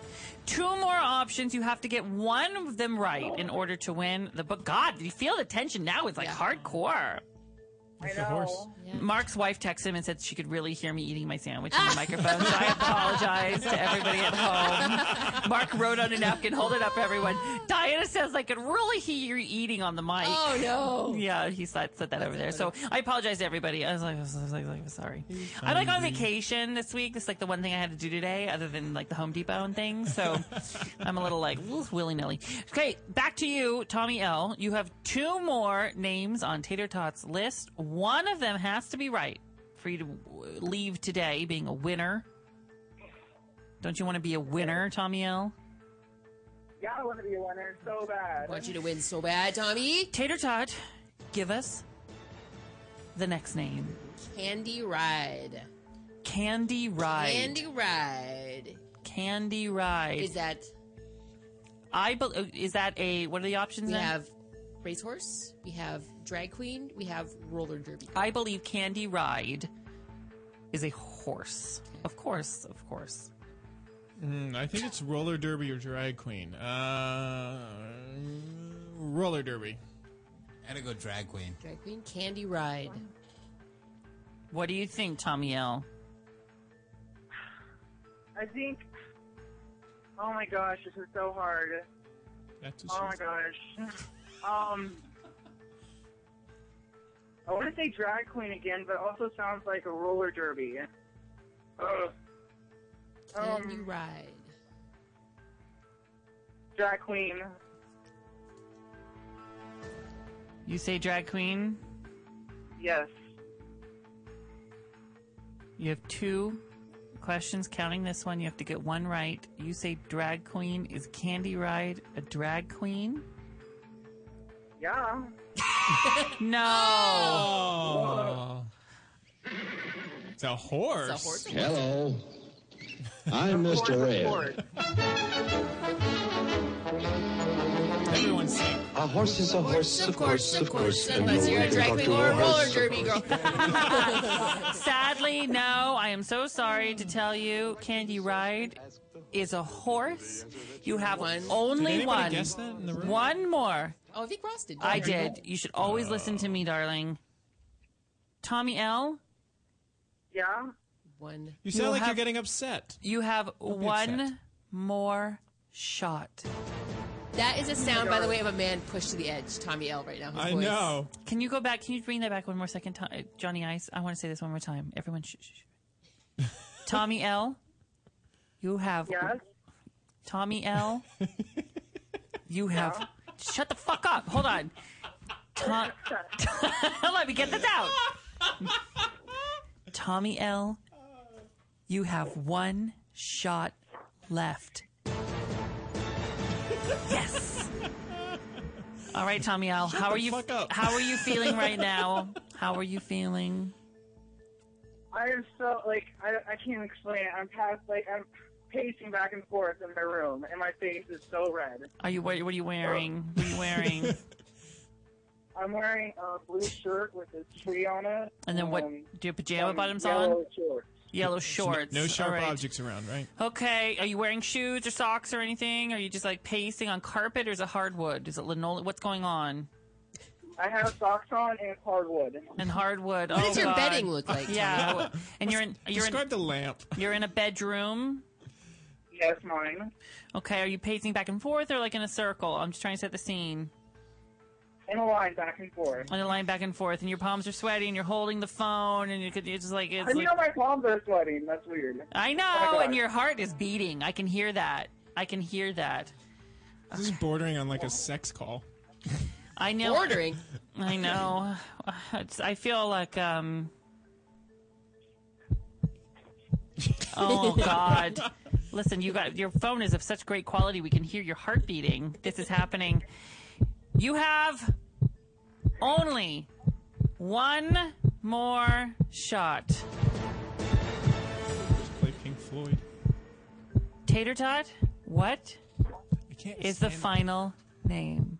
S5: Two more options. You have to get one of them right in order to win the book. God, you feel the tension now. It's like hardcore.
S3: I
S16: The
S3: know.
S16: horse.
S5: Mark's wife texted him and said she could really hear me eating my sandwich in the microphone. So I apologize to everybody at home. Mark wrote on a napkin, hold it up, everyone. Diana says I could really hear you eating on the mic.
S6: Oh, no.
S5: Yeah, he said, said that over there. So I apologize to everybody. I was like, I was like, I was sorry. I'm like on
S16: hungry.
S5: vacation this week. That's like the one thing I had to do today, other than like the Home Depot and things. So I'm a little like willy nilly. Okay, back to you, Tommy L. You have two more names on Tater Tot's list. One of them has to be right for you to w- leave today being a winner. Don't you want to be a winner, Tommy L?
S3: Yeah, I want to be a winner so bad.
S6: I want you to win so bad, Tommy.
S5: Tater Tot, give us the next name.
S6: Candy Ride.
S5: Candy Ride.
S6: Candy Ride.
S5: Candy Ride.
S6: Is that
S5: I bel oh, is that a what are the options?
S6: we
S5: then?
S6: have racehorse, we have drag queen, we have roller derby.
S5: I believe Candy Ride is a horse. Of course, of course.
S16: Mm, I think it's roller derby or drag queen. Uh, roller derby.
S8: I gotta go drag queen.
S6: Drag queen, Candy Ride.
S5: What do you think, Tommy L?
S3: I think. Oh my gosh, this is so hard.
S16: That's
S3: Oh my gosh. Um. I want to say drag queen again, but it also sounds like a roller derby. Ugh.
S6: Candy
S3: Um,
S6: Ride.
S3: drag queen.
S5: You say drag queen.
S3: Yes.
S5: You have two questions counting this one. You have to get one right. You say drag queen is Candy Ride a drag queen?
S3: Yeah.
S5: No.
S16: Oh. It's a horse.
S6: It's a horse.
S28: Hello. I'm Mr. Red.
S16: Everyone sing.
S28: A horse is a horse, of course, of course.
S6: Unless you're a drag queen or a roller derby girl.
S5: Sadly, no. I am so sorry to tell you, Candy Ride is a horse. You have
S16: Did
S5: only
S16: anybody
S5: one.
S16: guess that in the room?
S5: One more.
S6: Oh, I think Ross did.
S5: I did. You should always listen to me, darling. Tommy L,
S3: Yeah.
S6: One.
S16: You sound
S5: You'll
S16: like you're
S5: have-
S16: getting upset.
S5: you have
S16: be upset.
S5: one more shot.
S6: That is a sound, by the way, of a man pushed to the edge. Tommy L. Right now. His
S16: I
S6: voice.
S16: know.
S5: Can you go back? Can you bring that back one more second, Tom- uh, Johnny Ice? I want to say this one more time. Everyone, shh, shh, shh. Tommy L, you have
S3: Yes.
S5: Tommy L. you have. Shut the fuck up. Hold on. Tom, let me get this out. Tommy L. You have one shot left. Yes. All right, Tommy L.
S7: Shut
S5: how
S7: the
S5: are you?
S7: fuck up.
S5: How are you feeling right now? How are you feeling?
S3: I just felt like I, I can't explain it. I'm past like I'm pacing back and forth in my room, and my face is so red.
S5: Are you? What, what are you wearing? What are you wearing?
S3: I'm wearing a blue shirt with a tree on it.
S5: And then what? Do
S3: um,
S5: you have pajama
S3: some
S5: bottoms
S3: yellow
S5: on?
S3: shorts.
S5: Yellow
S16: There's no-
S5: shorts.
S16: No, sharp
S5: All right.
S16: objects around, right?
S5: Okay. Are you wearing shoes or socks or anything? Are you just like pacing on carpet or is it hardwood? Is it linoleum? What's going on?
S3: I have socks on and hardwood.
S5: And hardwood.
S3: What
S5: oh,
S3: does your
S5: God.
S3: bedding look like,
S5: Yeah.
S3: Tanya?
S5: well, And you're in. You're
S16: Describe
S5: in,
S16: the lamp.
S5: You're in a bedroom.
S3: Yes, mine.
S5: Okay. Are you pacing back and forth or like in a circle? I'm just trying to set the scene.
S3: In a line back and forth.
S5: On the line back and forth, and your palms are sweaty, and you're holding the phone, and you could, it's just like it's.
S3: And you
S5: like-
S3: know my palms are sweating. That's weird.
S5: I
S3: Oh
S5: know,
S3: my God.
S5: and your heart is beating. I can hear that. I can hear that.
S16: This is bordering on like a sex call.
S5: I know.
S16: Bordering.
S5: I know. It's, I feel like um. Oh God! Listen, you got your phone is of such great quality. We can hear your heart beating. This is happening. You have only one more shot.
S16: Play Pink Floyd.
S5: Tater Tot, what is the
S6: stand it.
S5: final name?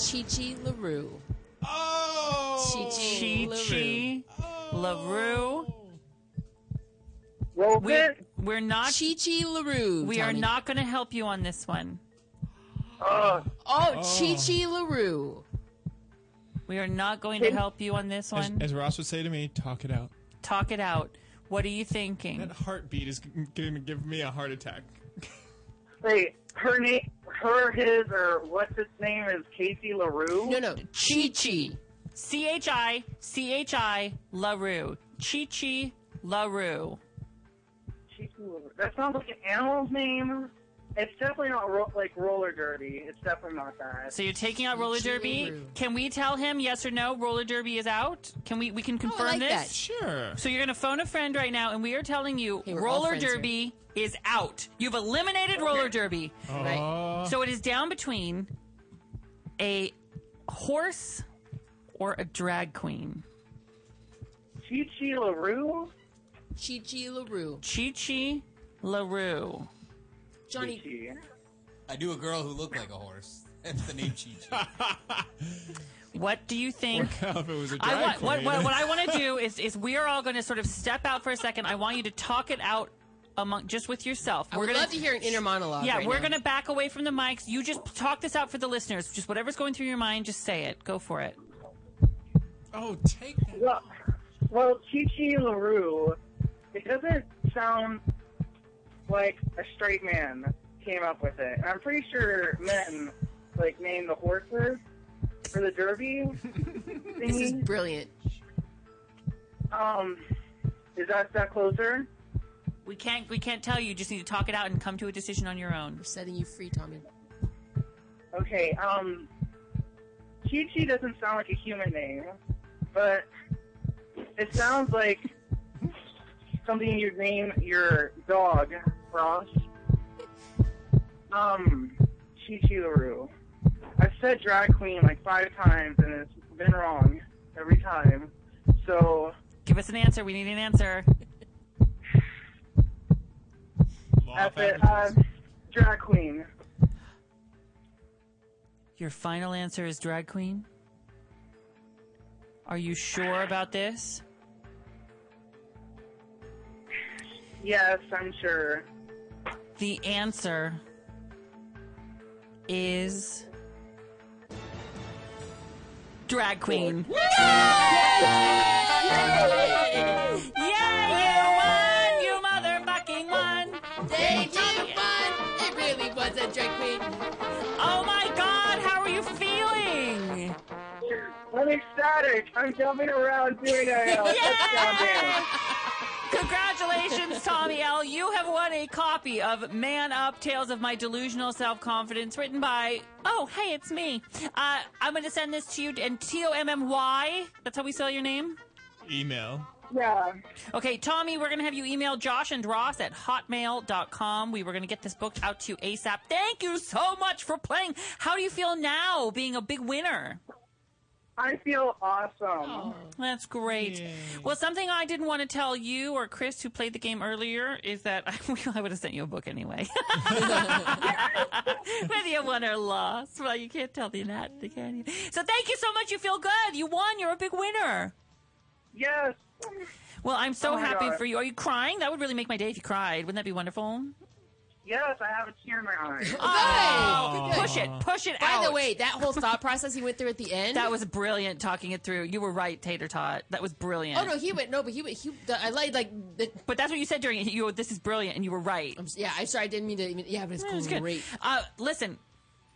S6: Chichi LaRue.
S16: Oh!
S6: Chichi
S5: Chi LaRue.
S3: LaRue.
S5: We, we're not.
S6: Chichi LaRue.
S5: We are
S6: Tommy.
S5: not going to help you on this one.
S6: Oh,
S16: Oh.
S6: Chichi LaRue.
S5: Oh. We are not going to help you on this
S16: As,
S5: one.
S16: as Ross would say to me, talk it out.
S5: Talk it out. What are you thinking?
S16: That heartbeat is going to give me a heart attack.
S3: Wait, her name, her, his, or what's his name is Casey LaRue?
S6: No, no. Chi Chi.
S5: C H I C H I LaRue. Chi Chi LaRue.
S3: Casey LaRue. That sounds like an animal's name. It's definitely not ro- like roller derby. It's definitely not that.
S5: So you're taking out roller derby. Can we tell him yes or no? Roller derby is out. Can we? We can confirm
S6: Oh, like
S5: this.
S6: that.
S16: Sure.
S5: So you're gonna phone a friend right now, and we are telling you
S6: all
S5: roller
S6: friends here.
S5: derby is out. You've eliminated roller derby.
S6: Right.
S5: So it is down between a horse or a drag queen.
S3: Chi Chi LaRue?
S6: Chi Chi LaRue.
S5: Chi Chi LaRue.
S6: Johnny.
S8: I knew a girl who looked like a horse. That's the name Chi Chi.
S5: What do you think?
S16: if it was a
S5: I
S16: drag
S5: want, what,
S16: queen.
S5: what, what I want to do is, is we are all going to sort of step out for a second. I want you to talk it out among just with yourself.
S6: I would
S5: gonna-
S6: love to hear an inner monologue
S5: Yeah,
S6: right
S5: we're
S6: now.
S5: going to back away from the mics. You just talk this out for the listeners. Just whatever's going through your mind, just say it. Go for it.
S16: Oh, take that.
S3: Well, well, Chi Chi LaRue, it doesn't sound like a straight man came up with it. And I'm pretty sure men, like, named the horses for the derby.
S6: This is brilliant.
S3: Um, is that that closer?
S5: We can't we can't tell you. You just need to talk it out and come to a decision on your own. We're
S6: setting you free, Tommy.
S3: Okay, um, Chi Chi doesn't sound like a human name, but it sounds like something you'd name your dog, Ross. Um, Chi Chi LaRue. I've said drag queen like five times and it's been wrong every time. So,
S5: Give us an answer. We need an answer.
S3: that's it. Uh, drag queen.
S5: Your final answer is drag queen? Are you sure about this?
S3: Yes, I'm sure.
S5: The answer is drag queen. Yay! Yeah, you won, you motherfucking won.
S6: They did won. It really was a drag queen.
S5: Oh my god, how are you feeling?
S3: I'm ecstatic. I'm jumping around doing a uh, touchdown dance.
S5: Congratulations, Tommy L. You have won a copy of Man Up Tales of My Delusional Self Confidence, written by, oh, hey, it's me. Uh, I'm going to send this to you in T O M M Y. That's how we spell your name?
S16: Email.
S5: Yeah. Okay, Tommy, we're going to have you email Josh and Ross at hotmail.com. We were going to get this book out to you ASAP. Thank you so much for playing. How do you feel now being a big winner?
S3: I feel awesome.
S5: That's great. Well, something I didn't want to tell you or Chris, who played the game earlier, is that I, I would have sent you a book anyway. Whether you won or lost. Well, you can't tell me that, can you? So thank you so much. You feel good. You won. You're a big winner.
S3: Yes.
S5: Well, I'm so
S3: Oh my
S5: happy
S3: God.
S5: for you. Are you crying? That would really make my day if you cried. Wouldn't that be wonderful?
S3: Yes, I have a tear in my eye.
S5: Oh, push it, push it
S6: By
S5: out.
S6: the way, that whole thought process he went through at the end.
S5: That was brilliant talking it through. You were right, Tater Tot. That was brilliant.
S6: Oh no, he went no, but he went. He, the, I like like. The,
S5: but that's what you said during it. You, go, this is brilliant, and you were right.
S6: yeah, I'm sorry, I didn't mean to. Even, yeah, but it's
S5: No, it was good.
S6: great.
S5: Uh, listen,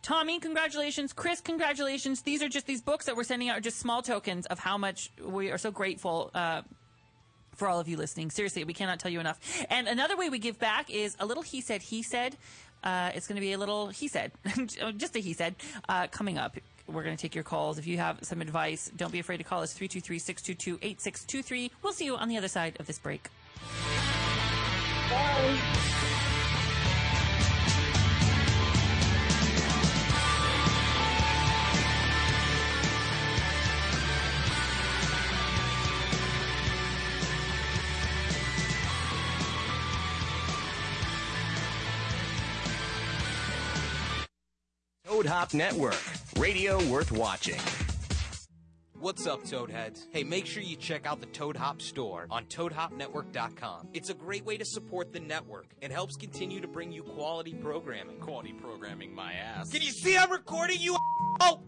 S5: Tommy, congratulations. Chris, congratulations. These are just these books that we're sending out are just small tokens of how much we are so grateful. Uh, for all of you listening, seriously, we cannot tell you enough. And another way we give back is a little he said, he said. Uh, it's going to be a little he said, just a he said, uh, coming up. We're going to take your calls. If you have some advice, don't be afraid to call us 323 622 8623. We'll see you on the other side of this break.
S1: Toad Hop Network, radio worth watching.
S20: What's up, Toadheads? Hey, make sure you check out the Toad Hop store on ToadHopNetwork.com. It's a great way to support the network and helps continue to bring you quality programming. Quality programming, my ass. Can you see I'm recording you? Oh!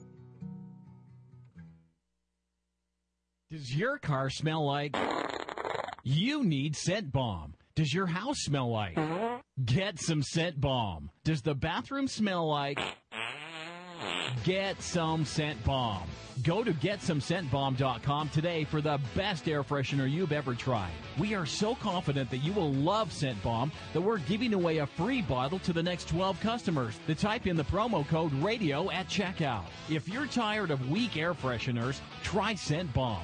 S28: Does your car smell like? You need scent bomb. Does your house smell like? Get some scent bomb. Does the bathroom smell like? Get some scent bomb. Go to getsomescentbomb.com today for the best air freshener you've ever tried. We are so confident that you will love Scent Bomb that we're giving away a free bottle to the next 12 customers that type in the promo code radio at checkout. If you're tired of weak air fresheners, try Scent Bomb.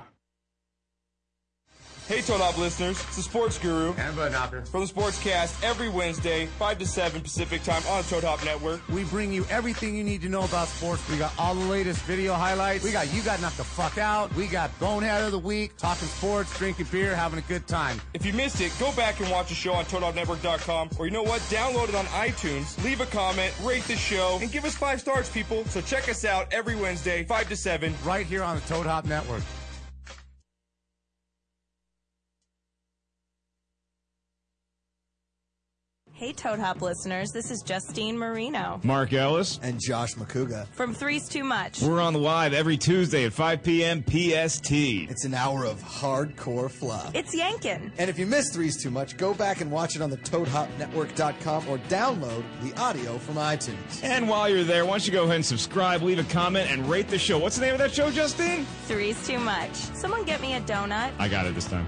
S25: Hey, Toad Hop listeners, it's the Sports Guru. And Bud Hopper. From the Sportscast every Wednesday, 5 to 7 Pacific time on Toad Hop Network.
S17: We bring you everything you need to know about sports. We got all the latest video highlights. We got You Got Knocked the Fuck Out. We got Bonehead of the Week, talking sports, drinking beer, having a good time.
S25: If you missed it, go back and watch the show on ToadHopNetwork.com or you know what? Download it on iTunes, leave a comment, rate the show, and give us five stars, people. So check us out every Wednesday, 5 to 7.
S17: Right here on the Toad Hop Network.
S18: Hey, Toad Hop listeners, this is Justine Marino
S26: Mark Ellis and Josh McCouga.
S18: from Three's Too Much.
S26: We're on the live every Tuesday at 5 p.m. PST. It's an hour of hardcore flop.
S18: It's Yankin.
S26: And if you miss threes too much, go back and watch it on the ToadHopNetwork.com or download the audio from iTunes. And while you're there, why don't you go ahead and subscribe, leave a comment, and rate the show. What's the name of that show, Justine?
S18: Three's Too Much. Someone get me a donut.
S26: I got it this time.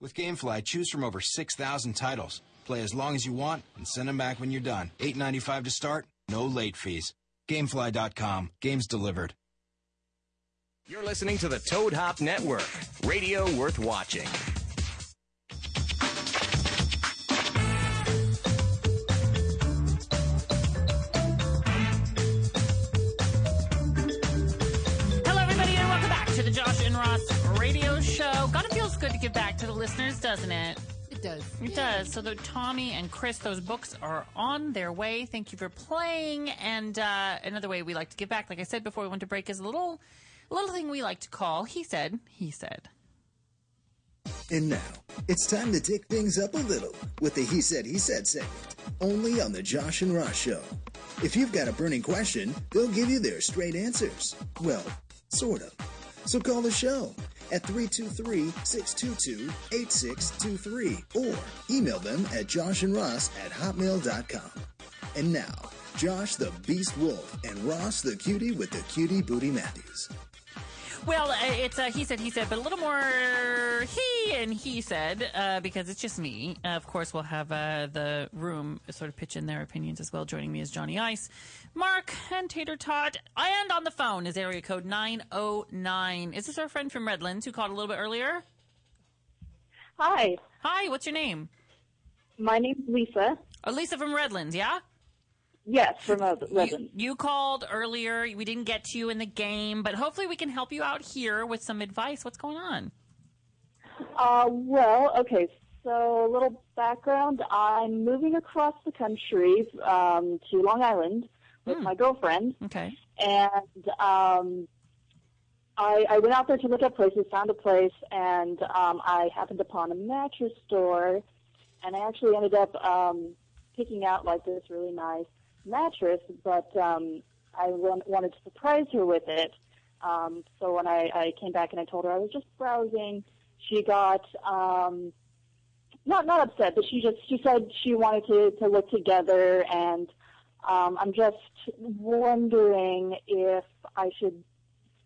S19: With GameFly, choose from over 6,000 titles. Play as long as you want and send them back when you're done. $8.95 to start, no late fees. GameFly.com, games delivered.
S1: You're listening to the Toad Hop Network, radio worth watching.
S5: Hello, everybody, and welcome back to the Josh and Ross radio show. God, it feels good to give back to the listeners, doesn't it?
S6: It does.
S5: It does. So, the Tommy and Chris, those books are on their way. Thank you for playing. And uh, another way we like to give back, like I said before we went to break, is a little, little thing we like to call. He said. He said.
S24: And now, it's time to take things up a little with the He Said, He Said segment, only on the Josh and Ross Show. If you've got a burning question, they'll give you their straight answers. Well, sort of. So call the show at 323 622 8623 or email them at joshandross at hotmail.com. And now, Josh the Beast Wolf and Ross the Cutie with the Cutie Booty Matthews.
S5: Well, uh, it's uh, he said, he said, but a little more he and he said uh, because it's just me. Uh, of course, we'll have uh, the room sort of pitch in their opinions as well. Joining me is Johnny Ice, Mark, and Tater Tot. And on the phone is area code 909. Is this our friend from Redlands who called a little bit earlier?
S27: Hi.
S5: Hi, what's your name?
S27: My name's Lisa.
S5: Oh, Lisa from Redlands, yeah?
S27: Yes, from uh, Redlands.
S5: You called earlier. We didn't get to you in the game, but hopefully we can help you out here with some advice. What's going on?
S27: Uh, well, okay. So, a little background. I'm moving across the country um, to Long Island with my girlfriend,
S5: Okay.
S27: and um, I, I went out there to look up places, found a place, and um, I happened upon a mattress store, and I actually ended up um, picking out like this really nice mattress, but um, I wan- wanted to surprise her with it. Um, so when I, I came back and I told her I was just browsing, she got um, not not upset, but she just she said she wanted to, to look together, and um, I'm just wondering if I should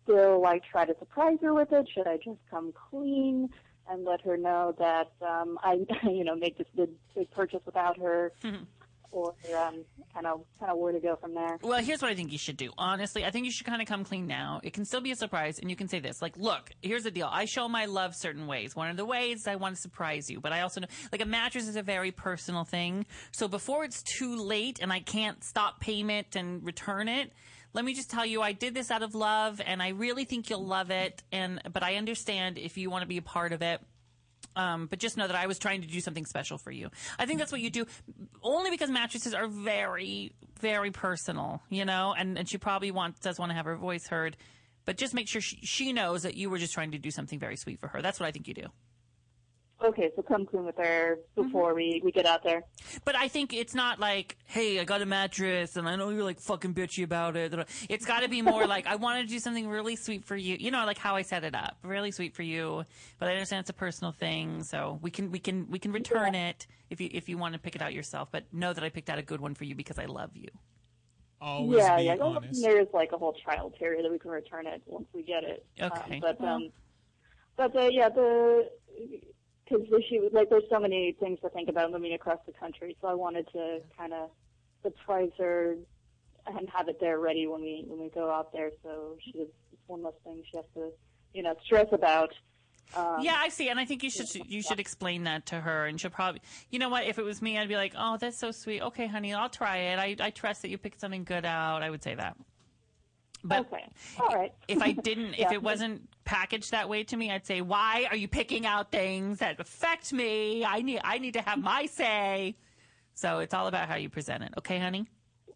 S27: still like try to surprise her with it. Should I just come clean and let her know that um, I you know make this big, big purchase without her? Or um, kind of, kind of where to go from there.
S5: Well, here's what I think you should do. Honestly, I think you should kind of come clean now. It can still be a surprise, and you can say this: like, look, here's the deal. I show my love certain ways. One of the ways is I want to surprise you, but I also know, like, a mattress is a very personal thing. So before it's too late and I can't stop payment and return it, let me just tell you, I did this out of love, and I really think you'll love it. And but I understand if you want to be a part of it. Um, but just know that I was trying to do something special for you. I think that's what you do, only because mattresses are very, very personal, you know. And, and she probably wants does want to have her voice heard, but just make sure she, she knows that you were just trying to do something very sweet for her. That's what I think you do.
S27: Okay, so come clean with her before
S5: Mm-hmm.
S27: we, we get out there.
S5: But I think it's not like, hey, I got a mattress, and I know you're like fucking bitchy about it. It's got to be more like, I want to do something really sweet for you. You know, like how I set it up, really sweet for you. But I understand it's a personal thing, so we can we can we can return it if you if you want to pick it out yourself. But know that I picked out a good one for you because I love you. Always
S27: yeah,
S5: be
S27: yeah. go-
S5: honest.
S27: There's like a whole trial period that we can return it once we get it. Um,
S5: Okay.
S27: but
S5: Well.
S27: um, but the, yeah, the because issue like there's so many things to think about moving across the country, so I wanted to kind of surprise her and have it there ready when we when we go out there. So she has it's one less thing she has to you know stress about. Um,
S5: yeah, I see, and I think you should you should explain that to her, and she'll probably, you know what? If it was me, I'd be like, "Oh, that's so sweet. Okay, honey, I'll try it. I, I trust that you picked something good out." I would say that. But okay.
S27: All right.
S5: if I didn't, if
S27: Yeah.
S5: it wasn't packaged that way to me, I'd say, "Why are you picking out things that affect me? I need I need to have my say." So it's all about how you present it. Okay, honey.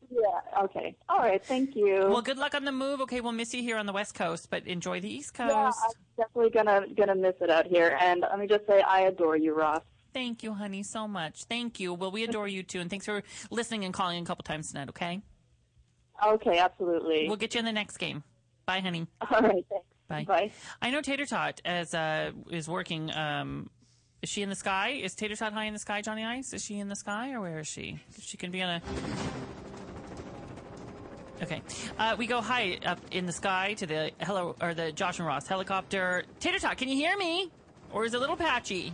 S27: Yeah. Okay. All right. Thank you.
S5: Well, good luck on the move. Okay, we'll miss you here on the West Coast, but enjoy the East Coast.
S27: Yeah, I'm definitely gonna gonna miss it out here. And let me just say, I adore you, Ross.
S5: Thank you, honey, so much. Thank you. Well, we adore you too, and thanks for listening and calling a couple times tonight. Okay.
S27: Okay, absolutely.
S5: We'll get you in the next game. Bye, honey.
S27: All right, thanks.
S5: Bye. I know Tater Tot as uh, is working. Um, is she in the sky? Is Tater Tot high in the sky, Johnny Ice? Is she in the sky or where is she? She can be on a. Okay, uh, we go high up in the sky to the hello or the Josh and Ross helicopter. Tater Tot, can you hear me? Or is it a little patchy?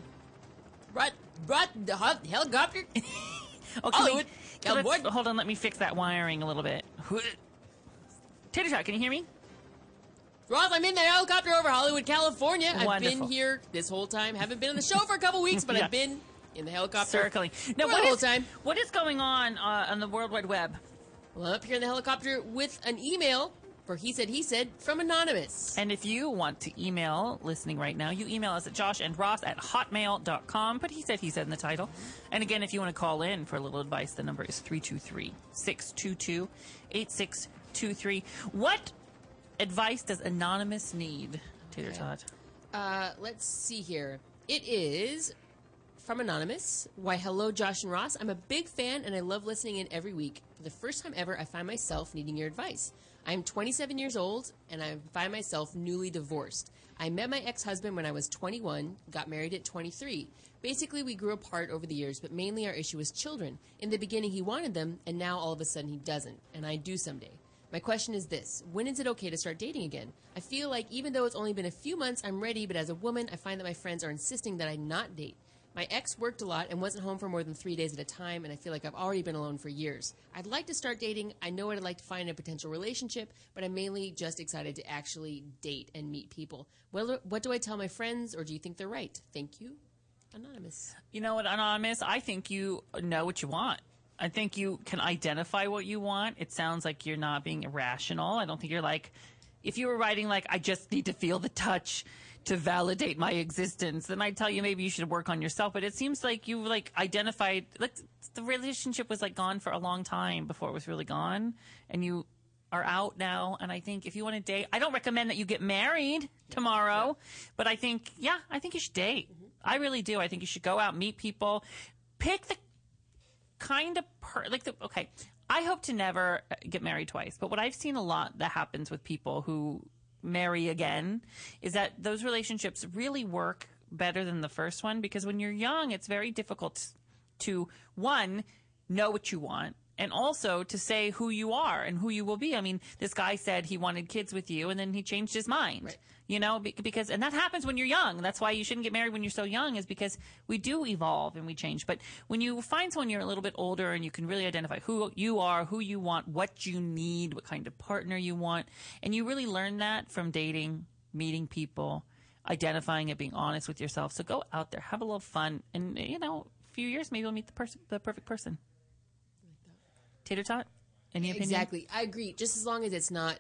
S6: Right, right, the hel- helicopter.
S5: Oh, can we- can let's- hold on, let me fix that wiring a little bit. Tater Tot, can you hear me?
S6: Roth, I'm in the helicopter over Hollywood, California. I've been
S5: Wonderful.
S6: here this whole time. Haven't been on the show for a couple weeks, but
S5: Yeah.
S6: I've been in the helicopter.
S5: Circling. Now,
S6: for
S5: what
S6: the whole
S5: is-
S6: time.
S5: What is going on uh, on the World Wide Web?
S6: Well, I'm up here in the helicopter with an email for He Said, He Said from Anonymous.
S5: And if you want to email listening right now, you email us at josh and ross at hotmail.com. But he said he said in the title. And again, if you want to call in for a little advice, the number is 323 622 8623. What advice does Anonymous need, Tater Todd?
S6: Uh, let's see here. It is from Anonymous. Why, hello, Josh and Ross. I'm a big fan and I love listening in every week. For the first time ever, I find myself needing your advice. I'm 27 years old and I find myself newly divorced. I met my ex husband when I was 21, got married at 23. Basically, we grew apart over the years, but mainly our issue was children. In the beginning, he wanted them, and now all of a sudden he doesn't, and I do someday. My question is this When is it okay to start dating again? I feel like even though it's only been a few months, I'm ready, but as a woman, I find that my friends are insisting that I not date. My ex worked a lot and wasn't home for more than three days at a time, and I feel like I've already been alone for years. I'd like to start dating. I know what I'd like to find in a potential relationship, but I'm mainly just excited to actually date and meet people. Well, what do I tell my friends, or do you think they're right? Thank you, Anonymous.
S5: You know what, Anonymous? I think you know what you want. I think you can identify what you want. It sounds like you're not being irrational. I don't think you're like, if you were writing, like, I just need to feel the touch to validate my existence, then I'd tell you maybe you should work on yourself. But it seems like you, like, identified, like, the relationship was, like, gone for a long time before it was really gone. And you are out now. And I think if you want to date, I don't recommend that you get married tomorrow, but I think, yeah, I think you should date. I really do. I think you should go out, meet people, pick the kind of per- like the okay i hope to never uh, get married twice but what i've seen a lot that happens with people who marry again is that those relationships really work better than the first one because when you're young it's very difficult to one know what you want and also to say who you are and who you will be i mean this guy said he wanted kids with you and then he changed his mind you know be- because and that happens when you're young that's why you shouldn't get married when you're so young is because we do evolve and we change but when you find someone you're a little bit older and you can really identify who you are who you want what you need what kind of partner you want and you really learn that from dating meeting people identifying it being honest with yourself so go out there have a little fun and you know a few years maybe you'll meet the person the perfect person tater tot any opinion
S6: Exactly. I agree. Just as long as it's not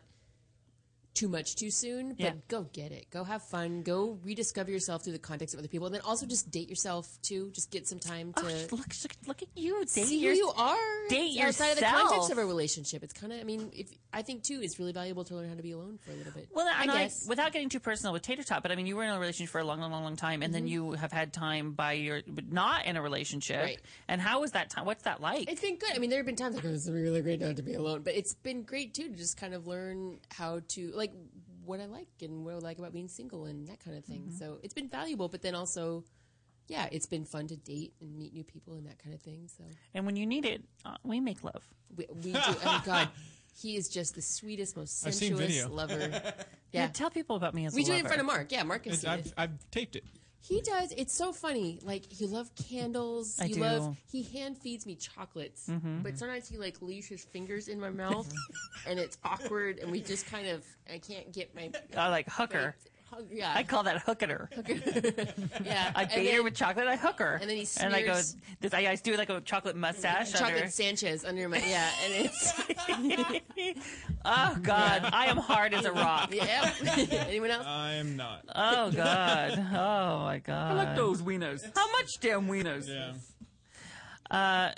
S6: too much too soon, but
S5: Yeah.
S6: go get it. Go have fun. Go rediscover yourself through the context of other people. And then also just date yourself too. Just get some time to
S5: look, look at you. Date
S6: see
S5: your-
S6: who you are.
S5: date
S6: outside of the context
S5: yourself.
S6: of a relationship. It's kind of. I mean, if I think too, it's really valuable to learn how to be alone for a little bit.
S5: Well, and
S6: I
S5: I
S6: guess.
S5: without getting too personal with Tater Tot, but I mean, you were in a relationship for a long, long, long, long time, and then
S6: Mhm.
S5: you have had time by your but not in a relationship.
S6: Right.
S5: And how was that time? What's that like?
S6: It's been good. I mean, there have been times like, oh, it's really great not to be alone, but it's been great too to just kind of learn how to, like, what I like and what I like about being single and that kind of thing.
S5: Mhm.
S6: So it's been valuable, but then also, yeah, it's been fun to date and meet new people and that kind of thing. So
S5: And when you need it, uh, we make love.
S6: we, we do, oh God, he is just the sweetest, most
S5: I've seen
S6: sensuous
S5: video.
S6: lover.
S5: Yeah.
S6: Yeah.
S5: tell people about me as
S6: we
S5: a
S6: do it in
S5: lover.
S6: front of Mark. Yeah, Mark has
S5: It's-
S6: seen
S5: I've-
S6: it.
S16: I've taped it.
S6: He does. It's so funny. Like you love candles.
S5: I
S6: you
S5: do.
S6: love. He hand feeds me chocolates,
S5: Mhm.
S6: but sometimes he like leaves his fingers in my mouth, and it's awkward. And we just kind of. I can't get my.
S5: I like hooker.
S6: hug- yeah.
S5: I call that hooker.
S6: yeah.
S5: I
S6: and
S5: bait her
S6: then
S5: with chocolate. I hook her,
S6: and then he
S5: and I go.
S6: smears-
S5: This, I, I do like a chocolate mustache.
S6: chocolate
S5: under-
S6: Sanchez under my. Yeah, and it's.
S5: Oh God, I am hard as a rock.
S6: yeah. Anyone else?
S16: I'm not.
S5: Oh God. Oh my God.
S16: I like those
S5: wieners. How much damn wieners?
S16: Yeah.
S5: Uh,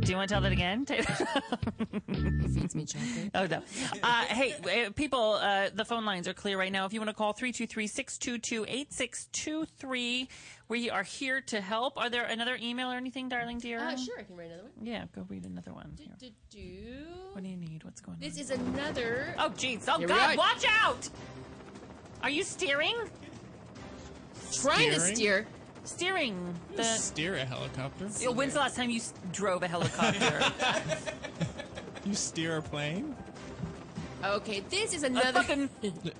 S5: do you want to tell that again?
S6: feeds me chocolate.
S5: Oh, no. Uh, hey, uh, people, uh, the phone lines are clear right now. If you want to call 323 622 8623, we are here to help. Are there another email or anything, darling dear?
S6: Uh, sure, I can write another one.
S5: Yeah, go read another one. Here.
S6: Do, do.
S5: What do you need? What's going on?
S6: This is another.
S5: Oh, jeez. Oh,
S6: Here we
S5: God,
S6: are.
S5: watch out! Are you steering?
S6: Trying to steer.
S5: Steering. The,
S16: Steer a helicopter.
S5: Yo, when's the last time you s- drove a helicopter?
S16: You steer a plane?
S6: Okay, this is another.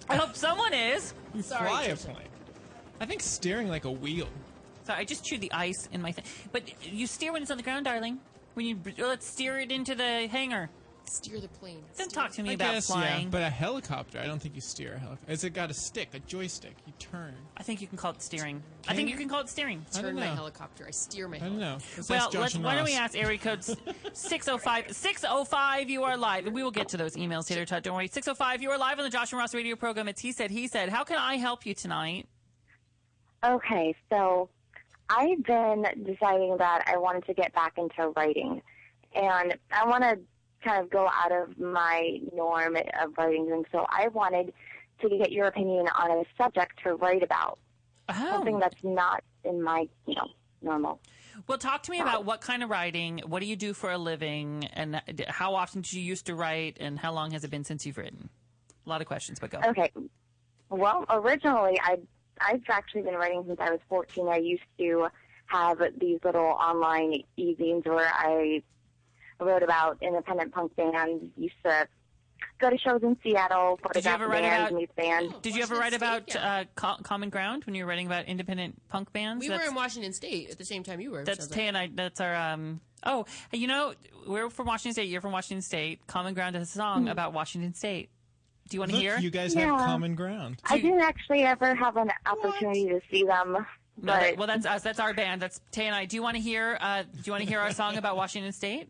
S5: I hope someone is.
S16: You
S5: Sorry,
S16: fly a
S5: Trisha.
S16: plane. I think steering like a wheel.
S5: Sorry, I just chewed the ice in my thing. But you steer when it's on the ground, darling. When you let's steer it into the hangar.
S6: Steer the plane.
S5: Don't talk to me
S16: I
S5: about
S16: guess,
S5: flying.
S16: Yeah, but a helicopter, I don't think you steer a helicopter. It's got a stick, a joystick. You turn.
S5: I think you can call it steering. I think you can call it steering.
S16: I don't
S6: Turn my
S16: know.
S6: helicopter. I steer my
S16: I don't know. Let's
S5: well,
S16: ask Josh
S5: let's,
S16: and
S5: why don't we
S16: Ross.
S5: ask area oh code s- 605? 605, you are live. We will get to those emails later, Todd. Don't worry. 605, you are live on the Josh and Ross radio program. It's He Said, He Said. How can I help you tonight?
S12: Okay, so I've been deciding that I wanted to get back into writing, and I want to kind of go out of my norm of writing, and so I wanted to get your opinion on a subject to write about, something that's not in my you know normal.
S5: Well, talk to me about what kind of writing, what do you do for a living, and d- how often did you used to write, and how long has it been since you've written? A lot of questions, but go.
S12: Okay. Well, originally I I've actually been writing since I was 14. I used to have these little online e-zines where I wrote about independent punk bands. Used to go to shows in Seattle,
S5: Did you
S12: photograph
S5: ever write
S12: bands,
S5: about-
S12: meet bands.
S5: Did you ever write about uh, co- Common Ground when you were writing about independent punk bands?
S6: We were in Washington State at the same time you were.
S5: That's
S6: sounds
S5: Tay and I. That's our. Um, oh, you know, we're from Washington State. You're from Washington State. Common Ground has a song about Washington State. Do you want to
S16: Look,
S5: hear?
S16: you guys
S12: Yeah.
S16: have common ground.
S12: I didn't actually ever have an opportunity to see them, but
S5: No, that- well, that's us. That's our band. That's Tay and I. Do you want to hear? Uh, do you want to hear our song about Washington State?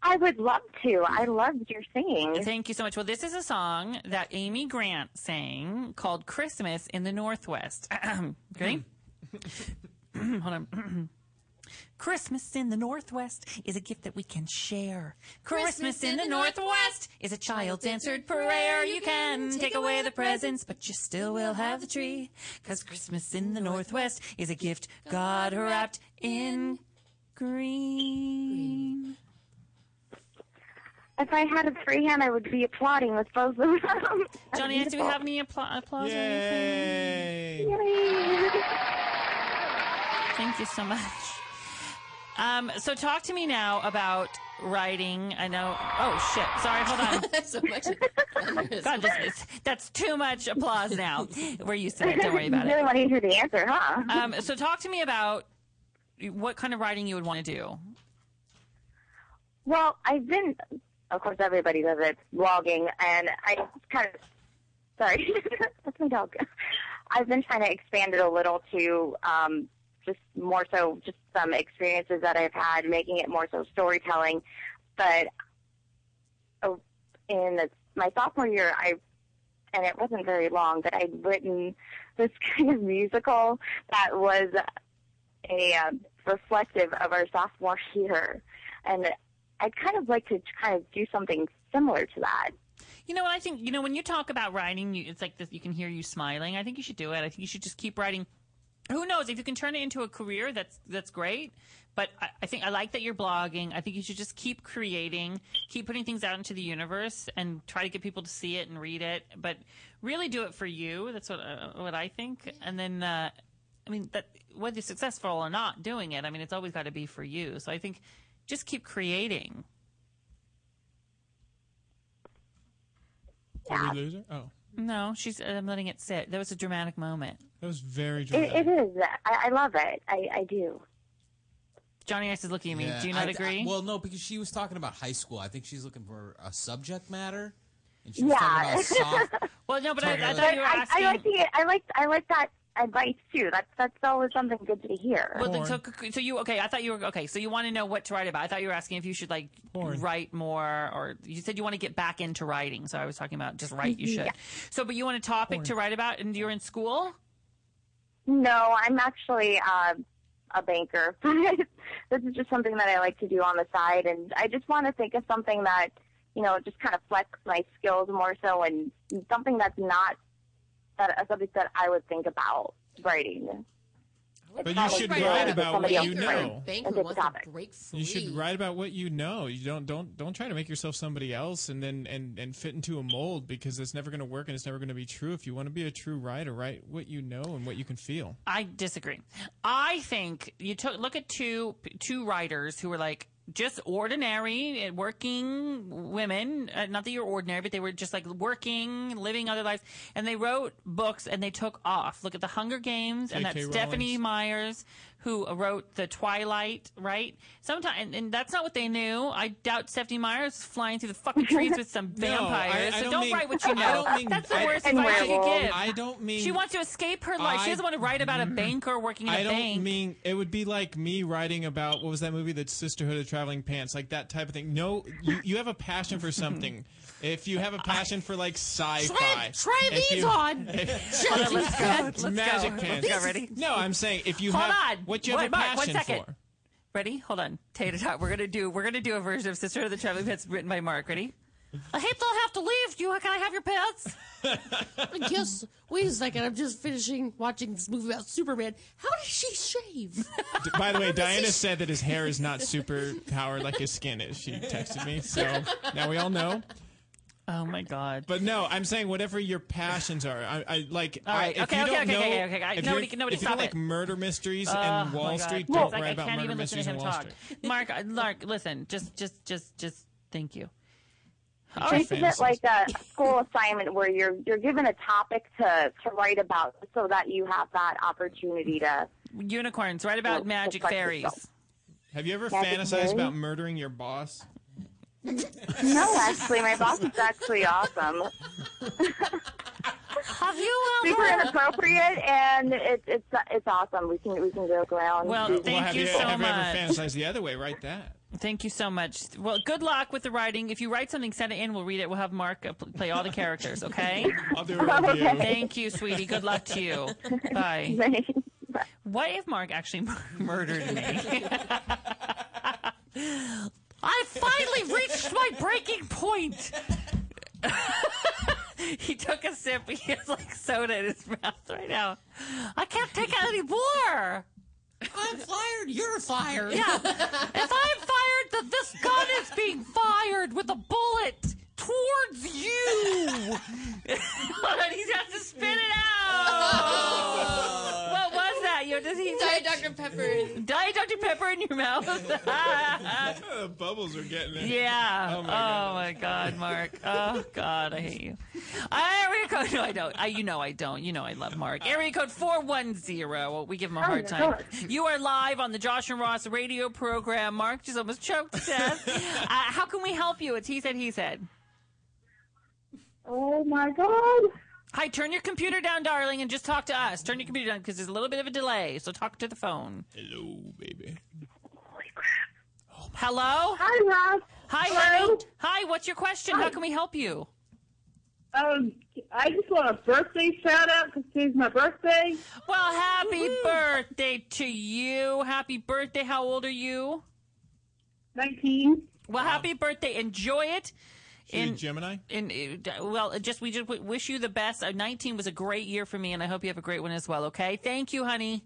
S12: I would love to. I loved your singing.
S5: Thank you so much. Well, this is a song that Amy Grant sang called Christmas in the Northwest. Ready? Hold on. Christmas in the Northwest is a gift that we can share. Christmas, in the Northwest is a child's answered prayer. You can take away the presents, but you still will have the tree. Cause Christmas in the Northwest is a gift God wrapped in green.
S12: If I had a free hand, I would be applauding with both of them. That's
S5: Johnny, do we
S12: beautiful.
S5: have any appla- applause or anything? Thank you so much. Um, so talk to me now about writing. I know. Oh shit! Sorry, hold on.
S6: so much.
S5: God, this, is- that's too much applause now. We're used to it. Don't worry about
S12: You really
S5: it.
S12: want to hear the answer, huh?
S5: Um, so talk to me about what kind of writing you would want to do.
S12: Well, I've been, of course, everybody does it, blogging, and I kind of, sorry, that's my dog. I've been trying to expand it a little to um, just more so just some experiences that I've had, making it more so storytelling. But oh, in the, my sophomore year, I and it wasn't very long, but I'd written this kind of musical that was a uh, reflective of our sophomore year, and I'd kind of like to kind of do something similar to that.
S5: You know what I think? You know when you talk about writing, you, it's like this, you can hear you smiling. I think you should do it. I think you should just keep writing. Who knows if you can turn it into a career? That's that's great. But I, I think I like that you're blogging. I think you should just keep creating, keep putting things out into the universe, and try to get people to see it and read it. But really do it for you. That's what uh, what I think. And then uh, I mean that whether you're successful or not doing it, I mean it's always got to be for you. So I think just keep creating.
S16: Did we lose her? Oh,
S5: No, she's. I'm letting it sit. That was a dramatic moment.
S16: that was very dramatic.
S12: It, it is. I, I love it. I, I do.
S5: Johnny Ice is looking at me.
S8: Yeah,
S5: Do you not
S8: I-
S5: agree?
S8: I- well, no, because she was talking about high school. I think she's looking for a subject matter. And she was
S12: Yeah.
S8: talking about soft.
S5: well, no,
S8: but I- I
S12: But
S8: thought
S12: I,
S8: you were
S12: I
S8: asking-
S12: like the, I like I like that advice too. That's that's always something good to hear.
S5: well, then, so, so you okay? I thought you were okay. So you want to know what to write about? I thought you were asking if you should like write more, or you said you want to get back into writing. So I was talking about just write. You should.
S12: Yeah.
S5: So, but you want a topic to write about, and you're in school.
S12: No, I'm actually uh, a banker. this is just something that I like to do on the side, and I just want to think of something that you know just kind of flex my skills more so, and something that's not that a subject that I would think about writing.
S16: But you
S12: Probably
S16: should
S12: something
S16: write
S12: that
S16: about what
S12: somebody
S16: you
S12: else
S16: know.
S12: writes. That's a topic.
S16: You should write about what you know. You don't don't don't try to make yourself somebody else and then and and fit into a mold because it's never going to work and it's never going to be true. If you want to be a true writer, write what you know and what you can feel.
S5: I disagree. I think you took look at two two writers who were like just ordinary uh, working women. Uh, not that you're ordinary, but they were just like working, living other lives, and they wrote books and they took off. Look at the Hunger Games and
S14: J.K.
S5: that Stephanie Myers who wrote the Twilight, right? Sometimes, and, and that's not what they knew. I doubt Stephanie Meyer's flying through the fucking trees with some
S16: No, I-
S5: vampires.
S16: I
S5: so
S16: don't
S5: don't
S16: mean-
S5: write what you know.
S16: I don't mean-
S5: that's the
S16: I-
S5: worst
S16: And
S5: advice you
S16: werewolf.
S5: can give.
S16: I don't mean-
S5: She wants to escape her life. she
S16: I- mm-hmm.
S5: doesn't want to write about a banker working in a
S16: I don't
S5: bank.
S16: mean it would be like me writing about what was that movie, The Sisterhood of Traveling Pants, like that type of thing. No, you, you have a passion for something. If you have a passion for like sci-fi,
S7: Try- try
S16: if
S7: these
S16: you-
S7: on.
S16: if-
S7: Sure, Hold on, let's go. let's go.
S16: magic
S7: Let's
S16: pants.
S7: go, ready?
S16: No, I'm saying if you
S5: Hold
S16: have
S5: on.
S16: what you
S5: Wait,
S16: have a
S5: Mark, one
S16: passion
S5: second.
S16: for.
S5: Ready? Hold on. Tater tot. We're gonna do. We're gonna do a version of Sister of the Traveling Pants written by Mark. Ready? Uh, I hate to have to leave you. Can I have your pants?
S6: Yes. Wait a second. I'm just finishing watching this movie about Superman. How does she shave?
S16: D- By the way, Diana said that his hair is not super powered like his skin is. She texted me, so now we all know.
S5: Oh my god!
S16: But no, I'm saying whatever your passions are. I, I like.
S5: All right,
S16: I, if
S5: okay,
S16: you
S5: okay,
S16: don't
S5: okay,
S16: know,
S5: okay, okay, okay.
S16: If
S5: Nobody
S16: you,
S5: can- nobody
S16: if you
S5: stop
S16: don't like
S5: it.
S16: murder mysteries
S5: Oh,
S16: and
S5: my
S16: Wall
S5: God.
S16: Street,
S5: Well,
S16: don't
S5: like,
S16: write about
S5: I can't
S16: murder
S5: even listen
S16: mysteries
S5: to
S16: and
S5: him
S16: Wall
S5: talk.
S16: Street.
S5: Mark, uh, Mark, listen. Just, just, just, just. Thank you. All right.
S12: This isn't like a school assignment where you're you're given a topic to to write about so that you have that opportunity to.
S5: Unicorns. Write about
S12: Well,
S5: magic
S12: protect
S5: fairies.
S12: yourself.
S16: Have you ever
S12: That's
S16: fantasized
S12: scary.
S16: about murdering your boss?
S12: No, actually, my boss is actually awesome.
S5: Have you
S12: Super inappropriate, and it's it's it's awesome. We can we can joke around.
S5: Well, thank
S16: have
S5: you so
S16: have
S5: much.
S16: ever fantasized the other way? Write that.
S5: Thank you so much. Well, good luck with the writing. If you write something, send it in. We'll read it. We'll have Mark uh, pl- play all the characters. Okay.
S16: I'll do a review. Okay.
S5: Thank you, sweetie. Good luck to you. Bye. What if Mark actually mur- murdered me? I finally reached my breaking point. he took a sip. He has like soda in his mouth right now. I can't take it anymore.
S7: I'm fired. You're fired.
S5: Yeah. If I'm fired, then this gun is being fired with a bullet towards you. Hold on, he's got to spit it out. what was that? You does he
S6: Oh. Diet Dr. Pepper.
S5: Diet Dr. Pepper in your mouth.
S16: the bubbles are getting in.
S5: Yeah.
S16: Oh my
S5: Oh my God, Mark. Oh God, I hate you. Area code. No, I don't. I, you know I don't. You know I love Mark. Area code four one zero. We give him a
S7: Oh,
S5: hard
S7: my
S5: time.
S7: God.
S5: You are live on the Josh and Ross radio program. Mark just almost choked to death. uh, how can we help you? It's he said. He said.
S27: Oh my god.
S5: Hi. Turn your computer down, darling, and just talk to us. Turn your computer down because there's a little bit of a delay. So talk to the phone.
S16: Hello, baby.
S5: Hello.
S27: Hi, Ross.
S5: Hi,
S27: Hello?
S5: honey. Hi. What's your question? How can we help you?
S27: Um, I just want a birthday shout out because today's my birthday.
S5: Well, happy birthday to you. Happy birthday. How old are you?
S27: 19.
S5: Well, happy birthday. Enjoy it.
S16: Shoot, Gemini.
S5: in, uh, well, it just we just w- wish you the best. Uh, 19 was a great year for me, and I hope you have a great one as well, okay? Thank you, honey.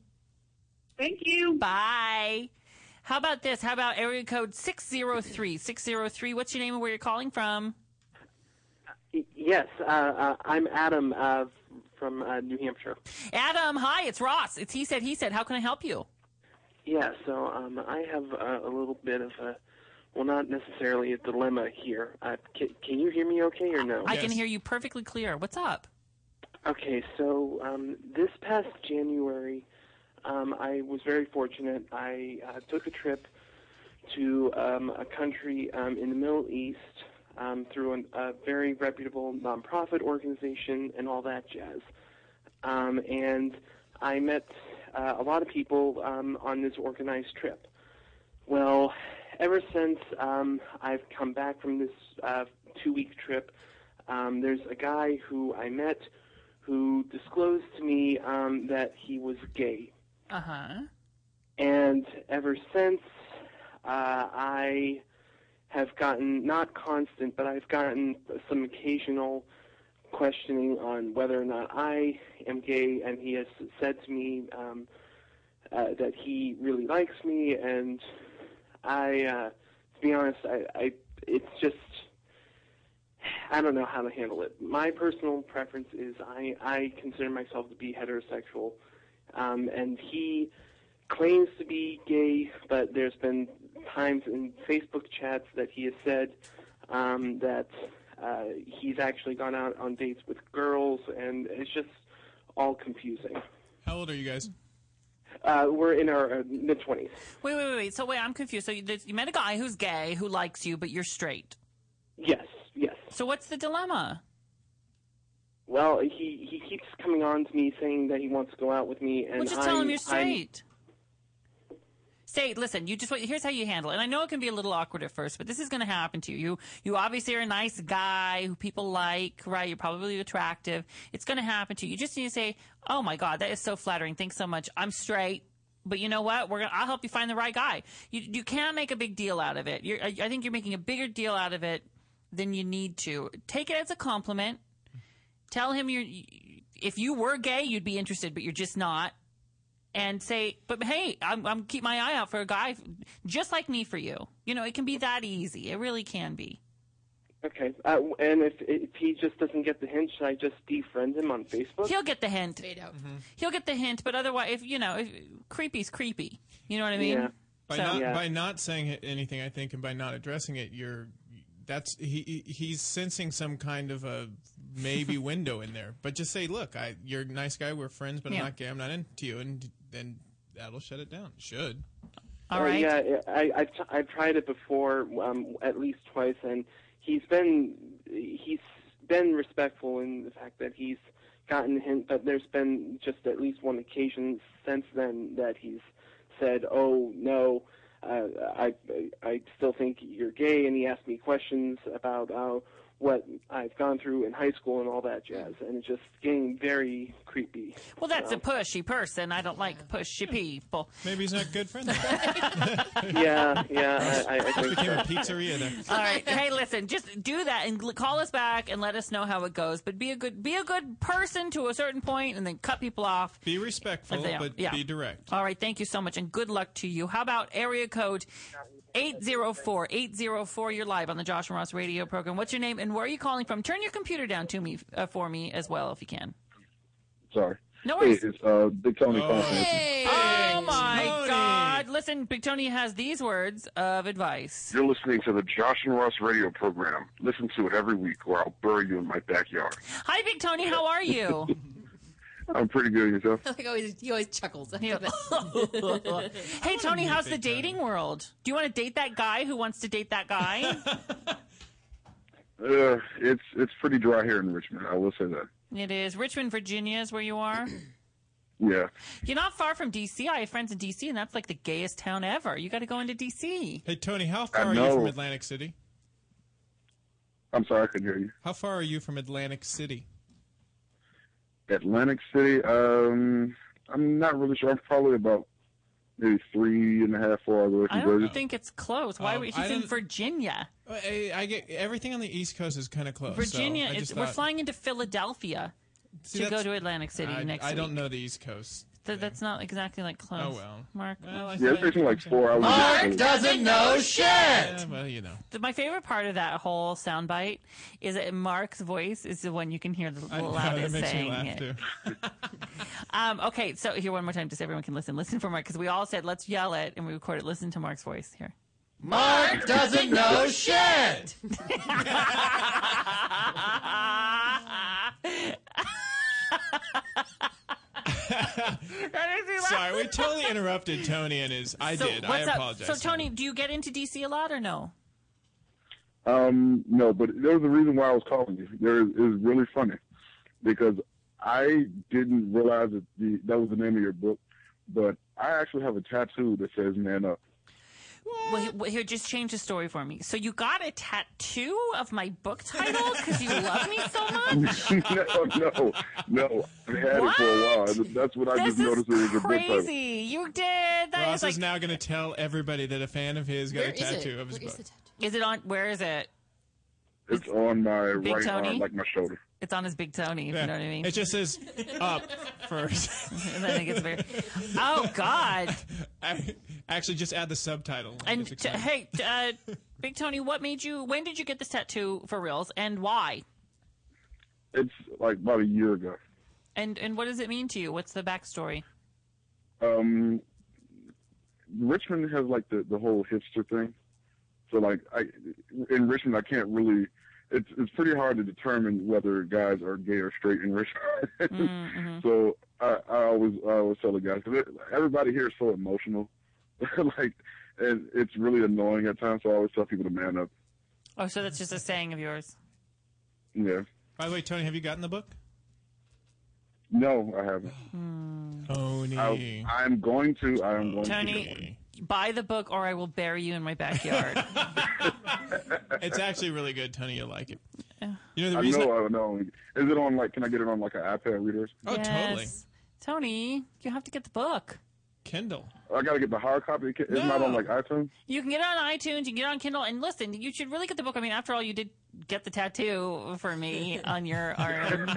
S27: Thank you.
S5: Bye. How about this? How about area code 603? 603, what's your name and where you're calling from?
S14: Yes, uh, uh, I'm Adam uh, from uh, New Hampshire.
S5: Adam, hi, it's Ross. It's he said, he said. How can I help you?
S14: Yeah, so um, I have uh, a little bit of a, well, not necessarily a dilemma here. Uh, can, can you hear me okay or no?
S5: I can hear you perfectly clear. What's up?
S14: Okay, so um, this past January, um, I was very fortunate. I uh, took a trip to um, a country um, in the Middle East um, through an, a very reputable nonprofit organization and all that jazz. Um, and I met uh, a lot of people um, on this organized trip. Well, ever since um, I've come back from this uh, two week trip, um, there's a guy who I met who disclosed to me um, that he was gay.
S5: Uh huh.
S14: And ever since, uh, I have gotten, not constant, but I've gotten some occasional questioning on whether or not I am gay, and he has said to me um, uh, that he really likes me, and I, uh, to be honest, I, I, it's just, I don't know how to handle it. My personal preference is I, I consider myself to be heterosexual, um, and he claims to be gay, but there's been times in Facebook chats that he has said um, that uh, he's actually gone out on dates with girls, and it's just all confusing.
S16: How old are you guys?
S14: uh, we're in our uh, mid 20s.
S5: Wait, wait, wait, wait. So wait, I'm confused. So you, this- you met a guy who's gay who likes you, but you're straight.
S14: Yes, yes.
S5: So what's the dilemma?
S14: Well, he, he keeps coming on to me saying that he wants to go out with me, and
S5: well, just
S14: I'm,
S5: tell him you're
S14: I'm-
S5: straight. Say, listen, you just wait. Here's how you handle it. And I know it can be a little awkward at first, but this is going to happen to you. You, you obviously are a nice guy who people like, right? You're probably attractive. It's going to happen to you. You just need to say, "Oh my God, that is so flattering. Thanks so much. I'm straight." But you know what? We're gonna. I'll help you find the right guy. You you can't make a big deal out of it. You're, I, I think you're making a bigger deal out of it than you need to. Take it as a compliment. Tell him you're. If you were gay, you'd be interested, but you're just not and say, "But hey, I'm, I'm keep my eye out for a guy just like me for you." You know, it can be that easy. It really can be.
S14: Okay, uh, and if, if he just doesn't get the hint, should I just defriend him on Facebook?
S5: He'll get the hint.
S16: Mm-hmm.
S5: He'll get the hint, but otherwise, if you know, if, creepy's creepy. You know what I mean?
S16: By
S5: So-
S16: not by not saying it- anything, I think, and by not addressing it, you're that's he he- he's sensing some kind of a maybe window in there. But just say, look, I you're a nice guy, we're friends, but
S14: Yeah.
S16: I'm not gay, I'm not into you, and then that'll shut it down. Should.
S14: Uh, Yeah, I, I, I've tried it before, um, at least twice, and he's been he's been respectful in the fact that he's gotten a hint, but there's been just at least one occasion since then that he's said, "Oh no, uh, I I still think you're gay," and he asked me questions about uh, what I've gone through in high school and all that jazz, and it's just getting very creepy.
S5: Well, that's
S14: so.
S5: a pushy person. I don't like pushy people.
S16: Maybe he's not good friend.
S14: yeah, yeah, I, I, I think
S16: Became a
S14: so.
S16: pizzeria there.
S5: All right. Hey, listen, just do that and gl- call us back and let us know how it goes. But be a good be a good person to a certain point and then cut people off.
S16: Be respectful, but be direct.
S5: All right. Thank you so much and good luck to you. How about area code 804 804? You're live on the Josh and Ross radio program. What's your name and where are you calling from? Turn your computer down to me uh, for me as well if you can.
S15: Sorry.
S5: No
S15: Hey,
S5: worries.
S15: it's uh, Big Tony calling from-
S5: Oh my
S15: Tony.
S5: God. Listen, Big Tony has these words of advice.
S15: You're listening to the Josh and Ross radio program. Listen to it every week, or I'll bury you in my backyard.
S5: Hi, Big Tony. How are you?
S15: I'm pretty good yourself.
S6: like always, he always chuckles. after
S5: that. hey, Tony, how's the dating world? Do you want to date that guy who wants to date that guy?
S15: Uh, it's it's pretty dry here in Richmond. I will say that.
S5: it is Richmond, Virginia, is where you are.
S15: Yeah.
S5: You're not far from D.C. I have friends in D.C., and that's like the gayest town ever. You got to go into D.C.
S16: Hey Tony, how far are you
S15: know.
S16: from Atlantic City?
S15: I'm sorry, I couldn't hear you.
S16: How far are you from Atlantic City?
S15: Atlantic City. Um, I'm not really sure. I'm probably about maybe three and a half, four hours away from
S5: I don't
S15: Jersey.
S5: think it's close. Why?
S16: Um,
S5: would he's
S16: I
S5: in
S16: don't-
S5: Virginia.
S16: Well, I, I get everything on the East Coast is kind of close. Oh, so
S5: Virginia.
S16: I
S5: is,
S16: just
S5: we're
S16: thought-
S5: flying into Philadelphia
S16: See,
S5: to go
S16: that's-
S5: to Atlantic City
S16: I,
S5: next
S16: I
S5: week.
S16: don't know the East Coast.
S5: Th- that's not exactly like close.
S16: Oh, well.
S5: Mark.
S16: Well, I
S15: Yeah, it's taking like four hours. to get to Jersey.
S16: Yeah, well, Oh, you know.
S5: The- My favorite part of that whole soundbite is that Mark's voice is the one you can hear the
S16: I know, that
S5: loudest
S16: makes me
S5: saying
S16: laugh
S5: it.
S16: too.
S5: Um, okay, so here one more time, just everyone can listen. Listen for Mark because we all said let's yell it, and we recorded. Listen to Mark's voice here.
S7: Mark doesn't know shit.
S16: Sorry, we totally interrupted Tony and his. I
S5: so
S16: did. I
S5: What's up?
S16: apologize.
S5: So Tony, do you get into DC a lot or no?
S15: Um, no, but there was a reason why I was calling you. There is, is really funny because I didn't realize that the, that was the name of your book, but I actually have a tattoo that says "Man Up."
S5: Well, he- well, here, just change the story for me. So you got a tattoo of my book title because you love me so much.
S15: no, no, no. I've had it for a while. That's what I just noticed. It was your book title.
S5: Crazy, you did. That is
S16: Ross is,
S5: like,
S16: now going to tell everybody that a fan of his got
S5: Where
S16: a
S5: is it?
S16: tattoo of his
S5: Where is
S16: book.
S5: is it on? Where is it?
S15: It's on my
S5: Big
S15: right
S5: Tony?
S15: arm, like my shoulder.
S5: It's on his big Tony. If
S16: Yeah.
S5: you know what I mean.
S16: It just says up first.
S5: and then it gets bigger. Oh God!
S16: I- Actually, just add the subtitle.
S5: And
S16: It's
S5: t-
S16: exciting.
S5: hey, t- uh, Big Tony, what made you? When did you get this tattoo for reals, and why?
S15: It's like about a year ago.
S5: And and what does it mean to you? What's the backstory?
S15: um, Richmond has like the, the whole hipster thing. So like I in Richmond I can't really Mm-hmm.
S3: Mm-hmm.
S15: it's it's pretty hard to determine whether guys are gay or straight in Richmond. so I, I always I always tell the guys 'cause it- everybody here is so emotional, like, and it's really annoying at times. So I always tell people to man up.
S5: Oh, so that's just a saying of yours.
S15: Yeah.
S16: By the way, Tony, have you gotten the book?
S15: No, I haven't.
S16: Tony.
S15: I, am going to. I am going to.
S5: Tony, buy the book or I will bury you in my backyard.
S16: It's actually really good, Tony. You'll like it. You know the
S15: I
S16: reason.
S15: know. I know. Is it on like? Can I get it on like an iPad reader?
S16: Oh, totally.
S5: Tony, you have to get the book.
S16: Kindle.
S15: I gotta get the hard copy. It's not on like iTunes.
S5: You can get it on iTunes, you can get it on Kindle, and listen, you should really get the book. I mean, after all, you did get the tattoo for me on your arm.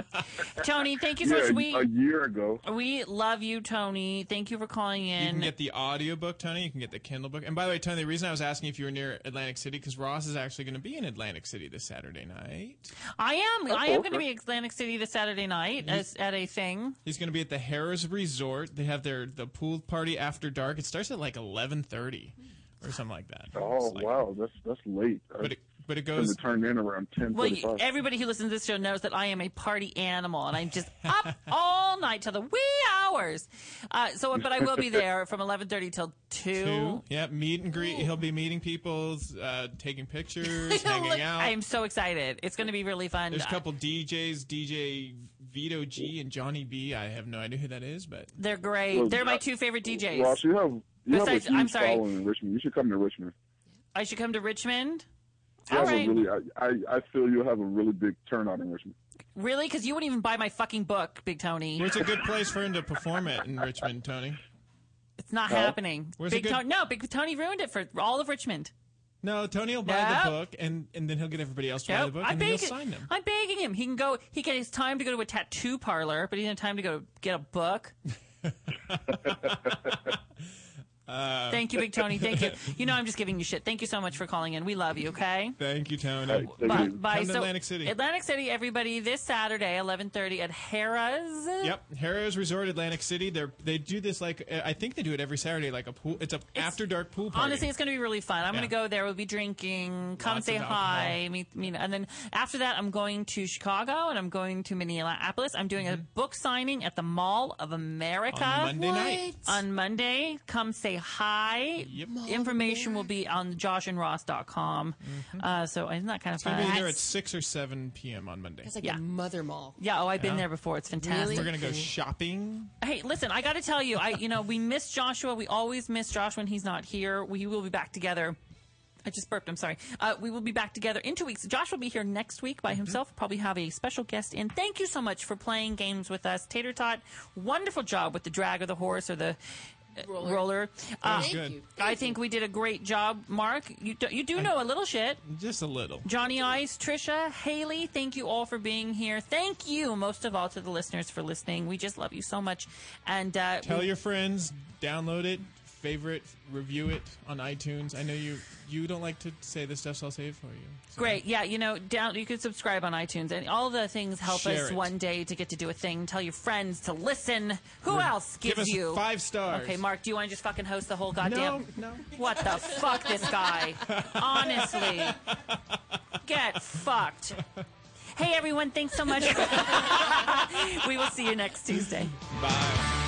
S5: Tony, thank you so
S15: yeah,
S5: much. We
S15: a year ago.
S5: we love you, Tony. Thank you for calling
S16: You
S5: in.
S16: can get the audiobook, Tony. You can get the Kindle book. And by the way, Tony, the reason I was asking if you were near Atlantic City because Ross is actually going to be in Atlantic City this Saturday night.
S5: I am.
S16: Oh,
S5: I am
S16: okay.
S5: going to be in Atlantic City this Saturday night
S16: You-
S5: as, at a thing.
S16: He's going to be at the Harris Resort. They have their the pool party after dark. It starts at like eleven thirty or something like that.
S15: Oh wow, that's that's late. But
S16: it, but it
S15: goes. to turn in around ten
S5: Well, you,
S15: forty-five.
S5: everybody who listens to this show knows that I am a party animal, and I'm just up all night till the wee hours. Uh, so, but I will be there from 11:30 till two.
S16: Two. Yeah, meet and greet. He'll be meeting people, uh, taking pictures, hanging out.
S5: I'm so excited. It's going to be really fun.
S16: There's a couple DJs, DJ Vito G and Johnny B. I have no idea who that is, but
S5: They're great.
S15: Well,
S5: They're my
S15: yeah.
S5: two favorite DJs.
S15: Ross, you have you
S5: Besides-
S15: have a huge
S5: I'm sorry.
S15: following in Richmond. You should come to Richmond.
S5: I should come to Richmond.
S15: You
S5: All
S15: have
S5: right.
S15: a really. I, I I feel you'll have a really big turnout in Richmond.
S5: Really? Because you wouldn't even buy my fucking book, Big Tony.
S16: where's a good place for him to perform at in Richmond, Tony?
S5: It's not
S15: Oh.
S16: No.
S5: happening.
S16: Where's
S5: Big
S16: it good-
S5: Tony. No, Big Tony ruined it for all of Richmond.
S16: No, Tony will buy
S5: Nope.
S16: the book, and, and then he'll get everybody else to buy the
S5: Nope.
S16: book,
S5: I'm
S16: and then he'll
S5: begging.
S16: sign them.
S5: I'm begging him. He can go. He gets time to go to a tattoo parlor, but he didn't have time to go get a book.
S16: Uh,
S5: Thank you, Big Tony. Thank you. You know, I'm just giving you shit. Thank you so much for calling in. We love you. Okay.
S16: Thank you, Tony.
S5: Bye. Bye.
S16: Come to
S5: So,
S16: Atlantic City.
S5: Atlantic City, everybody, this Saturday, 11:30 at Harrah's.
S16: Yep, Harrah's Resort, Atlantic City. They are they do this like uh, I think they do it every Saturday, like a pool. It's a after dark pool party.
S5: Honestly, it's going to be really fun. I'm going to
S16: Yeah.
S5: go there. We'll be drinking. Come
S16: Lots
S5: say
S16: of alcohol.
S5: hi. Meet, meet, and then after that, I'm going to Chicago and I'm going to Minneapolis. I'm doing a book signing at the Mall of America
S16: Mm-hmm. On Monday What? night.
S5: On Monday, come say hi. Information will be on joshandross.com.
S16: Mm-hmm.
S5: Uh, so isn't that kind of
S16: It's going
S5: fun?
S16: to be there at six or seven p.m. on Monday.
S5: That's like Yeah. a
S6: mother mall.
S5: yeah. Oh, I've been
S16: Yeah.
S5: there before. It's fantastic.
S16: We're gonna go shopping.
S5: Hey, listen, I got to tell you, I you know we miss Joshua. We always miss Josh when he's not here. We will be back together. I just burped. I'm sorry. Uh, we will be back together in two weeks. Josh will be here next week
S16: Mm-hmm.
S5: by himself. Probably have a special guest in. Thank you so much for playing games with us, Tater Tot. Wonderful job with the drag or the horse or the. uh,
S6: Roller.
S5: Roller. Uh,
S16: That was Thank good. you.
S5: I think we did a great job, Mark. You do, you do know a little shit.
S16: Just a little.
S5: Johnny Ice, Trisha, Haley, thank you all for being here. Thank you most of all to the listeners for listening. We just love you so much. And uh,
S16: Tell
S5: we-
S16: your friends, download it, favorite, review it on iTunes. I know you you don't like to say this stuff, so I'll say it for you.
S5: Great, yeah, you know, down you can subscribe on iTunes, and all the things help
S16: Share
S5: us
S16: it.
S5: one day to get to do a thing. Tell your friends to listen. Who
S16: Re-
S5: else
S16: give
S5: gives
S16: us
S5: you
S16: five stars.
S5: Okay, Mark, do you want to just fucking host the whole goddamn?
S16: No, no.
S5: What the fuck, this guy? Honestly, get fucked. Hey everyone, thanks so much. we will see you next Tuesday.
S16: Bye.